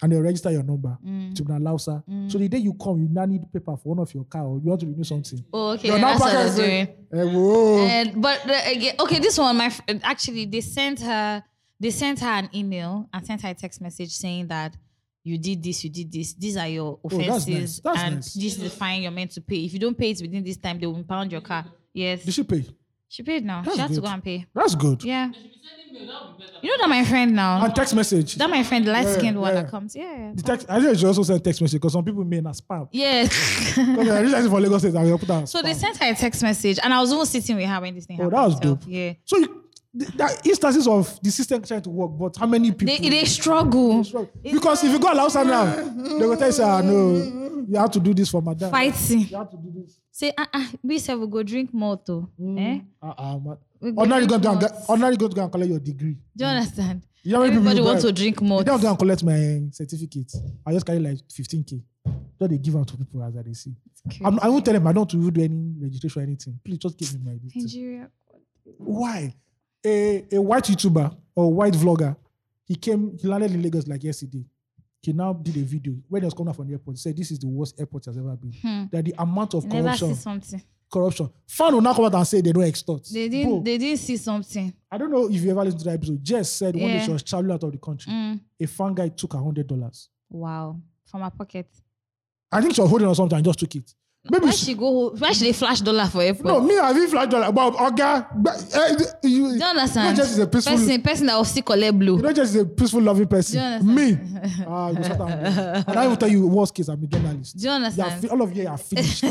A: and they'll register your number
B: Mm.
A: to be Lausa. So the day you come, you now need paper for one of your car or you want to renew something.
B: Oh, okay,
A: Your
B: that's
A: number
B: what I
A: can
B: was
A: say,
B: doing.
A: "Eh, whoa."
B: And but uh, again, okay, this one, my fr- actually, they sent her, they sent her an email and sent her a text message saying that you did this, you did this. These are your
A: Oh, that's nice.
B: offenses,
A: That's
B: and
A: nice.
B: this is the fine you're meant to pay. If you don't pay it within this time, they will impound your car. Yes,
A: Did she pay?
B: she paid now.
A: That's
B: She had to
A: good.
B: go and pay.
A: That's good.
B: Yeah. You know that my friend now.
A: And text message.
B: That my friend, light skinned one
A: Ah, yeah.
B: that comes. Yeah.
A: the text, I think she also sent text message because some people may not spam.
B: Yeah. yeah.
A: Because I realized for Lagos State, I will put that. as
B: So
A: spam.
B: they sent her a text message, and I was almost sitting with her when this thing
A: Oh,
B: happened.
A: that was
B: so,
A: dope.
B: Yeah,
A: So you, th- there are instances of the system trying to work, but how many people?
B: they, they struggle
A: struggle. because if you go Lausa now, they will tell you, say, ah, no, you have to do this for madam.
B: fighting.
A: You have to do this.
B: Say, ah, ah, we said we go drink more too. Eh?
A: Ah, ah, ma-
B: We go
A: or now you
B: drink
A: going to go and
B: more.
A: get, or now you going to go and collect your degree.
B: Do you understand?
A: You know how many people
B: Everybody
A: go
B: wants to
A: and-
B: drink
A: You
B: more.
A: don't go and collect my um, certificate. I just carry like 15k. Then they give out to people as they see. I'm, I won't tell them I don't do any registration or anything. Please just give me my. this thing.
B: Nigeria.
A: Why? A, a white YouTuber or white vlogger, he came, he landed in Lagos like yesterday. He now did a video when he was coming out from the airport. He said, This is the worst airport has ever been. That the amount of
B: I Hmm. Never see
A: corruption,
B: something.
A: corruption. Fan will now come out and say they don't extort.
B: They didn't.
A: Bro,
B: They didn't see something.
A: I don't know if you ever listened to that episode. Jess said one day
B: Yeah.
A: she was traveling out of the country,
B: Mm.
A: a fan guy took a hundred dollars.
B: Wow. From her pocket.
A: I think she was holding on something and just took it. Maybe
B: Why
A: she,
B: she go? Why should they flash dollar for airport?
A: no, me, I feel like dollar, but Oga, but, eh, you,
B: Do you understand?
A: Not just is a peaceful,
B: person, person that will see color blue.
A: you know, just is a peaceful, loving
B: Do you
A: person.
B: understand?
A: Me, ah, you go start am- and I will tell you, worst case, I'm a journalist.
B: Do you
A: You are
B: understand?
A: fi- all of you are finished.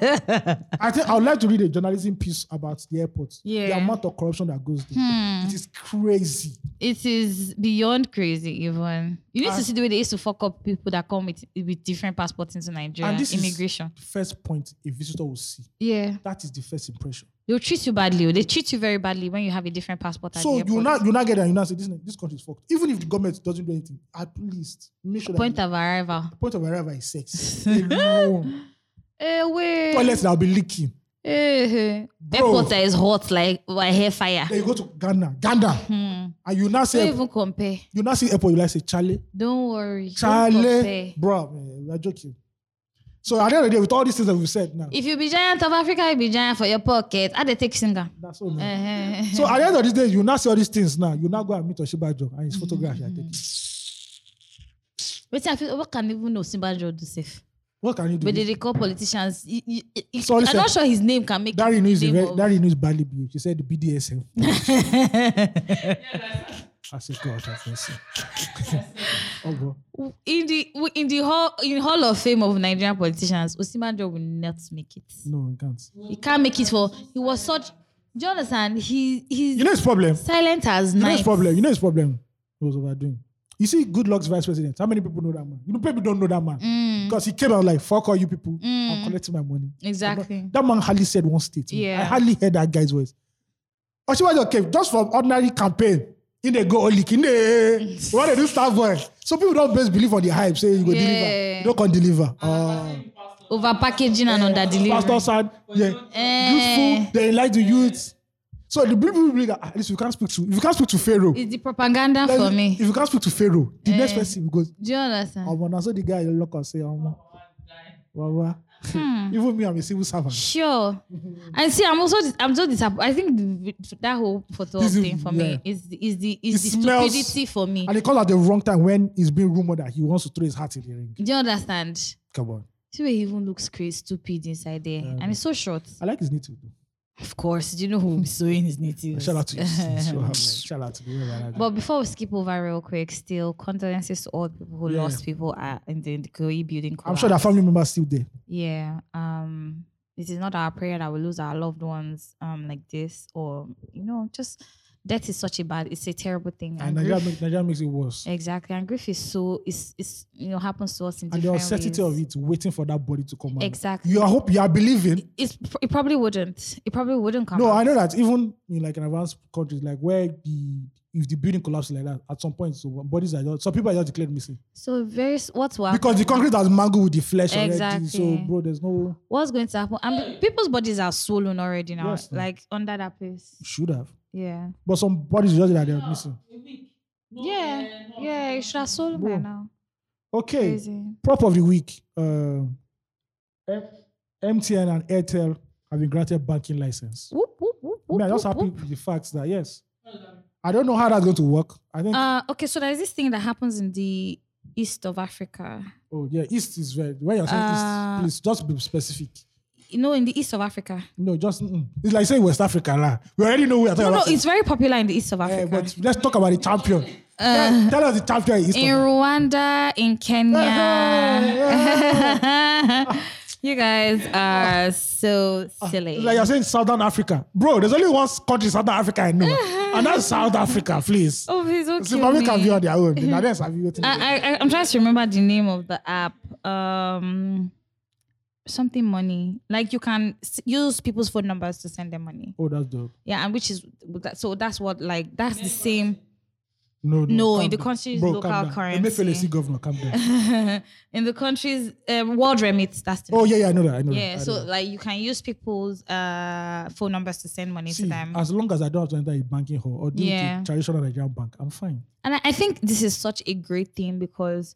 A: I think I would like to read a journalism piece about the airport. The
B: Yeah. Hmm.
A: amount of corruption that goes there. It is crazy.
B: it is beyond crazy even you need
A: And-
B: to see the way they used to fuck up people that come with, with different passports into nigeria
A: and this
B: immigration
A: is the first point a visitor will see.
B: yeah
A: That is the first impression.
B: they'll treat you badly oh. they treat you very badly when you have a different passport at
A: so
B: the
A: you
B: airport.
A: now you now get that you now say this this country is fucked. Even if the government doesn't do anything, at least make sure
B: point
A: that
B: of arrival
A: the point of arrival is sex. Alone.
B: eh, wait.
A: Toilets that will be leaking.
B: Eh, eh.
A: Bro.
B: airport that is hot like my hair fire
A: Then you go to Ghana, Ghana,
B: Hmm.
A: and you now
B: don't
A: say
B: even compare
A: you now see airport. You like say Charlie.
B: don't worry don't compare.
A: Charlie, bro, man, we are joking. So at the end of the day, with all these things that we've said now,
B: if you be giant of africa you be giant for your pocket i dey take singer
A: that's all. man.
B: Eh, eh.
A: So at the end of this day, you now see all these things now. You now go and meet Oshibajo and his photograph. You are taking.
B: wetin i feel what can even osinbajo do sef
A: What can you do?
B: But they, they call politicians. y- y- y- y-
A: Sorry,
B: I'm
A: sir.
B: not sure his name can make
A: Dari
B: it
A: knows
B: name
A: very,
B: of-
A: Dari knows badly behaved. She said the BDSM. I said, God, have mercy. oh, bro.
B: in the w- in the hall in hall of fame of Nigerian politicians. Osimhanjo will not make it.
A: No, you can't.
B: He can't make it for he was such. Do you understand? He he's
A: You know his problem.
B: silent as
A: You know his
B: night.
A: problem. You know his problem. He was overdoing. You see, good luck's vice president. How many people know that man? You know, people don't know that man.
B: Mm.
A: Because he came out like, fuck all you people. I'm collecting my money.
B: Exactly.
A: That man hardly said one statement.
B: Yeah.
A: I hardly heard that guy's voice. Oshibajo came just from ordinary campaign. In they go only in they what they do star boy. So people don't base believe on the hype. Say you go deliver.
B: Yeah. Ah.
A: You don't come deliver. Uh,
B: Over packaging and under
A: Pastor
B: delivery.
A: San, yeah.
B: Eh.
A: Youthful, they like the youth. So the people believe that at least you can't speak to if you can't speak to Pharaoh.
B: It's the propaganda for
A: if,
B: me. Eh. Ah.
A: If you can't speak to Pharaoh, the next person goes,
B: Do you understand?
A: Oh man, I saw the guy in the locker say, Oh man. Wawa.
B: Hmm.
A: Even me, I'm a civil servant.
B: Sure. And see, I'm also dis- I'm so disappointed. I think the, that whole photo
A: This is-
B: thing for
A: yeah.
B: me is the- is the is
A: It
B: the
A: smells-
B: stupidity for me.
A: And he comes at the wrong time when it's being rumored that he wants to throw his hat in the ring.
B: Do you understand?
A: Come on.
B: See where he even looks crazy, stupid inside there, and it's so short.
A: I like his knee too.
B: Of course, do you know who Mr. Oyin is native?
A: Shout out to you. Since you have, like, Shout out to you.
B: But before we skip over real quick, still condolences to all the people who
A: Yeah.
B: lost people at, in the Nkoi building.
A: I'm sure that
B: collapse.
A: family members still there.
B: Yeah. Um. It is not our prayer that we lose our loved ones. Um. Like this, or you know, just death is such a bad. It's a terrible thing.
A: And
B: grief-
A: Nigeria, make- Nigeria makes it worse.
B: Exactly, and grief is so is is you know happens to us in
A: And the
B: different
A: uncertainty
B: ways.
A: of it, waiting for that body to come out.
B: Exactly.
A: You are hope you are believing.
B: It's pr- it probably wouldn't. It probably wouldn't come.
A: No,
B: out.
A: I know that even in like an advanced countries, like where the if the building collapses like that, at some point, so bodies are just, some people are just declared missing
B: So very s- what's what
A: because the concrete has mangled with the flesh already. So,
B: Exactly.
A: bro, there's no
B: what's going to happen? And pe- people's bodies are swollen already now,
A: Yes, ma'am.
B: like under that place.
A: should have,
B: Yeah,
A: but some bodies just that they're missing.
B: yeah, yeah. It should have swollen by
A: Bro.
B: now.
A: Okay,
B: Crazy.
A: prop of the week. Um, M- MTN and Airtel have been granted banking license.
B: Whoop, whoop, whoop,
A: I mean, I'm
B: whoop,
A: just
B: whoop,
A: happy
B: whoop.
A: with the fact that yes, I don't know how that's going to work. I think
B: Uh, okay, so there's this thing that happens in the east of Africa.
A: oh yeah, East is where when you're saying
B: Uh,
A: East, please just be specific.
B: You know, in the east of Africa.
A: No, just mm-mm. it's like saying West Africa lah. We already know we are
B: No,
A: talking
B: no,
A: about.
B: it's very popular in the east of
A: Eh,
B: Africa. Uh,
A: but let's talk about the champion. tell, tell us the champion in East.
B: in
A: Africa.
B: Rwanda, in Kenya. you guys are so silly.
A: It's Ah, like you're saying Southern Africa, bro. There's only one country in Southern Africa I know,
B: Uh-huh.
A: and that's South Africa, please.
B: Oh, please don't kill
A: Zimbabwe
B: me.
A: can be on their own. The Nigerians have you.
B: I, I, I'm trying to remember the name of the app. Um, something money. Like you can s- use people's phone numbers to send them money.
A: Oh, that's dope.
B: Yeah, and which is so that's what like that's the same
A: No,
B: No,
A: calm
B: in the
A: down.
B: country is
A: Bro, calm
B: local
A: down. Emefiele
B: currency.
A: is governor, calm down.
B: in the country's um, world remits. That's the
A: Oh yeah, yeah, I know that. I know
B: yeah.
A: that. I
B: So
A: know that.
B: like you can use people's uh phone numbers to send money
A: See,
B: to them.
A: as long as I don't have to enter a banking hall or do
B: Yeah.
A: the traditional Nigerian bank, I'm fine.
B: And I, I think this is such a great thing because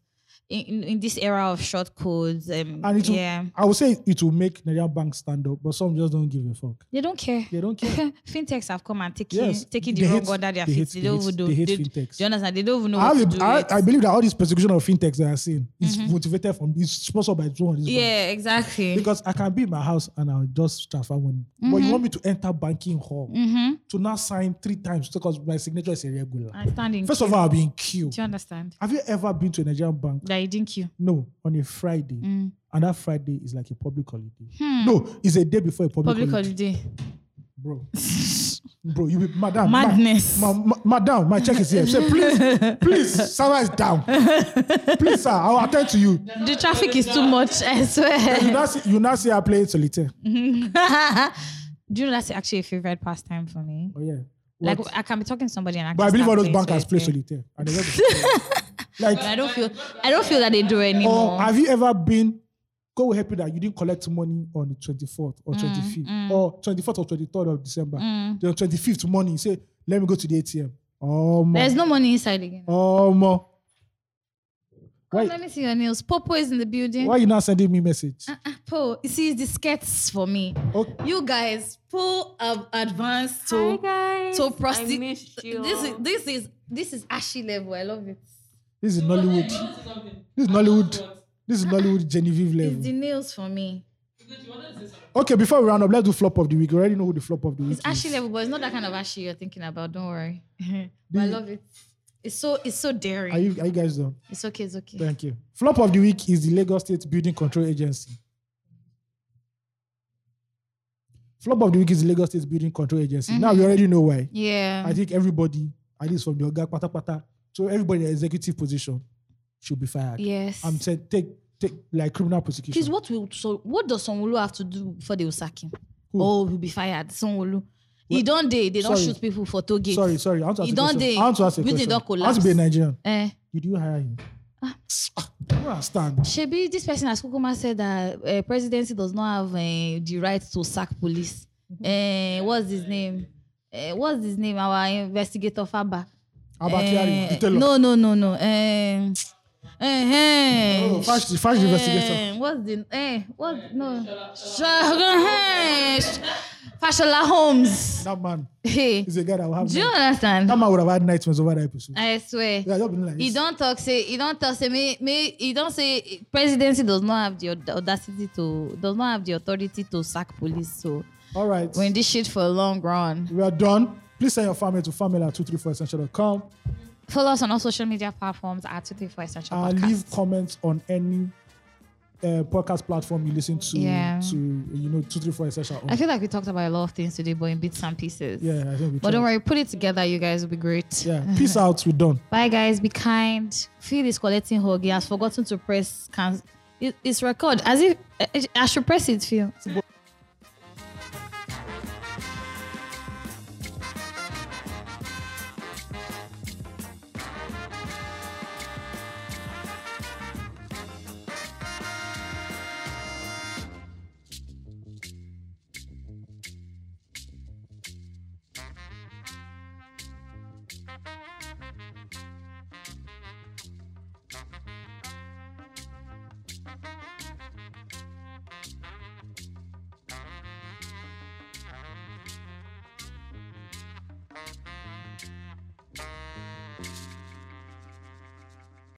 B: in, in, in this era of short codes, um,
A: And it will,
B: yeah,
A: I would say it will make Nigerian bank stand up, but some just don't give a fuck.
B: they don't care.
A: They don't care.
B: fintechs have come and taken
A: Yes,
B: taking
A: they
B: the wrong
A: hate-
B: order their
A: they
B: feet.
A: hate-
B: They
A: they
B: don't
A: hate-
B: even do.
A: they hate
B: they-
A: fintechs.
B: Do you understand? They don't even know
A: I,
B: what
A: have
B: to
A: a-
B: do.
A: I,
B: with.
A: I believe that all this persecution of fintechs that I've seen is motivated from is sponsored by Drone.
B: yeah, exactly.
A: Because I can be in my house and I'll just transfer money. But
B: Mm-hmm.
A: you want me to enter banking hall
B: Mhm.
A: to now sign three times because my signature is irregular.
B: I stand in.
A: First
B: queue.
A: of all, I'll be in queue.
B: do you understand?
A: Have you ever been to a Nigerian bank?
B: That you didn't queue.
A: No, on a Friday.
B: Mm. Hmm.
A: And that Friday is like a public holiday. No, it's a day before a public,
B: Public
A: holiday.
B: holiday.
A: Bro. Bro, you be madam. Ah, ma-
B: Madness.
A: Ma- ma- madam, my check is here. Say, please, please, server is down. Please, sir, I'll attend to you.
B: The traffic is too much. I
A: You
B: swear.
A: now see, you now see I play solitaire.
B: do you know that's actually a favorite pastime for me?
A: Oh, yeah.
B: Like
A: What?
B: I can be talking to somebody and I
A: but I
B: can
A: believe all
B: start
A: those
B: playing
A: bankers play
B: solitaire.
A: solitaire. And they just- like,
B: I don't feel I don't feel that they do
A: or
B: anymore.
A: have you ever been, God will help you that you didn't collect money on the 24th or 25th or 24th or 23rd of December?
B: Mm.
A: The 25th morning, you say, let me go to the ATM. Oh, my.
B: There's no money inside again.
A: Oh, my.
B: Oh,
A: Why,
B: let me see your nails. Popo is in the building.
A: why you Uh, not sending me message?
B: Ah, Po, you see the skirts for me.
A: Okay.
B: You guys, Po have advanced
E: Hi
B: to
E: guys.
B: to
E: I
B: prostitute.
E: missed you.
B: This is this is this is ashy level. I love it.
A: This is Nollywood. This is Nollywood. This is Nollywood Genevieve
B: It's the
A: level.
B: nails for me.
A: Okay, before we round up, let's do flop of the week. We already know who the flop of the week
B: It's ashy
A: is.
B: level, but it's not that kind of ashy you're thinking about. Don't worry. but I love it. It's so it's so daring.
A: Are you, are you guys done?
B: it's okay. It's okay.
A: Thank you. Flop of the week is the Lagos State Building Control Agency. Flop of the week is the Lagos State Building Control Agency. Now
B: Mm-hmm.
A: we already know why.
B: Yeah.
A: I think everybody, at least from the Oga Pata Pata, so everybody in the executive position should be fired.
B: yes.
A: I'm saying take take like criminal prosecution.
B: Please, what will so what does Sonwulu have to do before they will sack him?
A: Who?
B: Oh, he'll be fired. Sonwulu. He
A: What?
B: don't they they don't
A: Sorry.
B: shoot people for two gates.
A: Sorry, sorry. I want to ask
B: You
A: a
B: don't
A: question.
B: dey-
A: I want to ask a
B: building
A: question.
B: don
A: I want to be a
B: collapse.
A: Nigerian.
B: Eh.
A: Did you hire him? Ah, I don't understand.
B: Shebi, this person has Kukuma said that uh, presidency does not have uh, the right to sack police.
A: Mm-hmm.
B: Eh, what's his name? Eh, what's his name? Our investigator Faba.
A: Abatiari,
B: Eh,
A: you tell us.
B: no, no, no, no. Eh, eh,
A: Oh, fash- fash
B: eh,
A: investigator.
B: What's the eh? What no? Shagun, eh, sh- Fashola Holmes.
A: That man
B: Hey,
A: is a guy that will have.
B: do you
A: night-
B: understand?
A: That man would have had nightmares over that episode.
B: I swear.
A: Yeah, I just been like,
B: He
A: it's-
B: don't talk say he don't talk say me me he don't say presidency does not have the aud- audacity to does not have the authority to sack police. So
A: All right.
B: when this shit for a long run.
A: we are done. Please send your family to family234essential.com
B: Follow us on all social media platforms at 234 Essential
A: and
B: Podcast.
A: leave comments on any uh, podcast platform you listen to.
B: Yeah.
A: To you know, two three four essential. on.
B: I feel like we talked about a lot of things today, but in bits and pieces.
A: yeah, I think we.
B: But don't
A: tried.
B: worry, put it together, you guys will be great.
A: Yeah. Peace out. We're done.
B: Bye, guys. Be kind. Phil is collecting hug. He has forgotten to press. Can- it, it's record as if eh, I, I should press it, Phil.
A: But-